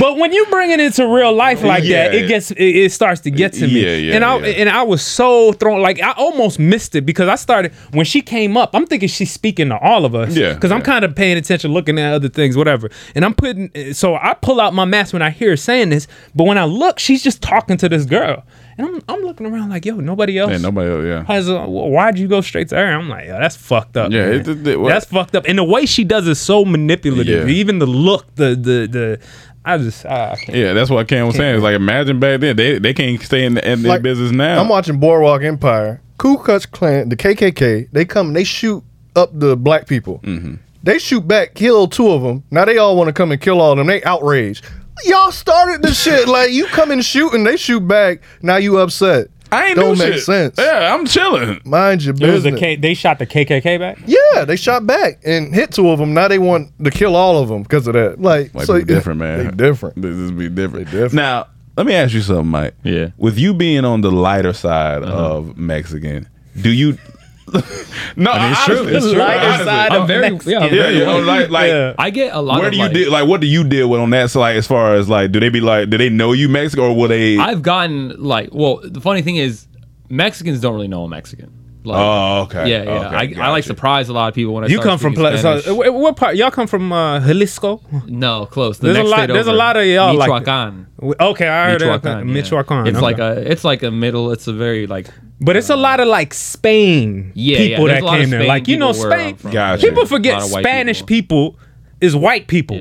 Speaker 7: But when you bring it into real life like
Speaker 6: Yeah.
Speaker 7: that, it gets it, it starts to get to me.
Speaker 6: Yeah, yeah,
Speaker 7: and I
Speaker 6: yeah.
Speaker 7: and I was so thrown like I almost missed it because I started when she came up, I'm thinking she's speaking to all of us.
Speaker 6: Yeah,
Speaker 7: Because I'm kind of paying attention, looking at other things, whatever. And I'm putting so I pull out my mask when I hear her saying this, but when I look, she's just talking to this girl. And I'm, I'm looking around like, yo, nobody else.
Speaker 6: Yeah, nobody else, yeah.
Speaker 7: Has a, why'd you go straight to her? I'm like, yo, that's fucked up.
Speaker 6: Yeah,
Speaker 7: man.
Speaker 6: it- it- it- what-
Speaker 7: that's fucked up. And the way she does is so manipulative.
Speaker 6: Yeah.
Speaker 7: Even the look, the the the, I just I, I can't.
Speaker 6: Yeah, that's what Cam was saying. It's like imagine back then they they can't stay in, the, in their
Speaker 9: Like,
Speaker 6: business now.
Speaker 9: I'm watching Boardwalk Empire. Ku Klux Klan, the KKK, they come and they shoot up the black people.
Speaker 6: Mm-hmm.
Speaker 9: They shoot back, kill two of them. Now they all want to come and kill all of them. They outraged. Y'all started the shit. Like you come and shoot and they shoot back. Now you upset.
Speaker 6: I ain't
Speaker 9: Don't
Speaker 6: do
Speaker 9: make
Speaker 6: shit.
Speaker 9: sense.
Speaker 6: Yeah, I'm chilling.
Speaker 9: Mind your
Speaker 7: It was a
Speaker 9: business.
Speaker 7: K, they shot the KKK back.
Speaker 9: yeah, they shot back and hit two of them. Now they want to kill all of them because of that. Like,
Speaker 6: Like
Speaker 9: so
Speaker 6: be different, man.
Speaker 9: They different.
Speaker 6: This is be different. Now, let me ask you something, Mike. Yeah. With you being on the lighter side of Mexican, do you? no,
Speaker 8: Uh-huh. I mean, it's true.
Speaker 6: honestly-
Speaker 8: It's true.
Speaker 6: honestly.
Speaker 8: Lighter side
Speaker 7: Oh,
Speaker 8: I'm of very- Mexican. yeah, I'm
Speaker 6: yeah,
Speaker 8: very
Speaker 6: you know,
Speaker 8: white.
Speaker 6: like, like
Speaker 8: Yeah. I get a lot
Speaker 6: Where
Speaker 8: of,
Speaker 6: do you
Speaker 8: like-
Speaker 6: deal? Like, what do you deal with on that? So, like, as far as like, do they be like, do they know you Mexican or will they?
Speaker 8: I've gotten like, well, the funny thing is, Mexicans don't really know I'm Mexican. Like,
Speaker 6: Oh, okay.
Speaker 8: Yeah, yeah.
Speaker 6: Okay,
Speaker 8: I, I like surprise a lot of people when I.
Speaker 7: You
Speaker 8: start
Speaker 7: come from
Speaker 8: speaking
Speaker 7: pla- so,
Speaker 8: Spanish.
Speaker 7: uh, wh- what part? Y'all come from uh, Jalisco?
Speaker 8: no, close. The
Speaker 7: there's
Speaker 8: next
Speaker 7: a lot.
Speaker 8: state
Speaker 7: There's
Speaker 8: over.
Speaker 7: a lot of y'all
Speaker 8: Michoacan.
Speaker 7: like. that. Okay, I heard that.
Speaker 8: Michoacan, yeah.
Speaker 7: Michoacan.
Speaker 8: It's
Speaker 7: okay.
Speaker 8: like a, it's like a middle. It's a very like.
Speaker 7: But it's a lot of like Spain
Speaker 8: Yeah, yeah,
Speaker 7: people
Speaker 8: there's a
Speaker 7: that
Speaker 8: lot of
Speaker 7: came there.
Speaker 8: Spain
Speaker 7: Like you know,
Speaker 8: people where I'm
Speaker 7: Spain.
Speaker 8: from. Gotcha.
Speaker 7: People
Speaker 8: A
Speaker 7: forget
Speaker 8: lot of white
Speaker 7: Spanish people. is white people.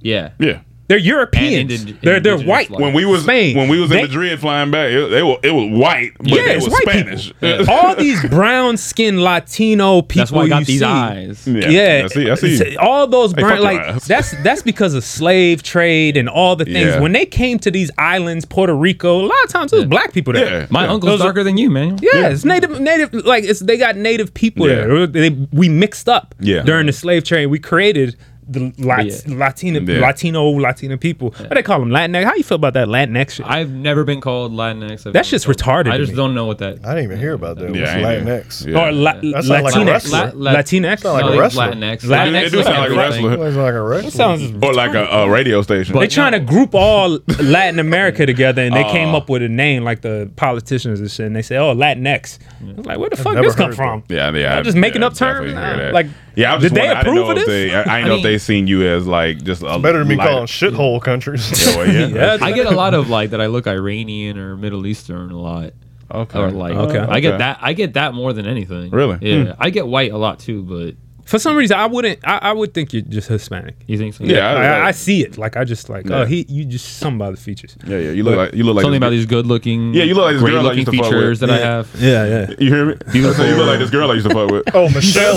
Speaker 8: Yeah.
Speaker 6: Yeah.
Speaker 7: They're Europeans.
Speaker 6: And indi-
Speaker 7: they're they're
Speaker 6: indigenous
Speaker 7: white.
Speaker 6: When we was
Speaker 7: Spain.
Speaker 6: when we was
Speaker 7: They-
Speaker 6: in Madrid flying back, it, they were it was white, but
Speaker 7: yeah,
Speaker 6: it
Speaker 7: it's
Speaker 6: was
Speaker 7: white
Speaker 6: Spanish.
Speaker 7: people. All these brown skinned Latino people.
Speaker 6: why I got
Speaker 7: you
Speaker 6: these
Speaker 7: see,
Speaker 6: eyes. Yeah,
Speaker 7: Yeah,
Speaker 6: I see- I see.
Speaker 7: All those
Speaker 6: They
Speaker 7: brown
Speaker 6: fucked
Speaker 7: like
Speaker 6: your eyes.
Speaker 7: that's that's because of slave trade and all the things.
Speaker 8: Yeah.
Speaker 7: When they came to these islands, Puerto Rico, a lot of times it was black people there.
Speaker 8: My uncle's
Speaker 7: Those are-
Speaker 8: darker than you, man.
Speaker 7: Yeah, it's native, native. Like it's they got native people
Speaker 8: Yeah.
Speaker 7: there. They, we mixed up
Speaker 8: Yeah.
Speaker 7: during the slave trade. We created the Lat-
Speaker 8: Yeah.
Speaker 7: Latina,
Speaker 8: Yeah.
Speaker 7: Latino, Latina people. What they call them Latinx. How you feel about that Latinx shit?
Speaker 8: I've never been called Latinx. I've never
Speaker 7: That's just
Speaker 8: been called-
Speaker 7: retarded
Speaker 8: I
Speaker 7: to
Speaker 8: just
Speaker 7: me.
Speaker 8: don't know what that.
Speaker 9: I didn't even hear about that.
Speaker 6: Yeah,
Speaker 9: What's
Speaker 6: I ain't hear-
Speaker 9: Latinx?
Speaker 6: Yeah.
Speaker 7: Or La-
Speaker 9: That sound like a
Speaker 7: Latinx.
Speaker 9: wrestler.
Speaker 7: La- Latinx?
Speaker 9: Sound like
Speaker 7: No,
Speaker 9: a
Speaker 7: they-
Speaker 9: wrestler.
Speaker 7: Latinx. Latinx
Speaker 6: It do
Speaker 7: was
Speaker 6: sound like a
Speaker 7: everything.
Speaker 6: wrestler.
Speaker 9: Sounds like a wrestler.
Speaker 6: or like a, a radio station.
Speaker 7: They're trying to Mm-hmm. group all Latin America together, and they came
Speaker 6: Oh.
Speaker 7: up with a name like the politicians and shit. And they say, "Oh, Latinx." I was like, "Where the fuck this come from?"
Speaker 6: Yeah, yeah.
Speaker 7: I'm just
Speaker 6: I-
Speaker 7: making
Speaker 6: yeah,
Speaker 7: up terms.
Speaker 6: definitely hear
Speaker 7: Nah,
Speaker 6: that.
Speaker 7: Like,
Speaker 6: yeah, I was
Speaker 7: did
Speaker 6: just
Speaker 7: they
Speaker 6: wondering- I didn't
Speaker 7: approve of
Speaker 6: know if
Speaker 7: this?
Speaker 6: They, I, I didn't know if they seen you as like just a
Speaker 9: Better than me
Speaker 6: lighter-
Speaker 9: calling shithole countries.
Speaker 6: yeah.
Speaker 9: Yeah.
Speaker 8: I get a lot of like that. I look Iranian or Middle Eastern a lot.
Speaker 6: Okay.
Speaker 8: Or like,
Speaker 7: Okay.
Speaker 8: I
Speaker 7: Okay.
Speaker 8: get that. I get that more than anything.
Speaker 7: Really?
Speaker 8: Yeah.
Speaker 7: Hmm.
Speaker 8: I get white a lot too, but
Speaker 7: For some reason, I wouldn't. I, I would think you're just Hispanic.
Speaker 8: You think so?
Speaker 7: Yeah,
Speaker 8: Yeah,
Speaker 7: I,
Speaker 8: I-
Speaker 7: I see it. Like I just like,
Speaker 8: Yeah.
Speaker 7: oh, he, you just something about the features.
Speaker 6: Yeah, yeah. You look like you look like
Speaker 8: something
Speaker 6: this-
Speaker 8: about these good looking.
Speaker 6: Yeah, you look like this girl I
Speaker 8: looking
Speaker 6: used to fuck
Speaker 8: features
Speaker 6: with.
Speaker 8: that I have.
Speaker 7: Yeah, yeah.
Speaker 6: You hear me? I said you look like this girl I used to fuck with.
Speaker 9: Oh, Michelle,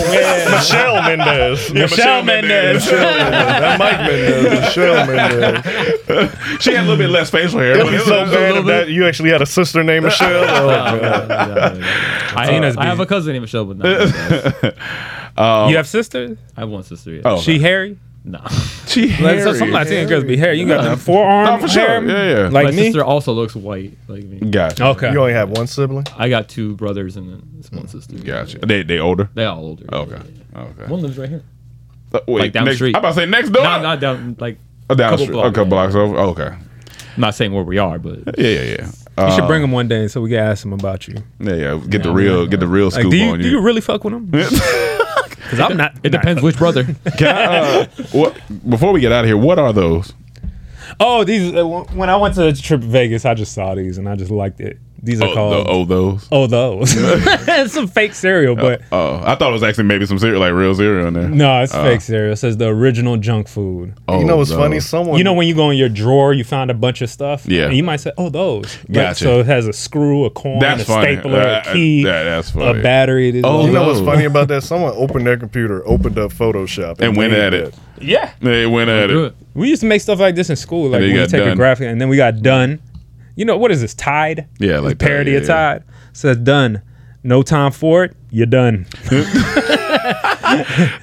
Speaker 9: Michelle Mendez.
Speaker 6: Yeah, Michelle Mendez.
Speaker 9: Michelle Mendez. That Mike Mendez. Michelle Mendez.
Speaker 6: she had a little bit less facial hair.
Speaker 9: It'd
Speaker 6: but
Speaker 9: be
Speaker 6: it was
Speaker 9: so
Speaker 6: a
Speaker 9: bad
Speaker 6: little
Speaker 9: if that you actually had a sister named Michelle. Oh, God.
Speaker 8: I,
Speaker 7: Tina's
Speaker 8: I have
Speaker 7: big.
Speaker 8: a cousin named Michelle, but not.
Speaker 6: Um,
Speaker 7: you have sisters?
Speaker 8: I have one sister. Yeah.
Speaker 6: Oh,
Speaker 7: she hairy?
Speaker 8: No.
Speaker 6: She
Speaker 7: Like, so some
Speaker 6: hairy.
Speaker 7: Latina girls be hairy. You got
Speaker 6: Nah.
Speaker 7: the forearm
Speaker 6: Nah, for sure.
Speaker 7: hair,
Speaker 6: Yeah, yeah.
Speaker 7: Like
Speaker 8: My
Speaker 7: Oh. me.
Speaker 8: sister also looks white, like me.
Speaker 6: Gotcha.
Speaker 7: Okay.
Speaker 9: You only have one sibling?
Speaker 8: I got two brothers and then this one sister.
Speaker 6: Hmm. Gotcha. They they older.
Speaker 8: They all older.
Speaker 6: Okay. Okay.
Speaker 8: One lives right here.
Speaker 6: Uh, wait,
Speaker 8: like down
Speaker 6: next,
Speaker 8: the street.
Speaker 6: I'm about to say next door.
Speaker 8: Not, not down, like
Speaker 6: Oh, down the
Speaker 8: couple
Speaker 6: street.
Speaker 8: blocks.
Speaker 6: A couple blocks over. Okay.
Speaker 8: I'm not saying where we are, but
Speaker 6: Yeah, yeah, yeah.
Speaker 7: You should
Speaker 6: Uh,
Speaker 7: bring them one day, so we can ask them about you.
Speaker 6: Yeah, yeah. Get the real, get the real
Speaker 7: Like,
Speaker 6: scoop
Speaker 7: do you,
Speaker 6: on
Speaker 7: Do you really fuck with them? Because I'm not.
Speaker 8: It depends which brother.
Speaker 6: Can I, uh, what before we get out of here? What are those?
Speaker 7: Oh, these. Uh, w- when I went to the trip to Vegas, I just saw these and I just liked it. These are
Speaker 6: Oh,
Speaker 7: called
Speaker 6: the- oh, those.
Speaker 7: Oh those. it's some fake cereal, but
Speaker 6: Oh, I thought it was actually maybe some cereal, like real cereal in there.
Speaker 7: no, it's
Speaker 6: Uh,
Speaker 7: fake cereal. It says the original junk food.
Speaker 6: Oh, You know what's those. funny?
Speaker 9: Someone-
Speaker 7: You know when you go in your drawer, you found a bunch of stuff.
Speaker 6: Yeah.
Speaker 7: And you might say, "Oh, those." Like,
Speaker 6: Gotcha.
Speaker 7: so it has a screw, a coin,
Speaker 6: That's
Speaker 7: a
Speaker 6: funny.
Speaker 7: stapler,
Speaker 6: Uh,
Speaker 7: a key,
Speaker 6: that- that's funny.
Speaker 7: a battery. It is all
Speaker 9: you know what's
Speaker 7: those.
Speaker 9: funny about that? Someone opened their computer, opened up Photoshop,
Speaker 6: and went
Speaker 9: made
Speaker 6: at it.
Speaker 7: Yeah.
Speaker 6: They went at it.
Speaker 7: We used to make stuff like this in school. Like
Speaker 6: then you
Speaker 7: we
Speaker 6: got
Speaker 7: take a
Speaker 6: done.
Speaker 7: graphic and then we got done. You know what is this? Tide.
Speaker 6: Yeah,
Speaker 7: It's
Speaker 6: like that,
Speaker 7: parody of
Speaker 6: yeah, yeah.
Speaker 7: Tide. Says done. No time for it. You're done.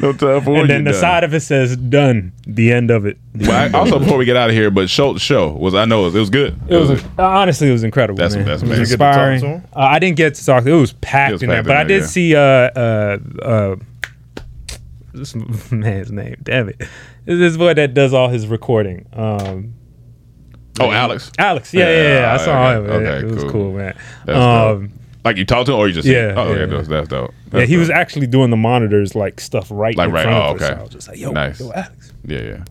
Speaker 6: No time for it,
Speaker 7: and then
Speaker 6: you
Speaker 7: the
Speaker 6: done.
Speaker 7: side of it says done. The end of it.
Speaker 6: But I, also, before we get out of here, but Schultz show was I know it was, it was good.
Speaker 7: It was uh, honestly, it was incredible.
Speaker 6: That's-
Speaker 7: man.
Speaker 6: that's
Speaker 7: it was
Speaker 6: amazing. Did you get to talk to
Speaker 7: inspiring.
Speaker 6: him?
Speaker 7: Uh, I didn't get to talk. It was packed
Speaker 6: It was
Speaker 7: in there,
Speaker 6: packed
Speaker 7: but
Speaker 6: in
Speaker 7: I
Speaker 6: there,
Speaker 7: did
Speaker 6: yeah.
Speaker 7: see uh uh uh this man's name. Damn it, this is boy that does all his recording. Um,
Speaker 6: oh Alex.
Speaker 7: Alex. Yeah, yeah, yeah. I saw him.
Speaker 6: okay,
Speaker 7: man.
Speaker 6: okay,
Speaker 7: it was cool, man.
Speaker 6: That's
Speaker 7: um,
Speaker 6: dope. Like you talked to him, or you just
Speaker 7: yeah,
Speaker 6: Oh, okay,
Speaker 7: yeah.
Speaker 6: That's, that's dope.
Speaker 7: yeah,
Speaker 6: That's
Speaker 7: he
Speaker 6: dope.
Speaker 7: was actually doing the monitors like stuff right
Speaker 6: like
Speaker 7: in
Speaker 6: right.
Speaker 7: front
Speaker 6: Oh,
Speaker 7: of
Speaker 6: okay.
Speaker 7: us. So I was just like, yo,
Speaker 6: nice.
Speaker 7: yo, Alex.
Speaker 6: Yeah, yeah.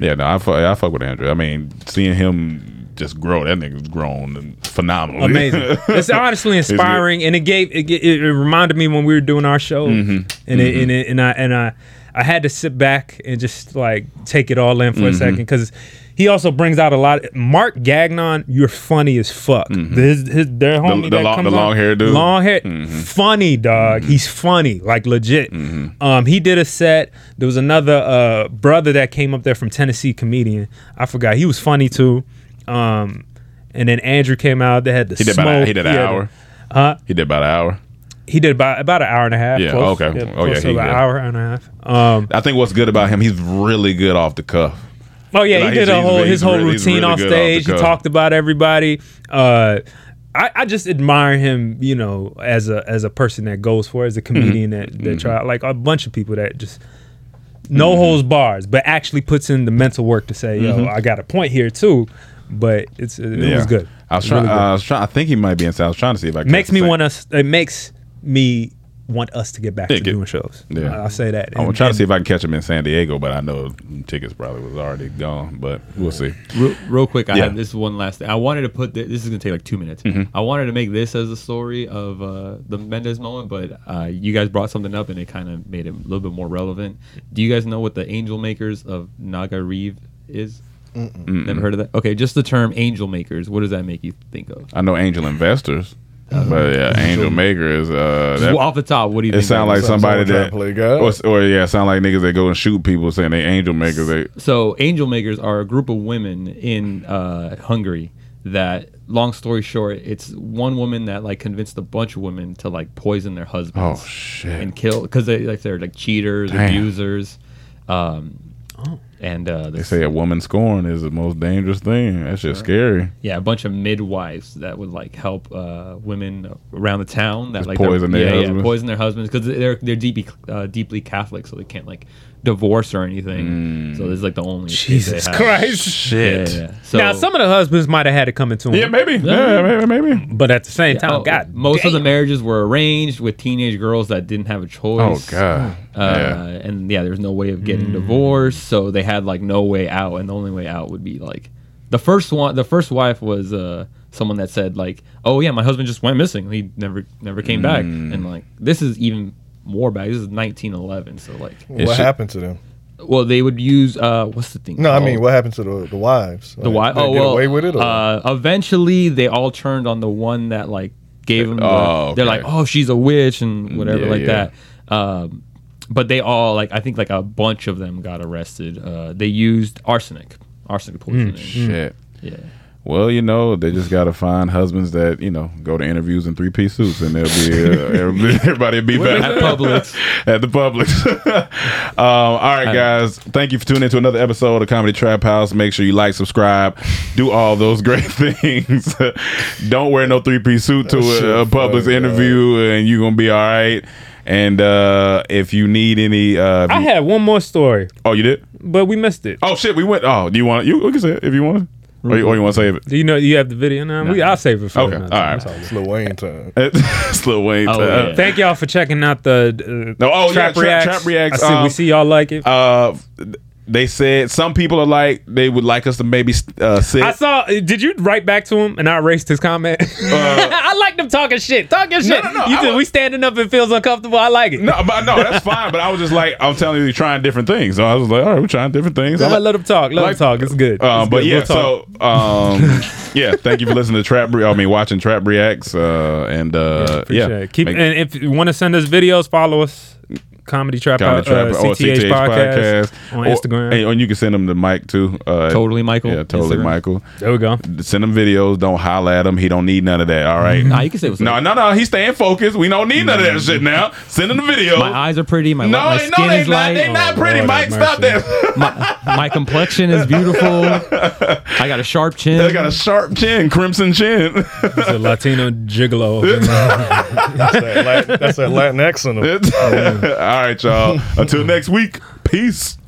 Speaker 6: Yeah, no, I fuck, I fuck with Andrew. I mean, seeing him just grow. That nigga's grown and phenomenal.
Speaker 7: Amazing. it's honestly inspiring, and it gave it, ge- it. It reminded me when we were doing our show,
Speaker 6: Mhm.
Speaker 7: and It,
Speaker 6: Mhm.
Speaker 7: and it, and I and I I had to sit back and just like take it all in for a
Speaker 6: Mhm.
Speaker 7: second because he also brings out a lot. Mark Gagnon, you're funny as fuck. His, his their homie
Speaker 6: Mm-hmm. the
Speaker 7: that
Speaker 6: long-
Speaker 7: comes
Speaker 6: the
Speaker 7: on-
Speaker 6: long-hair dude? Hmm.
Speaker 7: long hair,
Speaker 6: Mm-hmm.
Speaker 7: funny dog. He's funny, like legit.
Speaker 6: Mm-hmm.
Speaker 7: Um, he did a set. There was another uh brother that came up there from Tennessee, comedian. I forgot. He was funny too. Um, and then Andrew came out. They had the
Speaker 6: He did
Speaker 7: smoke.
Speaker 6: about a- he did an
Speaker 7: had the-
Speaker 6: hour?
Speaker 7: Huh?
Speaker 6: He did about an hour.
Speaker 7: He did about about an hour and a half.
Speaker 6: Yeah.
Speaker 7: close.
Speaker 6: okay. oh
Speaker 7: close
Speaker 6: yeah.
Speaker 7: to
Speaker 6: He
Speaker 7: about
Speaker 6: good.
Speaker 7: an hour and a half. Um,
Speaker 6: I think what's good about him, he's really good off the cuff.
Speaker 7: Oh yeah,
Speaker 6: Like,
Speaker 7: he
Speaker 6: he's-
Speaker 7: did a
Speaker 6: he's
Speaker 7: whole
Speaker 6: really-
Speaker 7: his whole
Speaker 6: he's really
Speaker 7: routine
Speaker 6: good
Speaker 7: on
Speaker 6: off the
Speaker 7: stage. He
Speaker 6: cuff.
Speaker 7: talked about everybody. Uh, I, I just admire him, you know, as a as a person that goes for,
Speaker 6: Mm-hmm.
Speaker 7: it, as a comedian that that try like a bunch of people that just no
Speaker 6: Mm-hmm.
Speaker 7: holds bars, but actually puts in the mental work to say, yo,
Speaker 6: Mhm.
Speaker 7: I got a point here too. But it's it,
Speaker 6: Yeah.
Speaker 7: was good.
Speaker 6: I was
Speaker 7: It
Speaker 6: trying. uh,
Speaker 7: really good.
Speaker 6: I was trying. I think he might be in. I was trying to see if I could
Speaker 7: makes me want us. It makes me want us to get back to doing shows.
Speaker 6: Yeah,
Speaker 7: I'll say that.
Speaker 6: I'm
Speaker 7: And-
Speaker 6: trying to
Speaker 7: and-
Speaker 6: see if I can catch him in San Diego, but I know tickets probably was already gone. But we'll see.
Speaker 8: Real, real quick, I
Speaker 6: Yeah.
Speaker 8: have this one last thing. I wanted to put this, this is going to take like two minutes.
Speaker 6: Mhm.
Speaker 8: I wanted to make this as a story of uh, the Mendez moment, but uh, you guys brought something up and it kind of made it a little bit more relevant. Do you guys know what the angel makers of Naga Reeve is?
Speaker 6: Mm-mm.
Speaker 8: Never heard of that? Okay, just the term angel makers. What does that make you think of?
Speaker 6: I know Angel Investors,
Speaker 7: Uh-huh.
Speaker 6: but yeah, Angel Maker is uh,
Speaker 8: Just off the top, what do you
Speaker 6: It
Speaker 8: think
Speaker 6: sound
Speaker 8: that
Speaker 6: like
Speaker 8: is?
Speaker 6: somebody
Speaker 8: Someone
Speaker 6: that
Speaker 8: trying to play God?
Speaker 6: or, s- or yeah, sound like niggas that go and shoot people saying they Angel Maker. They
Speaker 8: So, angel makers are a group of women in uh, Hungary that, long story short, it's one woman that like convinced a bunch of women to like poison their husbands.
Speaker 6: Oh, shit.
Speaker 8: And kill because they like they're like cheaters,
Speaker 6: Damn. Oh.
Speaker 8: abusers. Um, and uh,
Speaker 6: they say a woman scorn is the most dangerous thing. That's just scary.
Speaker 8: yeah, a bunch of midwives that would like help uh, women around the town that
Speaker 6: Just
Speaker 8: like
Speaker 6: poison their
Speaker 8: yeah, yeah,
Speaker 6: husbands?
Speaker 8: poison their husbands because they're they're deeply uh, deeply Catholic, so they can't like divorce or
Speaker 6: Mm.
Speaker 8: anything. So this is like the only escape they
Speaker 7: Jesus
Speaker 8: have.
Speaker 7: Christ.
Speaker 8: Yeah, yeah, yeah.
Speaker 7: now some of the husbands might have had it coming to them.
Speaker 8: Yeah, maybe. Yeah,
Speaker 6: maybe, maybe.
Speaker 7: But at the same
Speaker 8: Yeah,
Speaker 7: time,
Speaker 8: oh,
Speaker 7: God,
Speaker 8: most of the marriages were arranged with teenage girls that didn't have a choice.
Speaker 6: Oh, God.
Speaker 8: Uh,
Speaker 6: Yeah.
Speaker 8: And yeah, there was no way of getting
Speaker 9: Mm.
Speaker 8: divorced, so they had like no way out, and the only way out would be like the first one. The first wife was uh, someone that said like, "Oh yeah, my husband just went missing. He never never came back."
Speaker 9: Mm.
Speaker 8: And like this is even more bad. This is 1911, so like
Speaker 9: What happened to them?
Speaker 8: Well, they would use uh, what's the thing?
Speaker 9: No, I
Speaker 6: Oh.
Speaker 9: mean,
Speaker 8: called?
Speaker 9: what happened to the, the wives?
Speaker 8: The why?
Speaker 9: Like, they
Speaker 8: Oh
Speaker 9: get
Speaker 8: well.
Speaker 9: away with it? Or?
Speaker 8: Uh, eventually, they all turned on the one that like gave them. The,
Speaker 6: Oh,
Speaker 8: They're
Speaker 6: okay. Mm,
Speaker 8: like, oh, she's a witch and whatever
Speaker 6: yeah,
Speaker 8: like
Speaker 6: yeah.
Speaker 8: that. Um, but they all like I think like a bunch of them got arrested. Uh, they used arsenic, arsenic poisoning.
Speaker 6: Hmm, Shit.
Speaker 8: Yeah.
Speaker 6: Well, you know, they just gotta find husbands that you know go to interviews in three piece suits, and they'll be uh, everybody, everybody'll be
Speaker 8: Where
Speaker 6: back
Speaker 8: is that? At Publix.
Speaker 6: at the Publix. um, all right, guys, thank you for tuning into another episode of Comedy Trap House. Make sure you like, subscribe, do all those great things. Don't wear no three piece suit to
Speaker 9: That shit
Speaker 6: a, a Publix
Speaker 9: funny,
Speaker 6: interview, and you're gonna be all right. And uh, if you need any, uh, if
Speaker 7: I
Speaker 6: you-
Speaker 7: had one more story,
Speaker 6: oh, you did.
Speaker 7: but we missed it.
Speaker 6: Oh shit, we went. Oh, do you want you? We can say it if you want, or you, or you want to save it.
Speaker 7: Do you know you have the video now? We, I'll save it for
Speaker 6: Okay,
Speaker 7: another
Speaker 6: all right.
Speaker 7: time.
Speaker 9: It's Lil Wayne time.
Speaker 6: it's Lil Wayne.
Speaker 7: Oh,
Speaker 6: time.
Speaker 7: yeah. Thank y'all for checking out the uh,
Speaker 6: No, oh
Speaker 7: trap,
Speaker 6: yeah,
Speaker 7: reacts.
Speaker 6: Trap, trap reacts.
Speaker 7: I see, we
Speaker 6: um,
Speaker 7: see y'all like it.
Speaker 6: Uh, they said some people are like they would like us to maybe uh, sit.
Speaker 7: I saw. Did you write back to him and I erased his comment?
Speaker 6: Uh,
Speaker 7: I like them talking shit. Talking shit. You said, we standing up. It feels uncomfortable. I like it.
Speaker 6: No, but no, that's fine. But I was just like, I'm telling you, you're trying different things. So I was like, all right, we're trying different things. I
Speaker 7: Let,
Speaker 6: like-
Speaker 7: let them talk. Let
Speaker 6: like-
Speaker 7: them talk. It's good.
Speaker 6: Um,
Speaker 7: It's
Speaker 6: but
Speaker 7: good.
Speaker 6: yeah,
Speaker 7: We'll talk.
Speaker 6: so um, yeah, thank you for listening to Trap. Re- I mean, watching Trap Reacts, uh, and uh, yeah,
Speaker 7: Appreciate it. Keep
Speaker 6: Make-
Speaker 7: and if you want to send us videos, follow us. Comedy Trap,
Speaker 6: Comedy
Speaker 7: uh,
Speaker 6: Trap or
Speaker 7: CTH, podcast, on
Speaker 6: Or-
Speaker 7: Instagram.
Speaker 6: and, and you can send them to Mike too. Uh,
Speaker 8: Totally Michael,
Speaker 6: Yeah, totally
Speaker 8: Instagram.
Speaker 6: Michael.
Speaker 7: There we go.
Speaker 6: Send him videos. Don't holler at him. He don't need none of that. All right.
Speaker 8: Nah, you can say what's
Speaker 6: no, no, no. He's staying focused. We don't need none of that shit now. Send him the video.
Speaker 8: Mm-hmm. My eyes are pretty. My,
Speaker 6: no,
Speaker 8: my
Speaker 6: they-
Speaker 8: skin
Speaker 6: no, they
Speaker 8: is
Speaker 6: not.
Speaker 8: light. Oh,
Speaker 6: They not pretty, Mike. Stop that.
Speaker 8: my, my complexion is beautiful. I got a sharp chin.
Speaker 6: I got a sharp chin, crimson chin.
Speaker 7: It's a Latino gigolo.
Speaker 9: That Latin- that's that Latin accent. Of,
Speaker 6: All right, y'all. Until next week. Peace.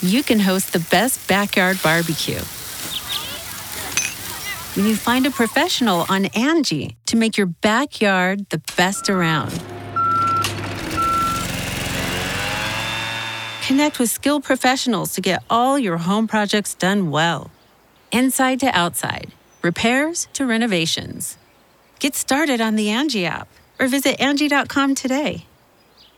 Speaker 12: you can host the best backyard barbecue. When you find a professional on Angie to make your backyard the best around. Connect with skilled professionals to get all your home projects done well. inside to outside, repairs to renovations. Get started on the Angie app or visit Angie.com today.